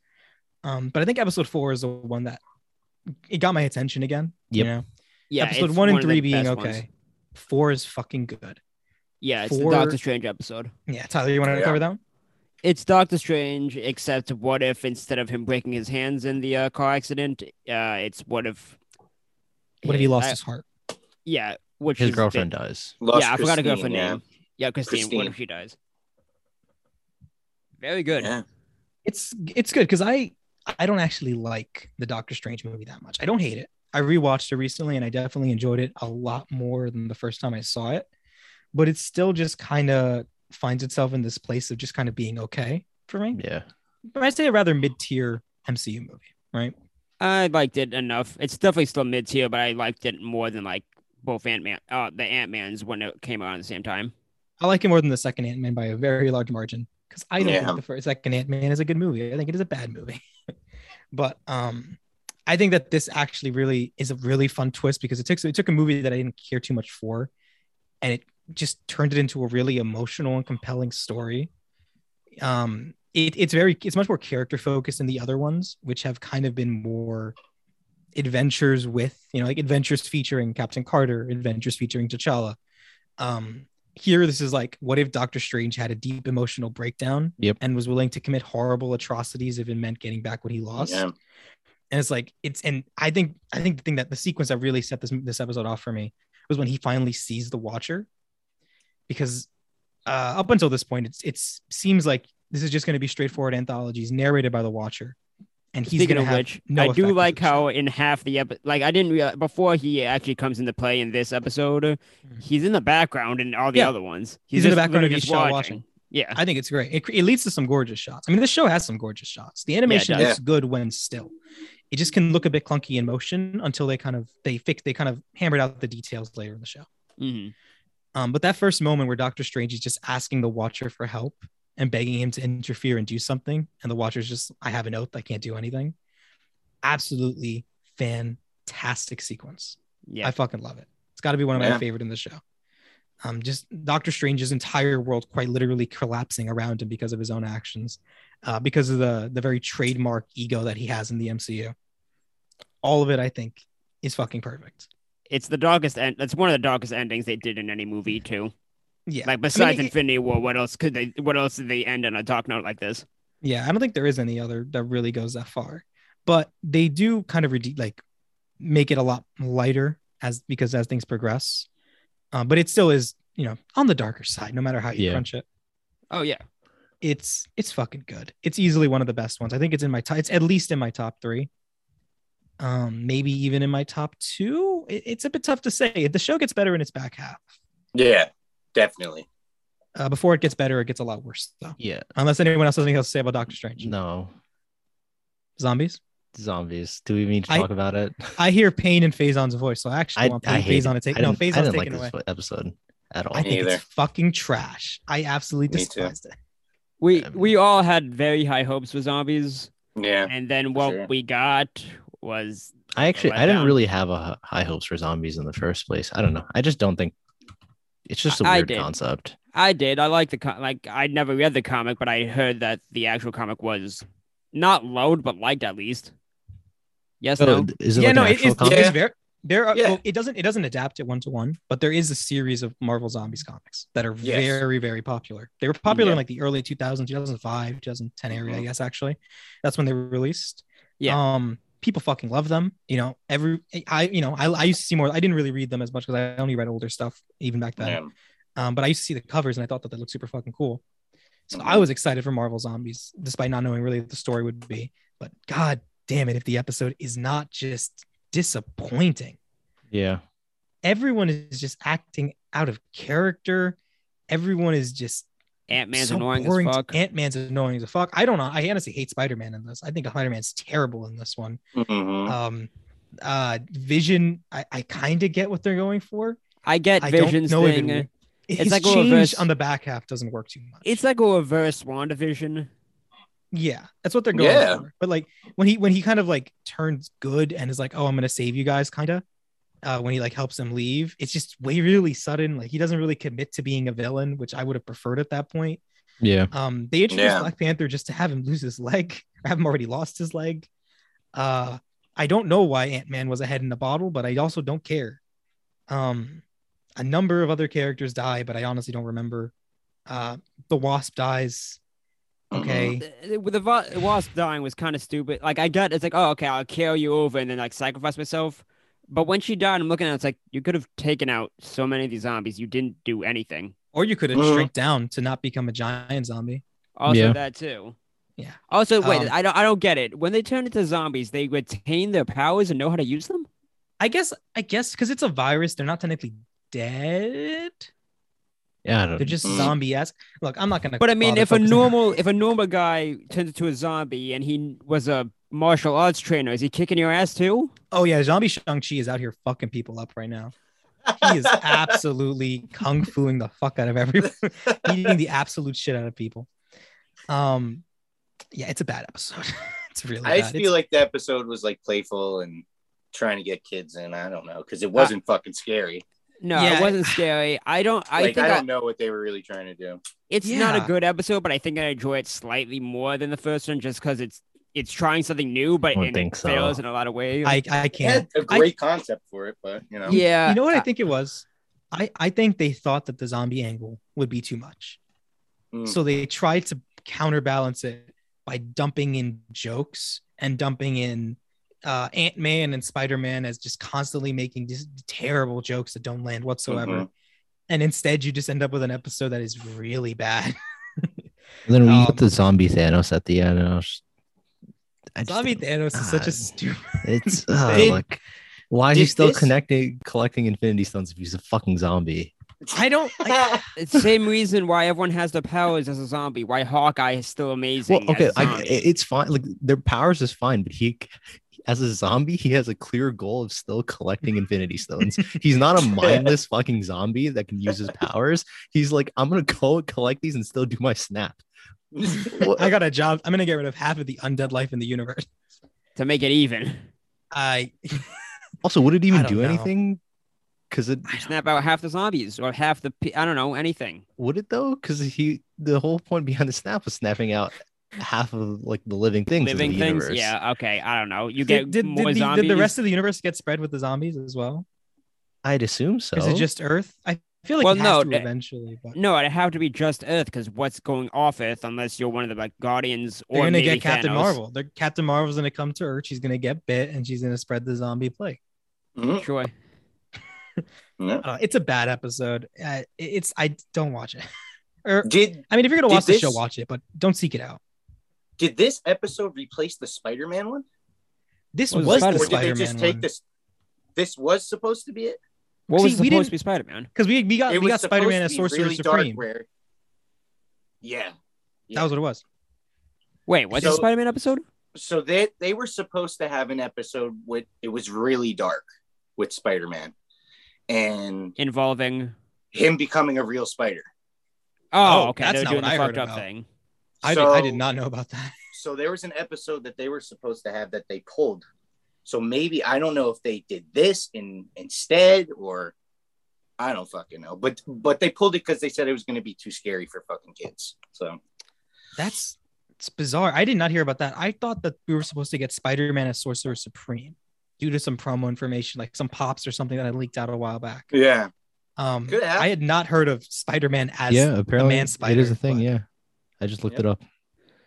Speaker 1: Um, but I think episode four is the one that it got my attention again.
Speaker 2: Yep.
Speaker 1: You know,
Speaker 3: Yeah,
Speaker 1: episode
Speaker 3: it's
Speaker 1: one and
Speaker 3: of the
Speaker 1: three being
Speaker 3: best
Speaker 1: okay,
Speaker 3: ones.
Speaker 1: four is fucking good.
Speaker 3: Yeah, it's
Speaker 1: Four-
Speaker 3: the Doctor Strange episode.
Speaker 1: Yeah, Tyler, you want to
Speaker 4: Yeah.
Speaker 1: cover that one?
Speaker 3: It's Doctor Strange, except what if instead of him breaking his hands in the uh, car accident, uh, it's what if.
Speaker 1: What if he lost
Speaker 3: I-
Speaker 1: his heart?
Speaker 3: yeah, which
Speaker 2: His
Speaker 3: is
Speaker 2: girlfriend dies.
Speaker 4: Lost
Speaker 3: yeah, I forgot to go for
Speaker 4: Christine, yeah.
Speaker 3: name. Yeah, Christine. What
Speaker 4: Christine.
Speaker 3: if she dies? Very good.
Speaker 4: Yeah.
Speaker 1: It's it's good because I I don't actually like the Doctor Strange movie that much. I don't hate it. I rewatched it recently and I definitely enjoyed it a lot more than the first time I saw it. But it still just kind of finds itself in this place of just kind of being okay for me.
Speaker 2: Yeah.
Speaker 1: But I'd say a rather mid-tier MCU movie, right?
Speaker 3: I liked it enough. It's definitely still mid tier, but I liked it more than like both Ant Man, uh, the Ant Man's when it came out at the same time.
Speaker 1: I like it more than the second Ant Man by a very large margin because I don't
Speaker 4: Yeah.
Speaker 1: think the first second Ant Man is a good movie. I think it is a bad movie. but um, I think that this actually really is a really fun twist because it takes it took a movie that I didn't care too much for, and it just turned it into a really emotional and compelling story. Um, it, it's very it's much more character focused than the other ones, which have kind of been more adventures with you know like adventures featuring Captain Carter, adventures featuring T'Challa. Um, here this is like what if doctor strange had a deep emotional breakdown
Speaker 2: Yep.
Speaker 1: and was willing to commit horrible atrocities if it meant getting back what he lost
Speaker 4: Yeah.
Speaker 1: and it's like it's and i think i think the thing that the sequence that really set this this episode off for me was when he finally sees the watcher because uh up until this point it's it's seems like this is just going to be straightforward anthologies narrated by the watcher and he's
Speaker 3: Speaking
Speaker 1: going to
Speaker 3: of
Speaker 1: have
Speaker 3: which,
Speaker 1: no
Speaker 3: I
Speaker 1: effect
Speaker 3: do
Speaker 1: on
Speaker 3: like
Speaker 1: the show.
Speaker 3: how in half the episode, like I didn't realize before he actually comes into play in this episode, uh,
Speaker 1: Mhm.
Speaker 3: he's in the background in all the
Speaker 1: Yeah.
Speaker 3: other ones.
Speaker 1: He's in the
Speaker 3: just
Speaker 1: background
Speaker 3: literally
Speaker 1: of each
Speaker 3: just
Speaker 1: show
Speaker 3: watching.
Speaker 1: watching.
Speaker 3: Yeah,
Speaker 1: I think it's great. It, it leads to some gorgeous shots. I mean, this show has some gorgeous shots. The animation
Speaker 3: does.
Speaker 1: looks good when still. It just can look a bit clunky in motion until they kind of they fix they kind of hammered out the details later in the show.
Speaker 3: hmm
Speaker 1: Um, but that first moment where Doctor Strange is just asking the Watcher for help and begging him to interfere and do something, and the Watcher's just, I have an oath, I can't do anything. Absolutely fantastic sequence.
Speaker 3: yeah.
Speaker 1: I fucking love it. It's got to be one of my
Speaker 4: Yeah.
Speaker 1: favorite in the show. Um, just Doctor Strange's entire world quite literally collapsing around him because of his own actions, uh, because of the the very trademark ego that he has in the MCU. All of it, I think, is fucking perfect.
Speaker 3: it's the darkest end. That's one of the darkest endings they did in any movie too.
Speaker 1: Yeah,
Speaker 3: Like besides
Speaker 1: it-
Speaker 3: Infinity War, what else could they? What else did they end on a dark note like this?
Speaker 1: yeah, I don't think there is any other that really goes that far, but they do kind of rede- like make it a lot lighter as because as things progress, um, but it still is you know on the darker side no matter how you
Speaker 2: Yeah.
Speaker 1: crunch it.
Speaker 3: Oh yeah,
Speaker 1: it's it's fucking good. It's easily one of the best ones. I think it's in my top. It's at least in my top three. Um, maybe even in my top two. It- it's a bit tough to say. The show gets better in its back half.
Speaker 4: Yeah, definitely.
Speaker 1: Uh, before it gets better, it gets a lot worse though.
Speaker 2: Yeah.
Speaker 1: Unless anyone else has anything else to say about Doctor Strange,
Speaker 2: No.
Speaker 1: zombies.
Speaker 2: Zombies. Do we need to
Speaker 1: I-
Speaker 2: talk about it?
Speaker 1: I hear pain in Faison's voice, so I actually
Speaker 2: I-
Speaker 1: want
Speaker 2: I hate
Speaker 1: Faison to take.
Speaker 2: I
Speaker 1: No,
Speaker 2: didn't- I
Speaker 1: Faison's
Speaker 2: didn't like
Speaker 1: taken away.
Speaker 2: this episode at all.
Speaker 1: I think
Speaker 4: either.
Speaker 1: it's fucking trash. I absolutely
Speaker 4: Me too.
Speaker 1: despised it.
Speaker 3: we
Speaker 2: I mean-
Speaker 3: we all had very high hopes for zombies,
Speaker 4: Yeah.
Speaker 3: and then
Speaker 4: for
Speaker 3: what
Speaker 4: sure.
Speaker 3: we got was
Speaker 2: I actually I didn't
Speaker 3: letdown.
Speaker 2: really have a h- high hopes for zombies in the first place. I don't know. I just don't think it's just a
Speaker 3: I- I
Speaker 2: weird
Speaker 3: did.
Speaker 2: concept.
Speaker 3: I did. I like the co- like. I never read the comic, but I heard that the actual comic was not loathed, but liked at least.
Speaker 1: Oh,
Speaker 3: Yes,
Speaker 2: So,
Speaker 3: no.
Speaker 2: Oh, is it
Speaker 1: yeah,
Speaker 2: like
Speaker 1: no,
Speaker 2: an
Speaker 1: it
Speaker 2: actual
Speaker 1: is.
Speaker 2: comic?
Speaker 1: It is very. There are,
Speaker 4: Yeah.
Speaker 1: well, it doesn't it doesn't adapt it one to one, but there is a series of Marvel Zombies comics that are
Speaker 4: Yes.
Speaker 1: very very popular. They were popular in
Speaker 4: Yeah.
Speaker 1: like the early 2000s, 2005, 2010 area, I
Speaker 4: Mhm.
Speaker 1: guess actually. That's when they were released.
Speaker 3: Yeah.
Speaker 1: Um people fucking love them, you know. Every I you know, I, I used to see more I didn't really read them as much cuz I only read older stuff even back then.
Speaker 4: Yeah.
Speaker 1: Um but I used to see the covers and I thought that they looked super fucking cool. So I
Speaker 4: Mhm.
Speaker 3: Mm-hmm.
Speaker 1: was excited for Marvel Zombies despite not knowing really what the story would be, but god damn it if the episode is not just disappointing
Speaker 2: Yeah.
Speaker 1: everyone is just acting out of character. Everyone is just
Speaker 3: Ant Man's
Speaker 1: so
Speaker 3: annoying
Speaker 1: boring.
Speaker 3: as fuck.
Speaker 1: Ant Man's annoying as fuck. I don't know. I honestly hate Spider Man in this. I think Spider Man's terrible in this one.
Speaker 3: Mm-hmm.
Speaker 4: Mhm.
Speaker 1: Um, uh, Vision. I, I kind of get what they're going for.
Speaker 3: I get
Speaker 1: I
Speaker 3: Vision's
Speaker 1: don't know
Speaker 3: thing. uh,
Speaker 1: if it, it's
Speaker 3: like a
Speaker 1: change
Speaker 3: reverse-
Speaker 1: on the back half doesn't work too much.
Speaker 3: It's like a reverse WandaVision.
Speaker 1: Yeah, that's what they're going
Speaker 4: Yeah.
Speaker 1: for. But like when he when he kind of like turns good and is like, "Oh, I'm gonna save you guys," kind of. Uh, when he like helps him leave, it's just way really sudden. Like he doesn't really commit to being a villain, which I would have preferred at that point.
Speaker 2: Yeah.
Speaker 1: Um, they introduced
Speaker 4: Yeah.
Speaker 1: Black Panther just to have him lose his leg, or have him already lost his leg. Uh, I don't know why Ant Man was ahead in the bottle, but I also don't care. Um, a number of other characters die, but I honestly don't remember. Uh, the Wasp dies.
Speaker 4: Mm-hmm.
Speaker 1: Okay.
Speaker 3: Uh, With the va- wasp dying was kind of stupid. Like I got, it's like, oh, okay, I'll carry you over and then like sacrifice myself. But when she died, I'm looking at it, it's like you could have taken out so many of these zombies. You didn't do anything.
Speaker 1: Or you could have
Speaker 4: Mhm.
Speaker 1: shrink down to not become a giant zombie.
Speaker 3: Also
Speaker 2: Yeah.
Speaker 3: that too.
Speaker 1: Yeah.
Speaker 3: Also, wait,
Speaker 1: Um,
Speaker 3: I don't, I don't get it. When they turn into zombies, they retain their powers and know how to use them.
Speaker 1: I guess, I guess, because it's a virus, they're not technically dead.
Speaker 2: Yeah. I don't,
Speaker 1: They're just
Speaker 4: Mhm.
Speaker 1: zombie esque. Look, I'm not gonna.
Speaker 3: But I mean,
Speaker 1: bother
Speaker 3: if a
Speaker 1: focusing-
Speaker 3: normal, if a normal guy turns into a zombie and he was a martial arts trainer, is he kicking your ass too?
Speaker 1: oh yeah, zombie Shang Chi is out here fucking people up right now.
Speaker 4: Mm-hmm.
Speaker 1: He is absolutely kung fuing the fuck out of everyone, eating the absolute shit out of people. Um, yeah, it's a bad episode. it's really.
Speaker 4: I
Speaker 1: bad.
Speaker 4: just
Speaker 1: Oh It's-
Speaker 4: feel like the episode was like playful and trying to get kids in. I don't know because it wasn't fucking scary.
Speaker 3: No,
Speaker 1: Yeah.
Speaker 3: it wasn't scary. I don't. I
Speaker 4: like
Speaker 3: think
Speaker 4: I
Speaker 3: I-
Speaker 4: don't know what they were really trying to do.
Speaker 3: it's not a
Speaker 1: Yeah.
Speaker 3: good episode, but I think I enjoy it slightly more than the first one, just because it's it's trying something new, but
Speaker 2: don't
Speaker 3: it
Speaker 2: think so.
Speaker 3: fails in a lot of ways.
Speaker 1: I I
Speaker 4: It had
Speaker 1: can't.
Speaker 4: a
Speaker 1: I-
Speaker 4: great concept for it, but you know,
Speaker 3: yeah,
Speaker 1: you know what I think it was? I, I think they thought that the zombie angle would be too much.
Speaker 3: Hmm.
Speaker 4: Mm.
Speaker 1: So they tried to counterbalance it by dumping in jokes and dumping in uh, Ant Man and Spider Man as just constantly making just terrible jokes that don't land whatsoever.
Speaker 4: Mhm.
Speaker 3: Mm-hmm.
Speaker 1: And instead, you just end up with an episode that is really bad.
Speaker 2: And then we
Speaker 1: Um,
Speaker 2: got the zombie Thanos at the end. And I was, I just
Speaker 1: zombie
Speaker 2: don't-
Speaker 1: Thanos is such a
Speaker 2: God.
Speaker 1: stupid.
Speaker 2: It's uh,
Speaker 4: Did-
Speaker 2: look. Why is he
Speaker 4: did
Speaker 2: still
Speaker 4: this-
Speaker 2: connecting, collecting Infinity Stones if he's a fucking zombie?
Speaker 1: I don't. I,
Speaker 3: it's the same reason why everyone has their powers as a zombie. Why Hawkeye is still amazing.
Speaker 2: Well, okay,
Speaker 3: as a
Speaker 2: I,
Speaker 3: zombie.
Speaker 2: it's fine. Like their powers is fine, but he, as a zombie, he has a clear goal of still collecting Infinity Stones. He's not a mindless fucking zombie that can use his powers. He's like, I'm gonna go and collect these and still do my snap.
Speaker 4: Mm-hmm.
Speaker 2: What-
Speaker 1: I got a job. I'm gonna get rid of half of the undead life in the universe.
Speaker 3: to make it even,
Speaker 1: I
Speaker 2: also, would it
Speaker 1: I
Speaker 2: even
Speaker 1: don't
Speaker 2: do
Speaker 1: know.
Speaker 2: anything? Because it
Speaker 3: snap out half the zombies or half the pe- I don't know anything.
Speaker 2: would it though? Because he, the whole point behind the snap was snapping out half of like the living things. of
Speaker 3: Living
Speaker 2: the
Speaker 3: things,
Speaker 2: universe.
Speaker 3: yeah. Okay, I don't know. You
Speaker 1: did.
Speaker 3: get
Speaker 1: Did,
Speaker 3: more
Speaker 1: did, the,
Speaker 3: zombies.
Speaker 1: did the rest of the universe get spread with the zombies as well?
Speaker 2: I'd assume so.
Speaker 1: Is it just Earth? I feel like
Speaker 3: Well,
Speaker 1: it has
Speaker 3: no,
Speaker 1: to
Speaker 3: that-
Speaker 1: eventually, but
Speaker 3: No, it'd have to be just Earth because what's going off Earth unless you're one of the like Guardians or
Speaker 1: they're gonna
Speaker 3: maybe
Speaker 1: get Captain
Speaker 3: Thanos.
Speaker 1: Marvel. They're, Captain Marvel's gonna come to Earth. She's gonna get bit, and she's gonna spread the zombie plague.
Speaker 4: Mhm.
Speaker 3: Sure.
Speaker 4: Yeah.
Speaker 1: Uh, it's a bad episode. Uh, it- it's I don't watch it. or
Speaker 4: Did
Speaker 1: I mean, if you're gonna
Speaker 4: Did
Speaker 1: watch the show,
Speaker 4: this-
Speaker 1: watch it, but don't seek it out.
Speaker 4: did this episode replace the Spider-Man one?
Speaker 1: This
Speaker 3: What
Speaker 1: was,
Speaker 3: was
Speaker 1: the
Speaker 4: or did they
Speaker 1: Spider-Man
Speaker 4: just take
Speaker 1: one.
Speaker 4: this? This was supposed to be it.
Speaker 3: What
Speaker 1: See,
Speaker 3: was
Speaker 1: we
Speaker 3: supposed
Speaker 1: didn't-
Speaker 3: to be Spider Man?
Speaker 1: because we, we got
Speaker 4: it
Speaker 1: we
Speaker 4: was
Speaker 1: got
Speaker 4: supposed
Speaker 1: Spider-Man
Speaker 4: to
Speaker 1: as
Speaker 4: be
Speaker 1: Sorcerer
Speaker 4: really dark
Speaker 1: Supreme.
Speaker 4: where- Yeah.
Speaker 1: That was what it was.
Speaker 3: Wait, what's the
Speaker 4: So-
Speaker 3: Spider Man episode?
Speaker 4: so they they were supposed to have an episode with it was really dark with Spider-Man and
Speaker 3: Involving.
Speaker 4: him becoming a real spider.
Speaker 3: Oh,
Speaker 1: Oh,
Speaker 3: okay.
Speaker 1: that's
Speaker 3: They're
Speaker 1: not
Speaker 3: doing
Speaker 1: what
Speaker 3: the
Speaker 1: I
Speaker 3: fucked
Speaker 1: heard
Speaker 3: up
Speaker 1: about.
Speaker 3: thing.
Speaker 1: I,
Speaker 4: so,
Speaker 1: did, I did not know about that.
Speaker 4: So there was an episode that they were supposed to have that they pulled. So maybe I don't know if they did this in instead or I don't fucking know. But but they pulled it because they said it was going to be too scary for fucking kids. So
Speaker 1: That's it's bizarre. I did not hear about that. I thought that we were supposed to get Spider-Man as Sorcerer Supreme due to some promo information, like some pops or something that I leaked out a while back.
Speaker 4: yeah,
Speaker 1: Um,
Speaker 4: Could happen.
Speaker 1: I had not heard of Spider-Man as.
Speaker 2: yeah, apparently
Speaker 1: man
Speaker 2: it is
Speaker 1: spider,
Speaker 2: a thing.
Speaker 1: but-
Speaker 2: Yeah, I just looked
Speaker 4: Yep.
Speaker 2: it up.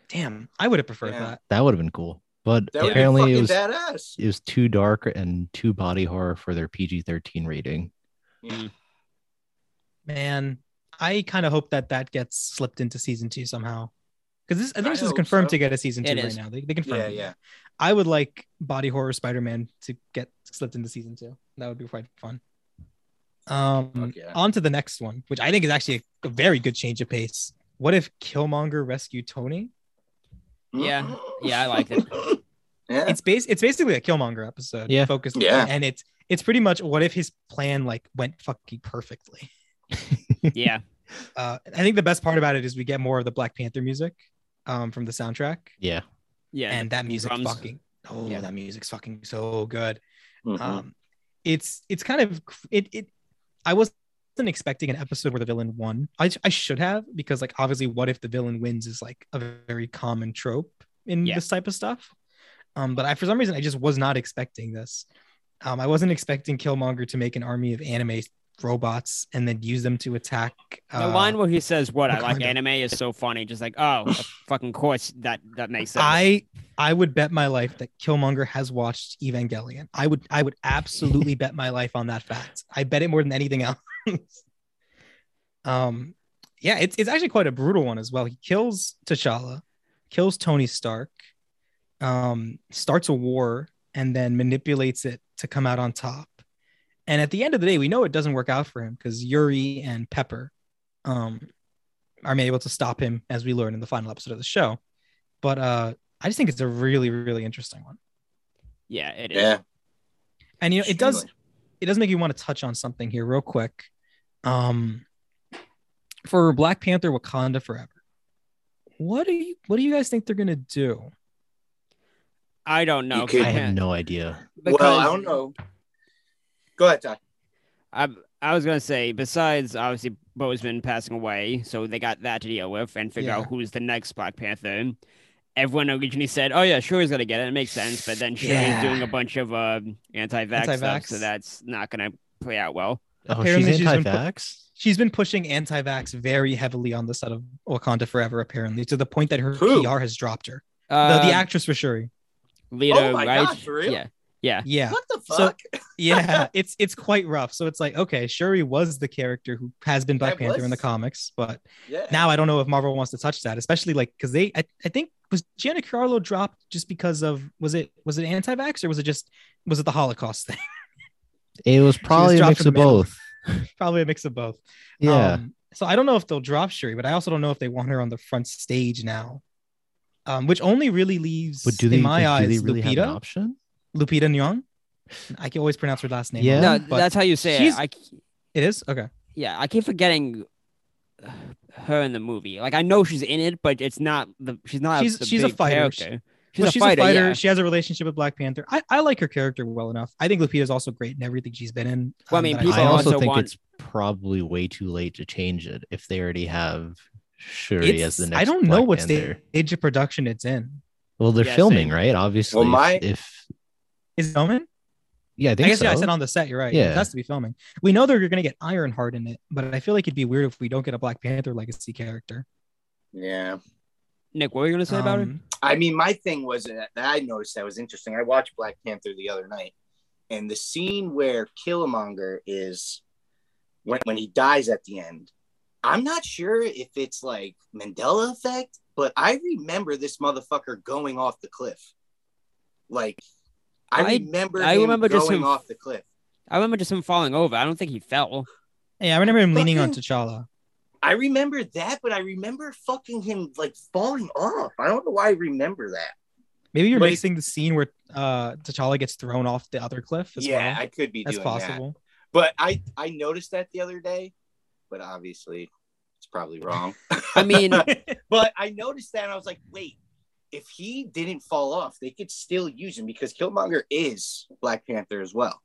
Speaker 1: Damn, I would have preferred
Speaker 4: Yeah.
Speaker 1: that.
Speaker 2: That would have been cool, but
Speaker 4: that would
Speaker 2: apparently
Speaker 4: be
Speaker 2: it
Speaker 4: fucking
Speaker 2: was
Speaker 4: badass.
Speaker 2: it was too dark and too body horror for their PG thirteen rating.
Speaker 1: Man, I kind of hope that that gets slipped into season two somehow. Because this, I
Speaker 4: I
Speaker 1: think this is
Speaker 4: hope
Speaker 1: confirmed
Speaker 4: so.
Speaker 1: to get a season two
Speaker 3: It
Speaker 1: right
Speaker 3: is.
Speaker 1: now. They, they confirmed.
Speaker 4: Yeah,
Speaker 1: it.
Speaker 4: yeah.
Speaker 1: I would like body horror Spider-Man to get slipped into season two. That would be quite fun. Um,
Speaker 4: Fuck yeah.
Speaker 1: on to the next one, which I think is actually a, a very good change of pace. What if Killmonger rescued Tony?
Speaker 3: Yeah. Yeah, I liked it.
Speaker 4: Mm-hmm. yeah.
Speaker 1: It's bas- It's basically a Killmonger episode.
Speaker 2: Yeah.
Speaker 1: focused.
Speaker 4: Yeah.
Speaker 1: and it's it's pretty much what if his plan like went fucking perfectly.
Speaker 3: Yeah.
Speaker 1: uh, I think the best part about it is we get more of the Black Panther music, um, from the soundtrack,
Speaker 2: Yeah.
Speaker 3: Yeah,
Speaker 1: and that music
Speaker 3: drums.
Speaker 1: fucking oh,
Speaker 3: Yeah.
Speaker 1: that music's fucking so good.
Speaker 4: Mhm.
Speaker 3: uh,
Speaker 1: Um, it's it's kind of cr- it it. I wasn't expecting an episode where the villain won. I sh- I should have because like obviously, what if the villain wins is like a very common trope in
Speaker 3: Yeah.
Speaker 1: this type of stuff. Um, but I for some reason I just was not expecting this. Um, I wasn't expecting Killmonger to make an army of anime robots and then use them to attack.
Speaker 3: the line where he says, "What I like
Speaker 1: Uh, Wakanda.
Speaker 3: anime" is so funny. Just like, oh, of fucking course that that makes sense.
Speaker 1: I I would bet my life that Killmonger has watched Evangelion. I would I would absolutely bet my life on that fact. I bet it more than anything else. um yeah, it's it's actually quite a brutal one as well. He kills T'Challa, kills Tony Stark, um, starts a war and then manipulates it to come out on top. And at the end of the day, we know it doesn't work out for him because Yuri and Pepper um are able to stop him as we learn in the final episode of the show but uh I just think it's a really really interesting one.
Speaker 3: yeah, it is.
Speaker 4: yeah.
Speaker 1: And you know, it does
Speaker 4: Extremely.
Speaker 1: it does make you want to touch on something here real quick. Um for Black Panther Wakanda Forever. What do you what do you guys think they're going to do?
Speaker 3: I don't know.
Speaker 4: You could-
Speaker 2: I
Speaker 3: Yeah.
Speaker 2: have no idea.
Speaker 4: well,
Speaker 3: Because-
Speaker 4: I don't know. Go ahead, Ty.
Speaker 3: I I was gonna say, besides obviously Bozeman passing away, so they got that to deal with and figure
Speaker 1: Yeah.
Speaker 3: out who's the next Black Panther. Everyone originally said, "Oh yeah, Shuri's gonna get it. It makes sense," but then Shuri's
Speaker 1: Yeah.
Speaker 3: doing a bunch of uh, anti-vax, stuff,
Speaker 1: Anti-vax.
Speaker 3: so that's not gonna play out well.
Speaker 2: Oh,
Speaker 1: Apparently
Speaker 2: she's
Speaker 1: she's been put-
Speaker 2: anti-vax.
Speaker 1: She's been pushing anti-vax very heavily on the set of Wakanda Forever apparently to the point that her
Speaker 4: Who?
Speaker 1: PR has dropped her.
Speaker 3: Uh,
Speaker 1: the, the actress for Shuri.
Speaker 3: Leto,
Speaker 4: Oh my
Speaker 3: right?
Speaker 4: God, for real?
Speaker 3: Yeah,
Speaker 1: Yeah.
Speaker 4: What the
Speaker 1: So,
Speaker 4: fuck?
Speaker 1: yeah, it's it's quite rough. So it's like, okay, Shuri was the character who has been Black
Speaker 4: That
Speaker 1: Panther in the
Speaker 4: was-
Speaker 1: comics, but
Speaker 4: yeah.
Speaker 1: now I don't know if Marvel wants to touch that, especially like because they I, I think was Gianna Carlo dropped just because of was it was it anti-vax or was it just was it the Holocaust thing?
Speaker 2: It was probably a
Speaker 1: dropped
Speaker 2: mix
Speaker 1: from
Speaker 2: of
Speaker 1: the middle.
Speaker 2: both.
Speaker 1: Probably a mix of both.
Speaker 2: Yeah.
Speaker 1: Um, so I don't know if they'll drop Shuri, but I also don't know if they want her on the front stage now. Um, which only really leaves
Speaker 2: but do they,
Speaker 1: in my
Speaker 2: like, do they
Speaker 1: eyes
Speaker 2: really have an
Speaker 1: Lupita
Speaker 2: option?
Speaker 1: Lupita Nyong. I can always pronounce her last name.
Speaker 2: Yeah,
Speaker 3: no,
Speaker 1: but
Speaker 3: that's how you say it.
Speaker 1: she's-
Speaker 3: I c-
Speaker 1: it is okay.
Speaker 3: yeah, I keep forgetting her in the movie. Like I know she's in it, but it's not the she's not.
Speaker 1: She's-
Speaker 3: the
Speaker 1: she's a
Speaker 3: big
Speaker 1: fighter.
Speaker 3: Character. She's,
Speaker 1: Well,
Speaker 3: a fighter. yeah.
Speaker 1: She has a relationship with Black Panther. I, I like her character well enough. I think Lupita's also great in everything she's been in.
Speaker 3: Well, I
Speaker 1: um,
Speaker 3: mean,
Speaker 1: that
Speaker 3: people
Speaker 2: I
Speaker 1: saw.
Speaker 2: also,
Speaker 3: also
Speaker 2: think
Speaker 3: want-
Speaker 2: it's probably way too late to change it if they already have Shuri as the
Speaker 1: It's-
Speaker 2: next.
Speaker 1: I don't know
Speaker 2: Black
Speaker 1: what
Speaker 2: Panther.
Speaker 1: stage of production it's in.
Speaker 2: Well, they're
Speaker 3: Yeah,
Speaker 2: filming,
Speaker 3: same.
Speaker 2: right? Obviously. if-
Speaker 4: my-
Speaker 2: if
Speaker 1: Is it filming?
Speaker 2: yeah, I
Speaker 1: I,
Speaker 2: think
Speaker 1: guess
Speaker 2: so.
Speaker 1: yeah, I said on the set. You're right.
Speaker 2: Yeah.
Speaker 1: it has to be filming. We know that you're going to get Ironheart in it, but I feel like it'd be weird if we don't get a Black Panther legacy character.
Speaker 4: yeah.
Speaker 3: Nick, what were you gonna say about it?
Speaker 1: Um,
Speaker 4: I mean, my thing was that that I noticed that was interesting. I watched Black Panther the other night, and the scene where Killmonger is when, when he dies at the end. I'm not sure if it's like Mandela effect, but I remember this motherfucker going off the cliff. Like, I,
Speaker 3: I-
Speaker 4: remember.
Speaker 3: I
Speaker 4: him
Speaker 3: remember
Speaker 4: going
Speaker 3: just him-
Speaker 4: off the cliff.
Speaker 3: I remember just him falling over. I don't think he fell.
Speaker 1: yeah, I remember him leaning on
Speaker 4: Fucking-
Speaker 1: T'Challa.
Speaker 4: I remember that, but I remember fucking him like falling off. I don't know why I remember that.
Speaker 1: Maybe you're
Speaker 4: Wait.
Speaker 1: missing the scene where uh, T'Challa gets thrown off the other cliff as
Speaker 4: yeah,
Speaker 1: well.
Speaker 4: I could be
Speaker 1: That's
Speaker 4: doing that.
Speaker 1: possible.
Speaker 4: But I I noticed that the other day, but obviously it's probably wrong.
Speaker 3: I mean,
Speaker 4: but I noticed that and I was like, wait, if he didn't fall off, they could still use him because Killmonger is Black Panther as well.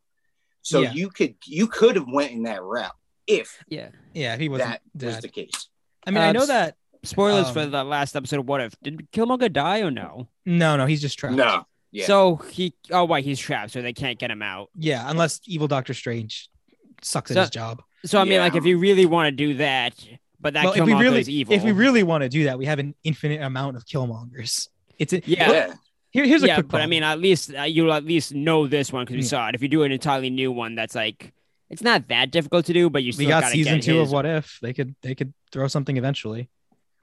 Speaker 4: So
Speaker 1: Yeah.
Speaker 4: you could you could have went in that route if
Speaker 3: yeah.
Speaker 1: Yeah, if he wasn't
Speaker 4: that
Speaker 1: dead.
Speaker 4: was the case.
Speaker 1: I mean, I
Speaker 3: Uh,
Speaker 1: know that.
Speaker 3: Spoilers for
Speaker 1: Um,
Speaker 3: the last episode of What If. Did Killmonger die or no?
Speaker 1: No, no, he's just trapped.
Speaker 4: No. Yeah.
Speaker 3: So he, oh, why he's trapped, so they can't get him out.
Speaker 1: Yeah, unless evil Doctor Strange sucks at
Speaker 3: So-
Speaker 1: his job.
Speaker 3: So I mean,
Speaker 4: Yeah.
Speaker 3: like, if you really want to do that, but that
Speaker 1: Well, if
Speaker 3: Killmonger
Speaker 1: we really,
Speaker 3: is evil.
Speaker 1: if we really want to do that, we have an infinite amount of Killmongers. It's a,
Speaker 3: Yeah.
Speaker 4: yeah.
Speaker 1: Here, here's a
Speaker 3: yeah,
Speaker 1: quick.
Speaker 3: but I
Speaker 1: problem.
Speaker 3: mean, at least uh, you'll at least know this one because you
Speaker 1: Yeah.
Speaker 3: saw it. If you do an entirely new one, that's like it's not that difficult to do, but you
Speaker 1: we
Speaker 3: still
Speaker 1: got
Speaker 3: gotta
Speaker 1: season
Speaker 3: get
Speaker 1: two
Speaker 3: his,
Speaker 1: of What If. They could they could throw something eventually.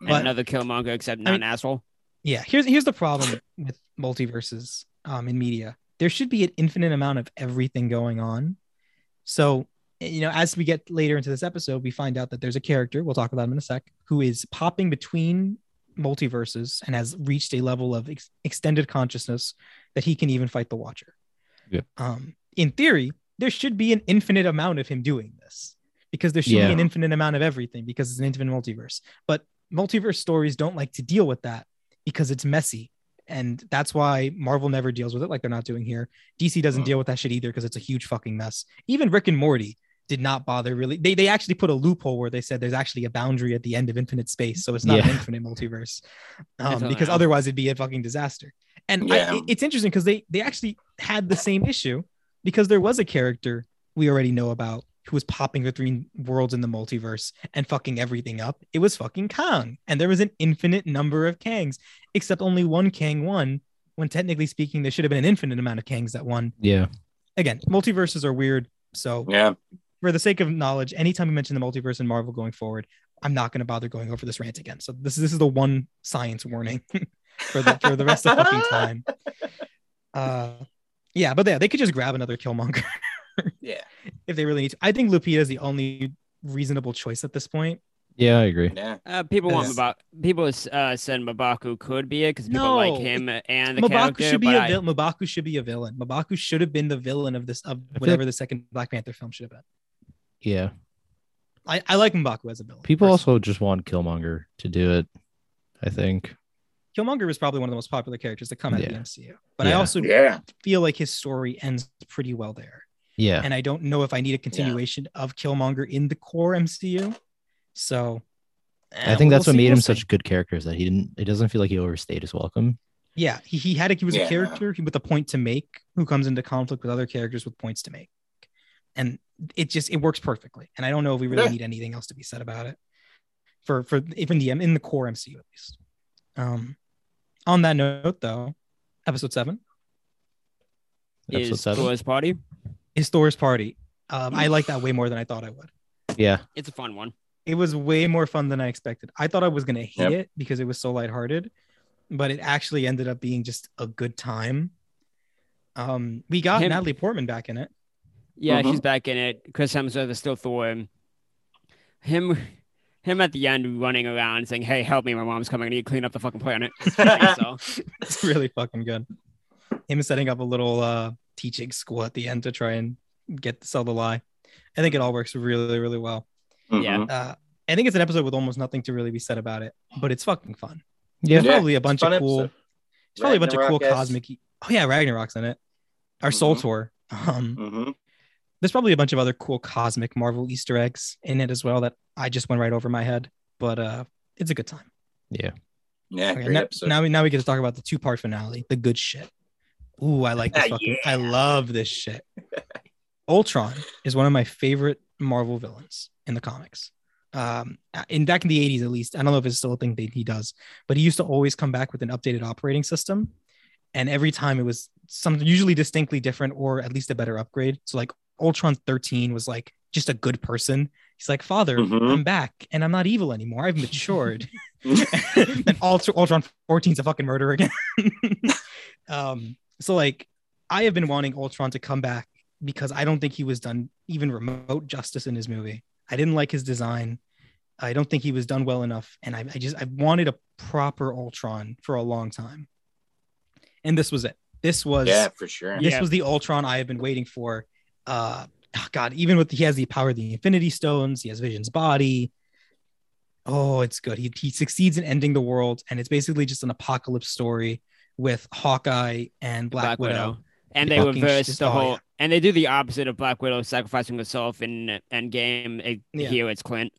Speaker 3: and
Speaker 1: but-
Speaker 3: another Killmonger, except not
Speaker 1: mean-
Speaker 3: an asshole.
Speaker 1: Yeah, here's here's the problem with multiverses um, in media. There should be an infinite amount of everything going on. So you know, as we get later into this episode, we find out that there's a character we'll talk about him in a sec who is popping between multiverses and has reached a level of ex- extended consciousness that he can even fight the Watcher.
Speaker 2: Yeah.
Speaker 1: Um, in theory, there should be an infinite amount of him doing this because there should
Speaker 2: Yeah.
Speaker 1: be an infinite amount of everything because it's an infinite multiverse. But multiverse stories don't like to deal with that. because it's messy. And that's why Marvel never deals with it like they're not doing here. DC doesn't
Speaker 4: Mm.
Speaker 1: deal with that shit either because it's a huge fucking mess. Even Rick and Morty did not bother really. They, they actually put a loophole where they said there's actually a boundary at the end of infinite space. So it's not an
Speaker 2: Yeah.
Speaker 1: infinite multiverse
Speaker 3: That's
Speaker 1: um,
Speaker 3: all I
Speaker 1: because
Speaker 3: know.
Speaker 1: otherwise it'd be a fucking disaster. And I-
Speaker 4: Yeah.
Speaker 1: it- it's interesting because they, they actually had the same issue because there was a character we already know about who was popping between worlds in the multiverse and fucking everything up. It was fucking Kang. And there was an infinite number of Kangs, except only one Kang won, when technically speaking, there should have been an infinite amount of Kangs that won.
Speaker 2: Yeah.
Speaker 1: Again, multiverses are weird. So,
Speaker 4: Yeah.
Speaker 1: for the sake of knowledge, anytime you mention the multiverse in Marvel going forward, I'm not going to bother going over this rant again. So, this, this is the one science warning for, the, for the rest of fucking time. Uh, yeah, but yeah, they could just grab another Killmonger
Speaker 4: Yeah.
Speaker 1: if they really need to. I think Lupita is the only reasonable choice at this point.
Speaker 2: Yeah, I agree.
Speaker 4: Yeah.
Speaker 3: Uh, people want
Speaker 1: Yes.
Speaker 3: Mabak. People uh, said Mabaku could be it because people like
Speaker 1: No.
Speaker 3: him and the
Speaker 1: Mabaku
Speaker 3: character.
Speaker 1: should be
Speaker 3: but
Speaker 1: a
Speaker 3: I-
Speaker 1: vil- Mabaku should be a villain. Mabaku should have been the villain of this of
Speaker 2: like-
Speaker 1: whatever the second Black Panther film should have been.
Speaker 2: Yeah.
Speaker 1: I, I like Mabaku as a villain.
Speaker 2: People
Speaker 1: personally.
Speaker 2: also just want Killmonger to do it, I think.
Speaker 1: Killmonger was probably one of the most popular characters to come out of the
Speaker 2: Yeah.
Speaker 1: MCU. But I
Speaker 2: Yeah.
Speaker 1: also
Speaker 4: Yeah.
Speaker 1: feel like his story ends pretty well there.
Speaker 2: Yeah.
Speaker 1: And I don't know if I need a continuation of Killmonger in the core MCU. So eh,
Speaker 2: I think
Speaker 1: we'll
Speaker 2: that's what
Speaker 1: see-
Speaker 2: made
Speaker 1: we'll
Speaker 2: him
Speaker 1: see.
Speaker 2: such a good character is that he didn't it doesn't feel like he overstayed his welcome.
Speaker 1: Yeah, he, he had a, he was a
Speaker 4: Yeah.
Speaker 1: character with a point to make who comes into conflict with other characters with points to make, and it just it works perfectly. And I don't know if we really
Speaker 4: Yeah.
Speaker 1: need anything else to be said about it for for even the in the core MCU at least. Um, on that note, though, episode seven
Speaker 2: Episode
Speaker 3: is
Speaker 2: seven.
Speaker 3: Thor's party.
Speaker 1: is Thor's party. Um, I like that way more than I thought I would.
Speaker 2: Yeah.
Speaker 3: It's a fun one.
Speaker 1: It was way more fun than I expected. I thought I was gonna hate
Speaker 4: Yep.
Speaker 1: it because it was so lighthearted, but it actually ended up being just a good time. Um, we got
Speaker 3: Him-
Speaker 1: Natalie Portman back in it.
Speaker 3: Yeah,
Speaker 2: Mm-hmm.
Speaker 4: Mhm.
Speaker 3: she's back in it. Chris Hemsworth is still Thor. Him, him at the end running around saying, "Hey, help me! My mom's coming. I need to clean up the fucking planet." so,
Speaker 1: It's really fucking good. Him setting up a little uh teaching school at the end to try and get sell the lie. I think it all works really, really well.
Speaker 4: Mm-hmm.
Speaker 3: Yeah.
Speaker 1: Uh I think it's an episode with almost nothing to really be said about it, but it's fucking fun.
Speaker 2: Yeah.
Speaker 1: There's
Speaker 4: Yeah,
Speaker 1: probably a bunch
Speaker 4: fun
Speaker 1: of cool
Speaker 4: episode.
Speaker 1: there's probably a bunch of cool
Speaker 4: Ragnarok-esque.
Speaker 1: cosmic oh yeah, Ragnarok's in it. Our soul
Speaker 4: Mhm.
Speaker 1: tour. Um
Speaker 4: Mm-hmm.
Speaker 1: there's probably a bunch of other cool cosmic Marvel Easter eggs in it as well that I just went right over my head. But uh it's a good time.
Speaker 4: Yeah.
Speaker 1: Okay,
Speaker 4: great
Speaker 1: now,
Speaker 4: episode.
Speaker 1: now we now we get to talk about the two part finale, the good shit. Ooh, I like this
Speaker 4: Ah,
Speaker 1: fucking. I love this shit. Ultron is one of my favorite Marvel villains in the comics. Um, in back in the '80s, at least, I don't know if it's still a thing that he does, but he used to always come back with an updated operating system, and every time it was something usually distinctly different or at least a better upgrade. So like Ultron 13 was like just a good person. He's like, Father,
Speaker 4: Mhm.
Speaker 1: I'm back and I'm not evil anymore. I've matured. and Ultra, Ultron 14's a fucking murderer again. um, so like I have been wanting Ultron to come back because I don't think he was done even remote justice in his movie. I didn't like his design. I don't think he was done well enough. And I, I just I wanted a proper Ultron for a long time. And this was it. This was
Speaker 4: yeah, for sure.
Speaker 1: this
Speaker 3: Yeah.
Speaker 1: was the Ultron I have been waiting for. Uh, oh God, even with he has the power of the Infinity Stones, he has Vision's body. Oh, it's good. He he succeeds in ending the world, and it's basically just an apocalypse story with Hawkeye and Black,
Speaker 3: Black
Speaker 1: Widow.
Speaker 3: Widow. and they
Speaker 1: Fucking
Speaker 3: reverse
Speaker 1: shit.
Speaker 3: the
Speaker 1: Oh,
Speaker 3: whole,
Speaker 1: yeah.
Speaker 3: and they do the opposite of Black Widow sacrificing herself in Endgame. It,
Speaker 1: Yeah.
Speaker 3: Here it's Clint.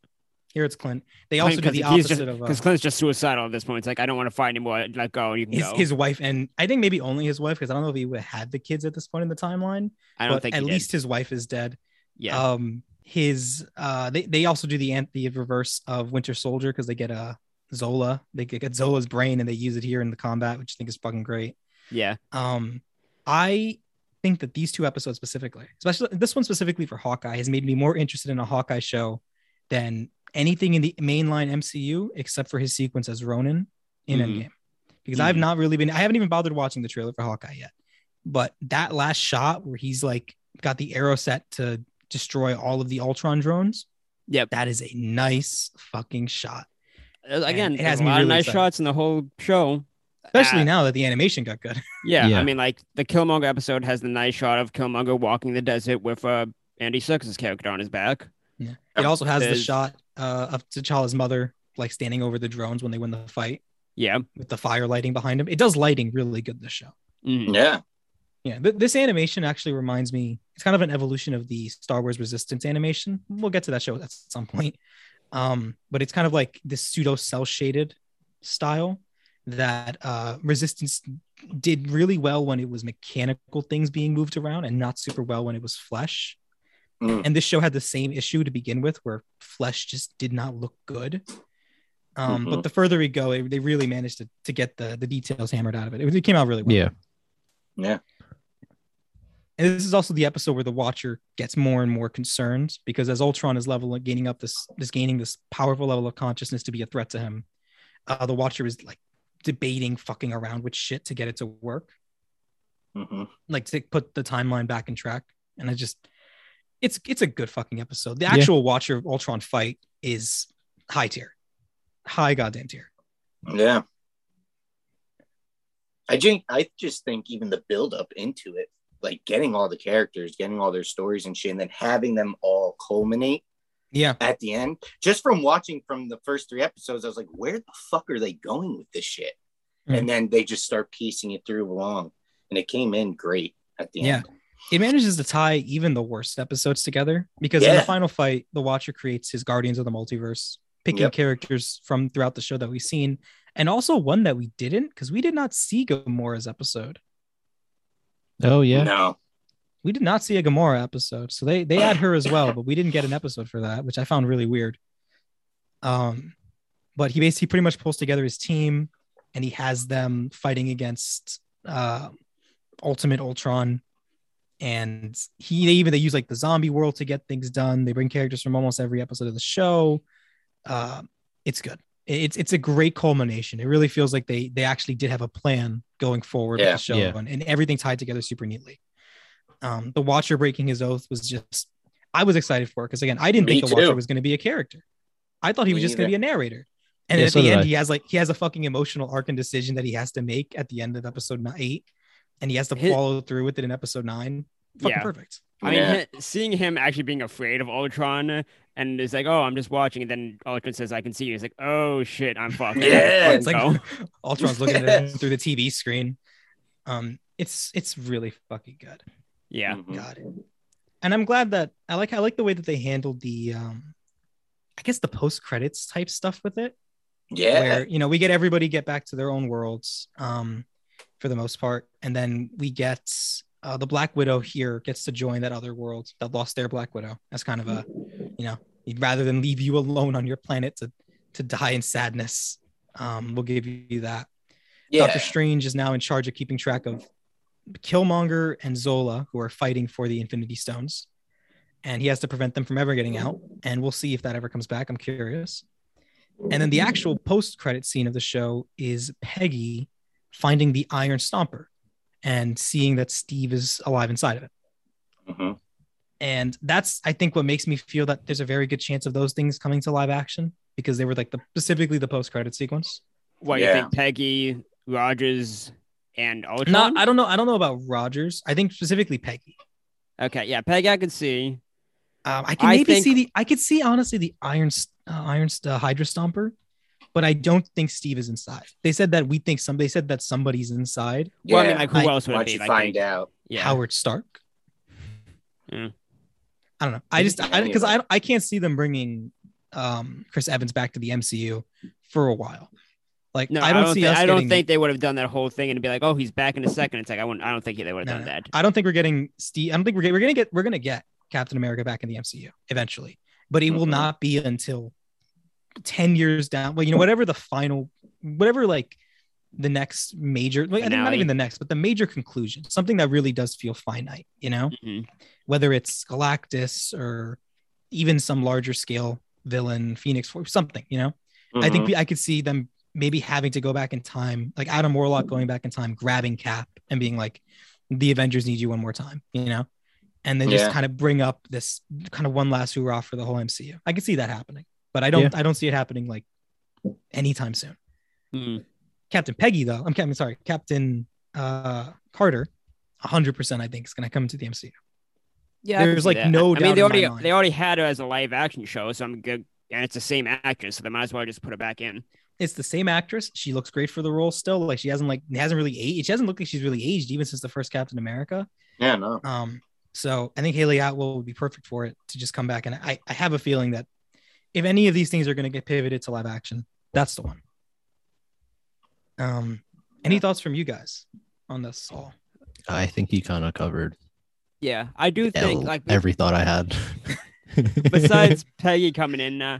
Speaker 1: Here it's Clint. They also do
Speaker 3: Clint,
Speaker 1: the
Speaker 3: 'cause he's
Speaker 1: opposite
Speaker 3: just-
Speaker 1: of uh,
Speaker 3: Because Clint's just suicidal at this point. It's like I don't want to fight anymore. Let go. You can
Speaker 1: his,
Speaker 3: go.
Speaker 1: his wife, and I think maybe only his wife because I don't know if he would have had the kids at this point in the timeline.
Speaker 3: I don't
Speaker 1: but
Speaker 3: think
Speaker 1: at
Speaker 3: he did.
Speaker 1: least his wife is dead.
Speaker 3: Yeah.
Speaker 1: um his uh they, they also do the ant the reverse of winter soldier because they get a zola they get zola's brain and they use it here in the combat which i think is fucking great
Speaker 3: yeah.
Speaker 1: um i think that these two episodes specifically especially this one specifically for hawkeye has made me more interested in a hawkeye show than anything in the mainline mcu except for his sequence as ronin in
Speaker 3: Mhm.
Speaker 1: endgame because i've
Speaker 3: Mhm.
Speaker 1: not really been i haven't even bothered watching the trailer for hawkeye yet but that last shot where he's like got the arrow set to destroy all of the ultron drones
Speaker 3: Yep.
Speaker 1: that is a nice fucking shot
Speaker 3: Uh, Again,
Speaker 1: it
Speaker 3: it
Speaker 1: has
Speaker 3: has a
Speaker 1: me
Speaker 3: lot of
Speaker 1: really
Speaker 3: nice
Speaker 1: excited.
Speaker 3: shots in the whole show.
Speaker 1: especially
Speaker 3: Uh,
Speaker 1: now that the animation got good
Speaker 3: Yeah,
Speaker 2: Yeah.
Speaker 3: I mean, like the Killmonger episode has the nice shot of Killmonger walking the desert with uh, Andy Serkis's character on his back.
Speaker 1: It also has the
Speaker 3: There's-
Speaker 1: shot uh, of T'Challa's mother like standing over the drones when they win the fight.
Speaker 3: Yeah.
Speaker 1: with the fire lighting behind him. It does lighting really good this show.
Speaker 3: Mhm.
Speaker 4: Yeah.
Speaker 1: Yeah, th- this animation actually reminds me. It's kind of an evolution of the Star Wars Resistance animation. We'll get to that show at some point. Um, but it's kind of like this pseudo cell shaded style that uh, Resistance did really well when it was mechanical things being moved around, and not super well when it was flesh.
Speaker 4: Mm.
Speaker 1: And this show had the same issue to begin with, where flesh just did not look good. Um, But the further we go, it, they really managed to, to get the the details hammered out of it. It, it came out really well.
Speaker 2: Yeah.
Speaker 1: And this is also the episode where the Watcher gets more and more concerned because as Ultron is level gaining up this is gaining this powerful level of consciousness to be a threat to him, uh, the Watcher is like debating fucking around with shit to get it to work,
Speaker 4: Mhm.
Speaker 1: like to put the timeline back in track. And I just, it's it's a good fucking episode. The
Speaker 2: Yeah.
Speaker 1: actual Watcher Ultron fight is high tier, high goddamn tier.
Speaker 4: Yeah. I think I just think even the build up into it, like getting all the characters, getting all their stories and shit, and then having them all culminate
Speaker 1: Yeah,
Speaker 4: at the end. Just from watching from the first three episodes, I was like, where the fuck are they going with this shit?
Speaker 1: Hmm.
Speaker 4: And then they just start piecing it through along. And it came in great at the
Speaker 1: Yeah.
Speaker 4: end.
Speaker 1: it manages to tie even the worst episodes together because in the
Speaker 4: Yeah.
Speaker 1: final fight, the Watcher creates his Guardians of the Multiverse, picking
Speaker 4: Yep.
Speaker 1: characters from throughout the show that we've seen, and also one that we didn't because we did not see Gamora's episode.
Speaker 2: Oh yeah.
Speaker 4: No.
Speaker 1: We did not see a Gamora episode, so they they add her as well, but we didn't get an episode for that, which I found really weird. Um, but he basically pretty much pulls together his team, and he has them fighting against uh, Ultimate Ultron, and he they even they use like the zombie world to get things done. They bring characters from almost every episode of the show. Uh, it's good. It- It's it's a great culmination. It really feels like they they actually did have a plan going forward with
Speaker 4: Yeah.
Speaker 1: the show,
Speaker 2: Yeah.
Speaker 1: and, and everything tied together super neatly. Um, the Watcher breaking his oath was just I was excited for because again I didn't
Speaker 4: Me
Speaker 1: think the
Speaker 4: too.
Speaker 1: Watcher was going to be a character. I thought he was
Speaker 4: Me
Speaker 1: just going to be a narrator. And
Speaker 2: Yeah,
Speaker 1: at
Speaker 2: so
Speaker 1: the
Speaker 2: did
Speaker 1: end,
Speaker 2: I.
Speaker 1: he has like he has a fucking emotional arc and decision that he has to make at the end of episode ni- eight, and he has to
Speaker 3: His-
Speaker 1: follow through with it in episode nine. Fucking
Speaker 3: Yeah.
Speaker 1: perfect.
Speaker 3: I mean,
Speaker 4: Yeah.
Speaker 3: hi- seeing him actually being afraid of Ultron and it's like, oh, I'm just watching. And then Ultron says, I can see you. He's like, oh, shit, I'm fucked. I gotta
Speaker 4: Yeah,
Speaker 3: fucking
Speaker 1: It's like
Speaker 3: go."
Speaker 1: Ultron's looking at him through the TV screen. Um, it's it's really fucking good.
Speaker 3: yeah.
Speaker 4: Mhm.
Speaker 1: God. And I'm glad that I like I like the way that they handled the um, I guess the post credits type stuff with it.
Speaker 4: Yeah.
Speaker 1: where you know we get everybody get back to their own worlds um for the most part and then we get uh, the black widow here gets to join that other world that lost their black widow that's kind of a you know rather than leave you alone on your planet to to die in sadness um we'll give you that
Speaker 4: yeah.
Speaker 1: Doctor Strange is now in charge of keeping track of Killmonger and Zola, who are fighting for the Infinity Stones, and he has to prevent them from ever getting out. And we'll see if that ever comes back. I'm curious. And then the actual post-credit scene of the show is Peggy finding the Iron Stomper and seeing that Steve is alive inside of it.
Speaker 4: Mhm.
Speaker 1: And that's, I think, what makes me feel that there's a very good chance of those things coming to live action because they were like the specifically the post-credit sequence.
Speaker 3: What
Speaker 4: Yeah.
Speaker 3: you think, Peggy, Rogers, and Ultron?
Speaker 1: Not, I don't know. I don't know about Rogers. I think specifically Peggy.
Speaker 3: okay, yeah, Peggy, I can see.
Speaker 1: Um, I can
Speaker 3: I
Speaker 1: maybe
Speaker 3: think-
Speaker 1: see the. I could see honestly the Iron S- uh, Iron S- uh, Hydra Stomper, but I don't think Steve is inside. They said that we think some. They said that somebody's inside.
Speaker 3: Well, I mean,
Speaker 4: Yeah.
Speaker 3: like, who
Speaker 1: Like,
Speaker 3: else would it
Speaker 4: Once
Speaker 3: be?
Speaker 4: you
Speaker 3: Like,
Speaker 4: find
Speaker 3: like,
Speaker 4: out.
Speaker 3: Yeah.
Speaker 1: Howard Stark.
Speaker 3: Hmm.
Speaker 1: I don't know. I just I because
Speaker 4: Anyway.
Speaker 1: I I can't see them bringing um Chris Evans back to the MCU for a while. Like
Speaker 3: No,
Speaker 1: I don't, see
Speaker 3: think,
Speaker 1: us
Speaker 3: I don't
Speaker 1: getting-
Speaker 3: think they would have done that whole thing and be like, oh, he's back in a second. It's like I wouldn't. I don't think they would have
Speaker 1: No, no.
Speaker 3: done that.
Speaker 1: I don't think we're getting Steve. I don't think we're, get- we're gonna get we're gonna get Captain America back in the MCU eventually, but it will
Speaker 4: Mhm.
Speaker 1: not be until ten years down. Well, you know, whatever the final, whatever like the next major, like, I think not
Speaker 3: Finale.
Speaker 1: even the next, but the major conclusion, something that really does feel finite. You know,
Speaker 3: Mhm.
Speaker 1: whether it's Galactus or even some larger scale villain, Phoenix Force, something. You know, I think we, I could see them maybe having to go back in time, like Adam Warlock going back in time, grabbing Cap and being like, "The Avengers need you one more time," you know, and then just
Speaker 4: Yeah.
Speaker 1: kind of bring up this kind of one last hurrah for the whole MCU. I could see that happening, but I don't. I don't see it happening like anytime soon.
Speaker 3: Mhm.
Speaker 1: Captain Peggy, though, I'm Captain. Sorry, Captain uh, Carter. 100% I think is going to come to the MCU.
Speaker 3: Yeah, I
Speaker 1: There's,
Speaker 3: can see
Speaker 1: like,
Speaker 3: that.
Speaker 1: no
Speaker 3: I
Speaker 1: doubt
Speaker 3: mean, they
Speaker 1: in my
Speaker 3: already
Speaker 1: mind.
Speaker 3: they already had her as a live action show, so I'm good. And it's the same actress, so they might as well just put her back in.
Speaker 1: It's the same actress. She looks great for the role still. Like she hasn't like hasn't really aged. She hasn't looked like she's really aged even since the first Captain America.
Speaker 4: Mm-hmm. Yeah, no.
Speaker 1: Um, so I think Haley Atwell would be perfect for it to just come back. And I, I have a feeling that if any of these things are going to get pivoted to live action, that's the one. Um, any thoughts from you guys on this all?
Speaker 2: I think he kind of covered
Speaker 3: Yeah, I do think
Speaker 2: el-
Speaker 3: like
Speaker 2: every thought I had.
Speaker 3: besides Peggy coming in. Uh,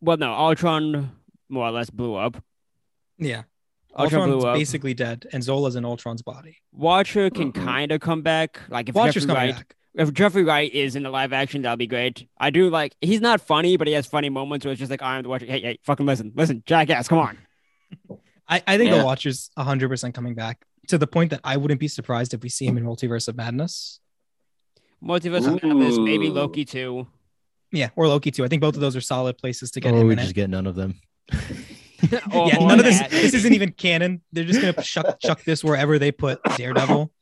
Speaker 3: well, no, Ultron more or less blew up.
Speaker 1: Yeah.
Speaker 3: Ultron
Speaker 1: Ultron's
Speaker 3: blew up.
Speaker 1: basically dead, and Zola's in Ultron's body.
Speaker 3: Watcher can
Speaker 4: Mhm.
Speaker 3: kind of come back. Like if
Speaker 1: Watcher's
Speaker 3: Jeffrey
Speaker 1: coming
Speaker 3: Wright,
Speaker 1: back.
Speaker 3: if Jeffrey Wright is in the live action, that'll be great. I do like he's not funny, but he has funny moments where it's just like I'm the Watcher. Hey, hey, fucking listen, listen, jackass, come on.
Speaker 1: I, I think
Speaker 4: Yeah.
Speaker 1: the Watcher's 100% coming back to the point that I wouldn't be surprised if we see him in Multiverse of Madness.
Speaker 3: Multiverse of Madness, maybe
Speaker 4: Ooh.
Speaker 3: Loki too.
Speaker 1: Yeah, or Loki too. I think both of those are solid places to get
Speaker 2: or
Speaker 1: him
Speaker 2: Oh, we
Speaker 1: in
Speaker 2: just
Speaker 1: it.
Speaker 2: get none of them.
Speaker 3: Or-
Speaker 1: yeah,
Speaker 3: or
Speaker 1: none of this.
Speaker 3: that,
Speaker 1: This
Speaker 3: maybe.
Speaker 1: isn't even canon. They're just gonna chuck chuck this wherever they put Daredevil.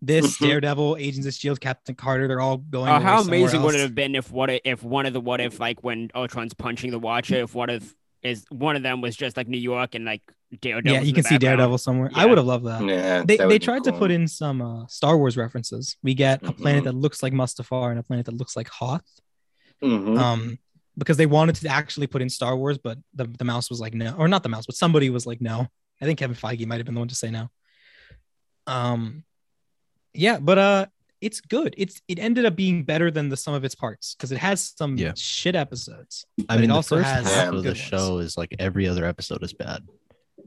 Speaker 1: This
Speaker 4: Mhm.
Speaker 1: Daredevil, Agents of Shield, E Captain Carter. They're all going.
Speaker 3: Uh,
Speaker 1: away
Speaker 3: how
Speaker 1: somewhere
Speaker 3: amazing would it
Speaker 1: else.
Speaker 3: have been if what i- if one of the what if like when Ultron's punching the Watcher, if what if is one of them was just like New York and like Daredevil.
Speaker 1: Yeah, you can see Daredevil somewhere. I
Speaker 3: Yeah.
Speaker 1: would have loved that.
Speaker 4: Yeah,
Speaker 1: Uh, They,
Speaker 4: that
Speaker 1: they
Speaker 4: would be
Speaker 1: tried to
Speaker 4: cool.
Speaker 1: put in some uh, Star Wars references. We get a planet
Speaker 4: Mhm.
Speaker 1: that looks like Mustafar and a planet that looks like Hoth.
Speaker 4: Mhm.
Speaker 2: Mm-hmm.
Speaker 1: um because they wanted to actually put in Star Wars, but the, the mouse was like no, or not the mouse, but somebody was like no. I think Kevin Feige might have been the one to say no. Um, yeah, but uh, it's good. It's it ended up being better than the sum of its parts because it has some
Speaker 2: Yeah.
Speaker 1: shit episodes.
Speaker 2: I
Speaker 1: But it
Speaker 2: mean, the
Speaker 1: also
Speaker 2: first
Speaker 1: has
Speaker 2: half
Speaker 4: some
Speaker 2: of
Speaker 1: good ones.
Speaker 2: the show is like every other episode is bad.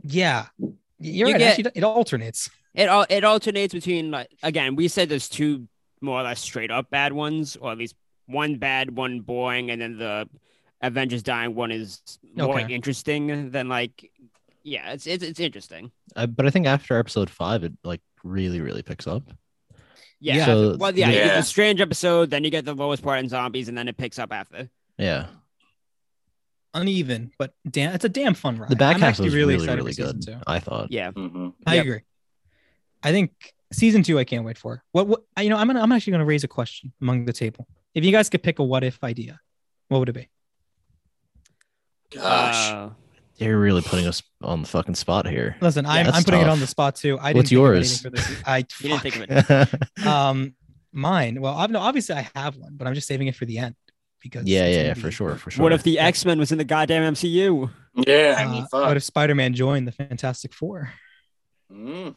Speaker 1: Yeah, you're
Speaker 3: You
Speaker 1: right.
Speaker 3: get-
Speaker 1: Actually, it alternates.
Speaker 3: It all it alternates between like again, we said there's two more or less straight up bad ones, or at least one bad, one boring, and then the Avengers dying one is more
Speaker 1: Okay.
Speaker 3: interesting than like yeah, it's it's it's interesting.
Speaker 2: I, but I think after episode five, it like really, really picks up.
Speaker 3: Yeah.
Speaker 1: Yeah.
Speaker 2: So
Speaker 3: well, yeah,
Speaker 2: the-
Speaker 3: you get
Speaker 4: Yeah.
Speaker 3: the strange episode, then you get the lowest part in zombies, and then it picks up after.
Speaker 2: yeah.
Speaker 1: Uneven, but damn, it's a damn fun ride.
Speaker 2: The back
Speaker 1: I'm
Speaker 2: half
Speaker 1: actually
Speaker 2: was really, really,
Speaker 1: excited for season
Speaker 2: good.
Speaker 1: two.
Speaker 2: I thought.
Speaker 3: Yeah.
Speaker 4: Mhm.
Speaker 1: I
Speaker 3: Yep.
Speaker 1: agree. I think season two, I can't wait for. What, what I- you know, I'm gonna, I'm actually gonna raise a question among the table. If you guys could pick a what if idea, what would it be?
Speaker 4: Gosh.
Speaker 3: Uh,
Speaker 2: They're really putting us on the fucking spot here.
Speaker 1: Listen, I'm,
Speaker 2: that's
Speaker 1: I'm putting it
Speaker 2: tough.
Speaker 1: on the spot too. I didn't think
Speaker 2: What's
Speaker 1: of
Speaker 2: yours?
Speaker 1: anything for this. I
Speaker 3: you didn't think of it.
Speaker 2: yeah,
Speaker 1: fuck. um mine. Well, I've no, obviously I have one, but I'm just saving it for the end because
Speaker 2: yeah,
Speaker 1: it's gonna
Speaker 2: yeah,
Speaker 1: be-
Speaker 2: for sure, for sure.
Speaker 3: What if the X Men was in the goddamn MCU?
Speaker 4: Yeah, I mean,
Speaker 1: Uh,
Speaker 4: fuck.
Speaker 1: what if Spider-Man joined the Fantastic Four?
Speaker 4: Mm.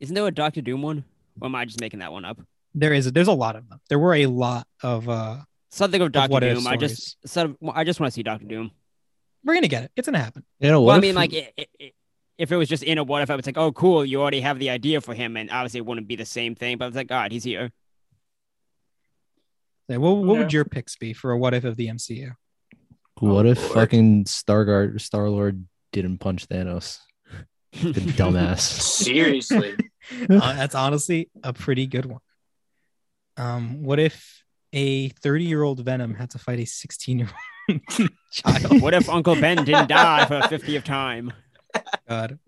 Speaker 3: Isn't there a Doctor Doom one? Or am I just making that one up?
Speaker 1: There is, there's a lot of them. There were a lot of uh,
Speaker 3: Something of
Speaker 1: of
Speaker 3: Doctor
Speaker 1: what if
Speaker 3: Doom. I just
Speaker 1: stories.
Speaker 3: sort of, I just want to see Doctor Doom.
Speaker 1: We're gonna get it. It's gonna happen.
Speaker 2: you know, what
Speaker 3: well, I
Speaker 2: if-
Speaker 3: mean, like, i i i- if it was just in a what if, I was like, oh, cool, you already have the idea for him, and obviously it wouldn't be the same thing. But I was like, God, he's here.
Speaker 1: So What, what
Speaker 4: Yeah.
Speaker 1: would your picks be for a what if of the MCU?
Speaker 2: what if
Speaker 4: Lord.
Speaker 2: fucking Stargard Star Lord didn't punch Thanos? The dumbass.
Speaker 4: Seriously.
Speaker 1: Uh, that's honestly a pretty good one. Um, what if a 30 year old Venom had to fight a 16 year old child?
Speaker 3: what if Uncle Ben didn't die for the fiftieth time?
Speaker 1: God.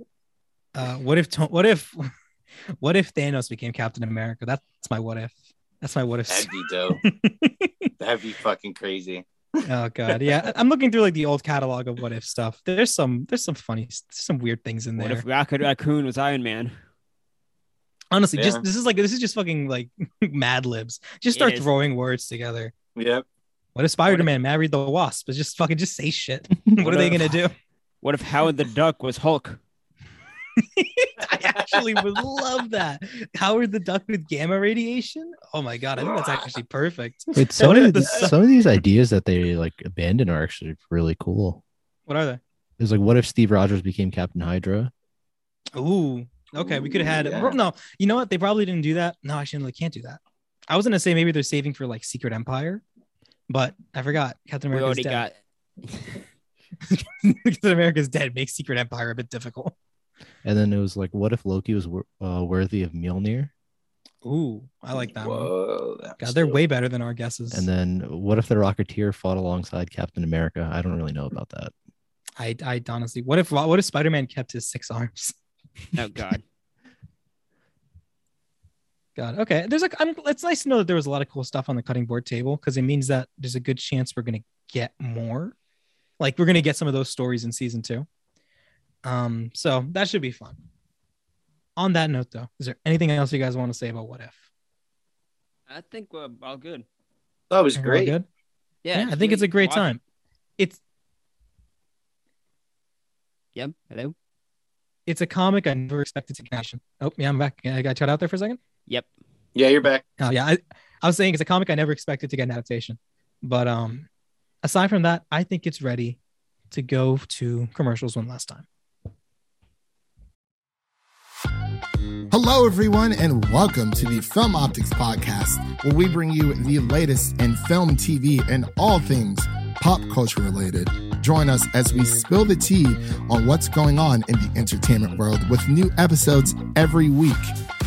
Speaker 1: Uh, what if To- what if what if Thanos became Captain America? That's my what if. That's my what if.
Speaker 4: That'd be dope. That'd be fucking crazy.
Speaker 1: oh God, yeah. I- I'm looking through like the old catalog of what if stuff. There's some there's some funny, there's some weird things in there.
Speaker 3: What if Rocket Raccoon was Iron Man?
Speaker 1: Honestly,
Speaker 4: Yeah.
Speaker 1: just this is like this is just fucking like Mad Libs. Just
Speaker 3: It
Speaker 1: start
Speaker 3: is.
Speaker 1: throwing words together.
Speaker 4: Yep.
Speaker 1: What if Spider Man married the Wasp? It's just fucking just say shit. what,
Speaker 3: What
Speaker 1: are they
Speaker 3: if-
Speaker 1: gonna do?
Speaker 3: What if Howard the Duck was Hulk?
Speaker 1: I actually would love that. Howard the Duck with gamma radiation. Oh my god, I think that's actually perfect.
Speaker 2: It's some of the, some of these ideas that they like abandon are actually really cool.
Speaker 1: What are they?
Speaker 2: It's like, what if Steve Rogers became Captain Hydra?
Speaker 1: Ooh, okay, we could have had.
Speaker 4: Ooh, yeah.
Speaker 1: No, you know what? They probably didn't do that. No, actually, no, they can't do that. I was gonna say maybe they're saving for like Secret Empire, but I forgot. Captain
Speaker 3: we
Speaker 1: America's
Speaker 3: already
Speaker 1: dead.
Speaker 3: got.
Speaker 1: Captain America's dead makes Secret Empire a bit difficult.
Speaker 2: And then it was like, what if Loki was wor- uh, worthy of Mjolnir?
Speaker 1: Ooh, I like that. One.
Speaker 4: Whoa. that was
Speaker 1: God, they're
Speaker 4: dope.
Speaker 1: way better than our guesses.
Speaker 2: And then what if the Rocketeer fought alongside Captain America? I don't really know about that.
Speaker 1: I, I honestly, what if what if Spider Man kept his six arms?
Speaker 3: Oh God.
Speaker 1: God, okay. There's like, I'm. It's nice to know that there was a lot of cool stuff on the cutting board table because it means that there's a good chance we're gonna get more. Like we're gonna get some of those stories in season two. Um, so that should be fun. On that note, though, is there anything else you guys want to say about what if?
Speaker 3: I think we're all good.
Speaker 4: That was
Speaker 1: We're all
Speaker 4: great.
Speaker 1: good?
Speaker 3: Yeah,
Speaker 1: Yeah, I think it's a great time. It's
Speaker 3: Yep. Hello.
Speaker 1: it's a comic I never expected to get action. Oh yeah, I'm back. I got shut out there for a second.
Speaker 3: Yep.
Speaker 4: Yeah, you're back.
Speaker 1: Oh yeah, I, I was saying it's a comic I never expected to get an adaptation. But um, aside from that, I think it's ready to go to commercials one last time.
Speaker 5: Hello, everyone, and welcome to the Film Optics Podcast, where we bring you the latest in film, TV, and all things pop culture related. Join us as we spill the tea on what's going on in the entertainment world with new episodes every week.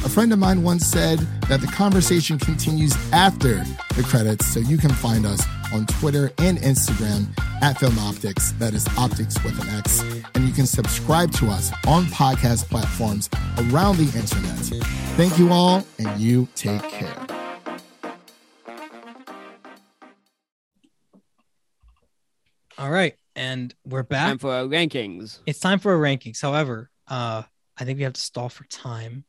Speaker 5: A friend of mine once said that the conversation continues after the credits, so you can find us on Twitter and Instagram at Film Optics, that is Optics with an X, and you can subscribe to us on podcast platforms around the internet. Thank you all, and you take care.
Speaker 1: All right, and we're back.
Speaker 3: Time for our rankings.
Speaker 1: It's time for our rankings. However, uh, I think we have to stall for time.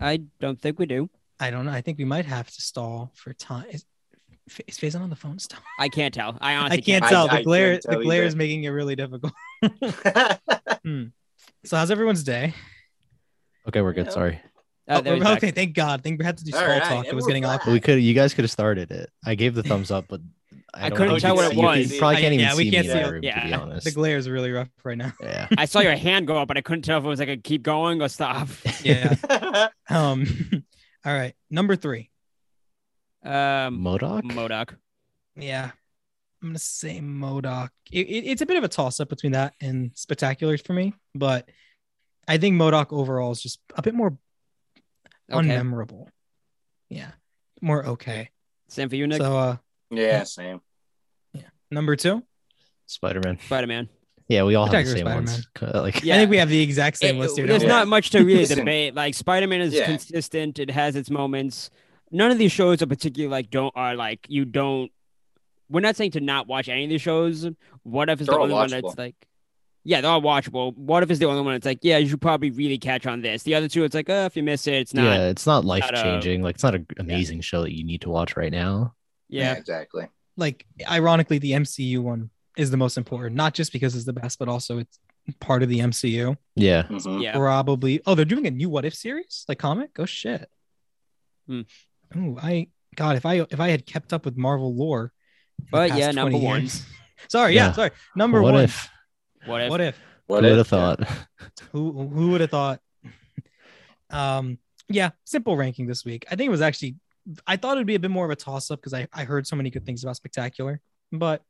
Speaker 3: I don't think we do.
Speaker 1: I don't know. I think we might have to stall for time. Is, is Faison on the phone still?
Speaker 3: I can't tell. I
Speaker 1: I
Speaker 3: honestly
Speaker 1: can't
Speaker 4: I-
Speaker 1: tell. The
Speaker 4: I
Speaker 1: glare,
Speaker 4: can't tell
Speaker 1: the glare
Speaker 4: either.
Speaker 1: is making it really difficult.
Speaker 4: yeah,
Speaker 1: So how's everyone's day?
Speaker 2: Okay, we're good. Sorry.
Speaker 3: Oh,
Speaker 1: Oh,
Speaker 3: there he's back.
Speaker 1: okay, thank God. I think we had to do
Speaker 4: All
Speaker 1: stall
Speaker 4: right,
Speaker 1: talk. It was
Speaker 4: everyone's
Speaker 1: getting
Speaker 4: back.
Speaker 1: awkward.
Speaker 2: But we could you guys could have started it. I gave the thumbs up, but
Speaker 3: I
Speaker 2: don't
Speaker 3: couldn't
Speaker 2: know if
Speaker 4: tell
Speaker 2: you
Speaker 4: what
Speaker 2: can
Speaker 4: it
Speaker 2: see- you
Speaker 4: was.
Speaker 2: can- You probably
Speaker 1: I-
Speaker 2: can't even
Speaker 1: yeah, we
Speaker 2: see
Speaker 1: can't
Speaker 2: me in
Speaker 1: see
Speaker 2: my
Speaker 1: it.
Speaker 2: room, to be
Speaker 3: Yeah.
Speaker 1: The
Speaker 2: honest.
Speaker 1: glare is really rough right now.
Speaker 2: Yeah.
Speaker 3: I saw your hand go up, but I couldn't tell if it was like a keep going or stop.
Speaker 1: Yeah. um. All right. Number three.
Speaker 3: Um,
Speaker 2: Modoc?
Speaker 3: Modoc.
Speaker 1: Yeah. I'm gonna say Modoc. It, it- it's a bit of a toss up between that and Spectaculars for me, but I think Modoc overall is just a bit more
Speaker 3: Okay.
Speaker 1: unmemorable. Yeah. More okay.
Speaker 3: Same for you, Nick.
Speaker 1: So uh
Speaker 4: same.
Speaker 1: number two.
Speaker 2: Spider Man.
Speaker 3: Spider Man.
Speaker 2: Yeah, we all have the
Speaker 1: Spectacular
Speaker 2: same ones. Like
Speaker 3: Yeah.
Speaker 1: I think we have the exact same list here.
Speaker 3: There's
Speaker 1: don't we?
Speaker 3: not much to really
Speaker 4: Listen.
Speaker 3: debate. Like Spider Man is
Speaker 4: Yeah.
Speaker 3: consistent. It has its moments. None of these shows are particularly like don't are like you don't. We're not saying to not watch any of these shows. What if it's the
Speaker 4: They're all
Speaker 3: only one that's
Speaker 4: watchable.
Speaker 3: like, yeah, they're all watchable. What if it's the only one that's like, yeah, you should probably really catch on this. The other two, it's like, oh, if you miss it, it's not.
Speaker 2: yeah, it's not life
Speaker 3: not a-
Speaker 2: changing. Like it's not an amazing show that you need to watch right now.
Speaker 3: Yeah,
Speaker 4: Yeah, exactly.
Speaker 1: like ironically the MCU one is the most important, not just because it's the best, but also it's part of the MCU.
Speaker 2: Yeah.
Speaker 4: Mhm.
Speaker 3: yeah.
Speaker 1: Probably. Oh, they're doing a new What If series, like comic. Oh shit.
Speaker 3: Hmm.
Speaker 1: Ooh, I God, if I if I had kept up with Marvel lore. in the
Speaker 3: But
Speaker 1: past
Speaker 3: yeah,
Speaker 1: 20
Speaker 3: number one.
Speaker 1: years- Sorry, yeah,
Speaker 2: Yeah.
Speaker 1: sorry. Number
Speaker 2: what
Speaker 1: one.
Speaker 2: if
Speaker 3: What if?
Speaker 1: What if?
Speaker 4: What
Speaker 2: who would
Speaker 4: if-
Speaker 2: have thought?
Speaker 1: Who who would have thought? um, yeah, simple ranking this week. I think it was actually I thought it'd be a bit more of a toss up because I, I heard so many good things about Spectacular, but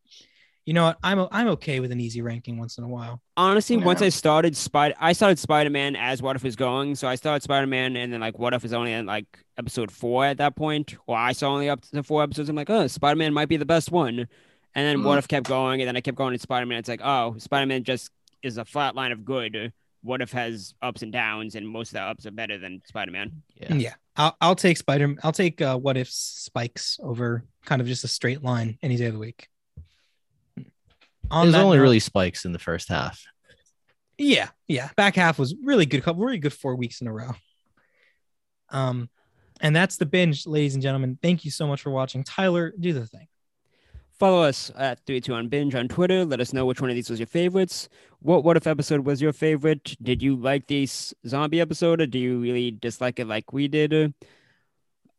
Speaker 1: you know what? I'm o- I'm okay with an easy ranking once in a while.
Speaker 3: honestly, once
Speaker 4: Yeah.
Speaker 3: I started Spider, I started Spider Man as What If is going. So I started Spider Man, and then like What If is only in like episode four at that point, or I saw only up to four episodes. I'm like, oh, Spider Man might be the best one. And then What
Speaker 4: Mhm.
Speaker 3: If kept going, and then I kept going to Spider Man. It's like, oh, Spider Man just is a flat line of good. What If has ups and downs, and most of the ups are better than Spider Man.
Speaker 2: Yeah.
Speaker 1: Yeah, I'll I'll take Spider. I'll take uh, what if spikes over kind of just a straight line any day of the week. On
Speaker 2: There's
Speaker 1: that
Speaker 2: only
Speaker 1: note-
Speaker 2: really spikes in the first half.
Speaker 1: yeah yeah back half was really good couple really good four weeks in a row um and that's the binge ladies and gentlemen thank you so much for watching tyler do the thing
Speaker 3: Follow us at 32 on Binge on Twitter. Let us know which one of these was your favorites. What What If episode was your favorite? Did you like this zombie episode or do you really dislike it like we did?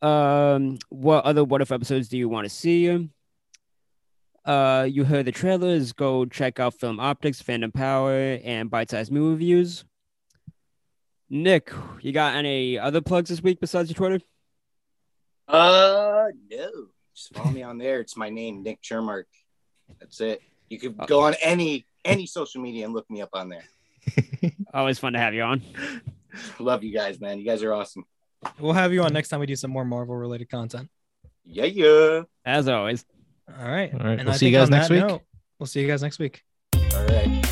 Speaker 3: Um, what other What If episodes do you want to see? Uh, you heard the trailers. Go check out Film Optics, Fandom Power, and Bite Size Movie Reviews. Nick, you got any other plugs this week besides your Twitter?
Speaker 4: Uh, no. Just follow me on there. It's my name, Nick Chermark. That's it. You could go on any any social media and look me up on there.
Speaker 3: Always fun to have you on.
Speaker 4: Love you guys, man. You guys are awesome.
Speaker 1: we'll have you on next time we do some more marvel related content
Speaker 4: Yeah, yeah.
Speaker 3: As always.
Speaker 1: all right
Speaker 2: All right, we'll
Speaker 1: I
Speaker 2: see you
Speaker 1: think
Speaker 2: guys
Speaker 1: on
Speaker 2: next
Speaker 1: that
Speaker 2: week.
Speaker 1: we'll see you guys next week
Speaker 4: All right.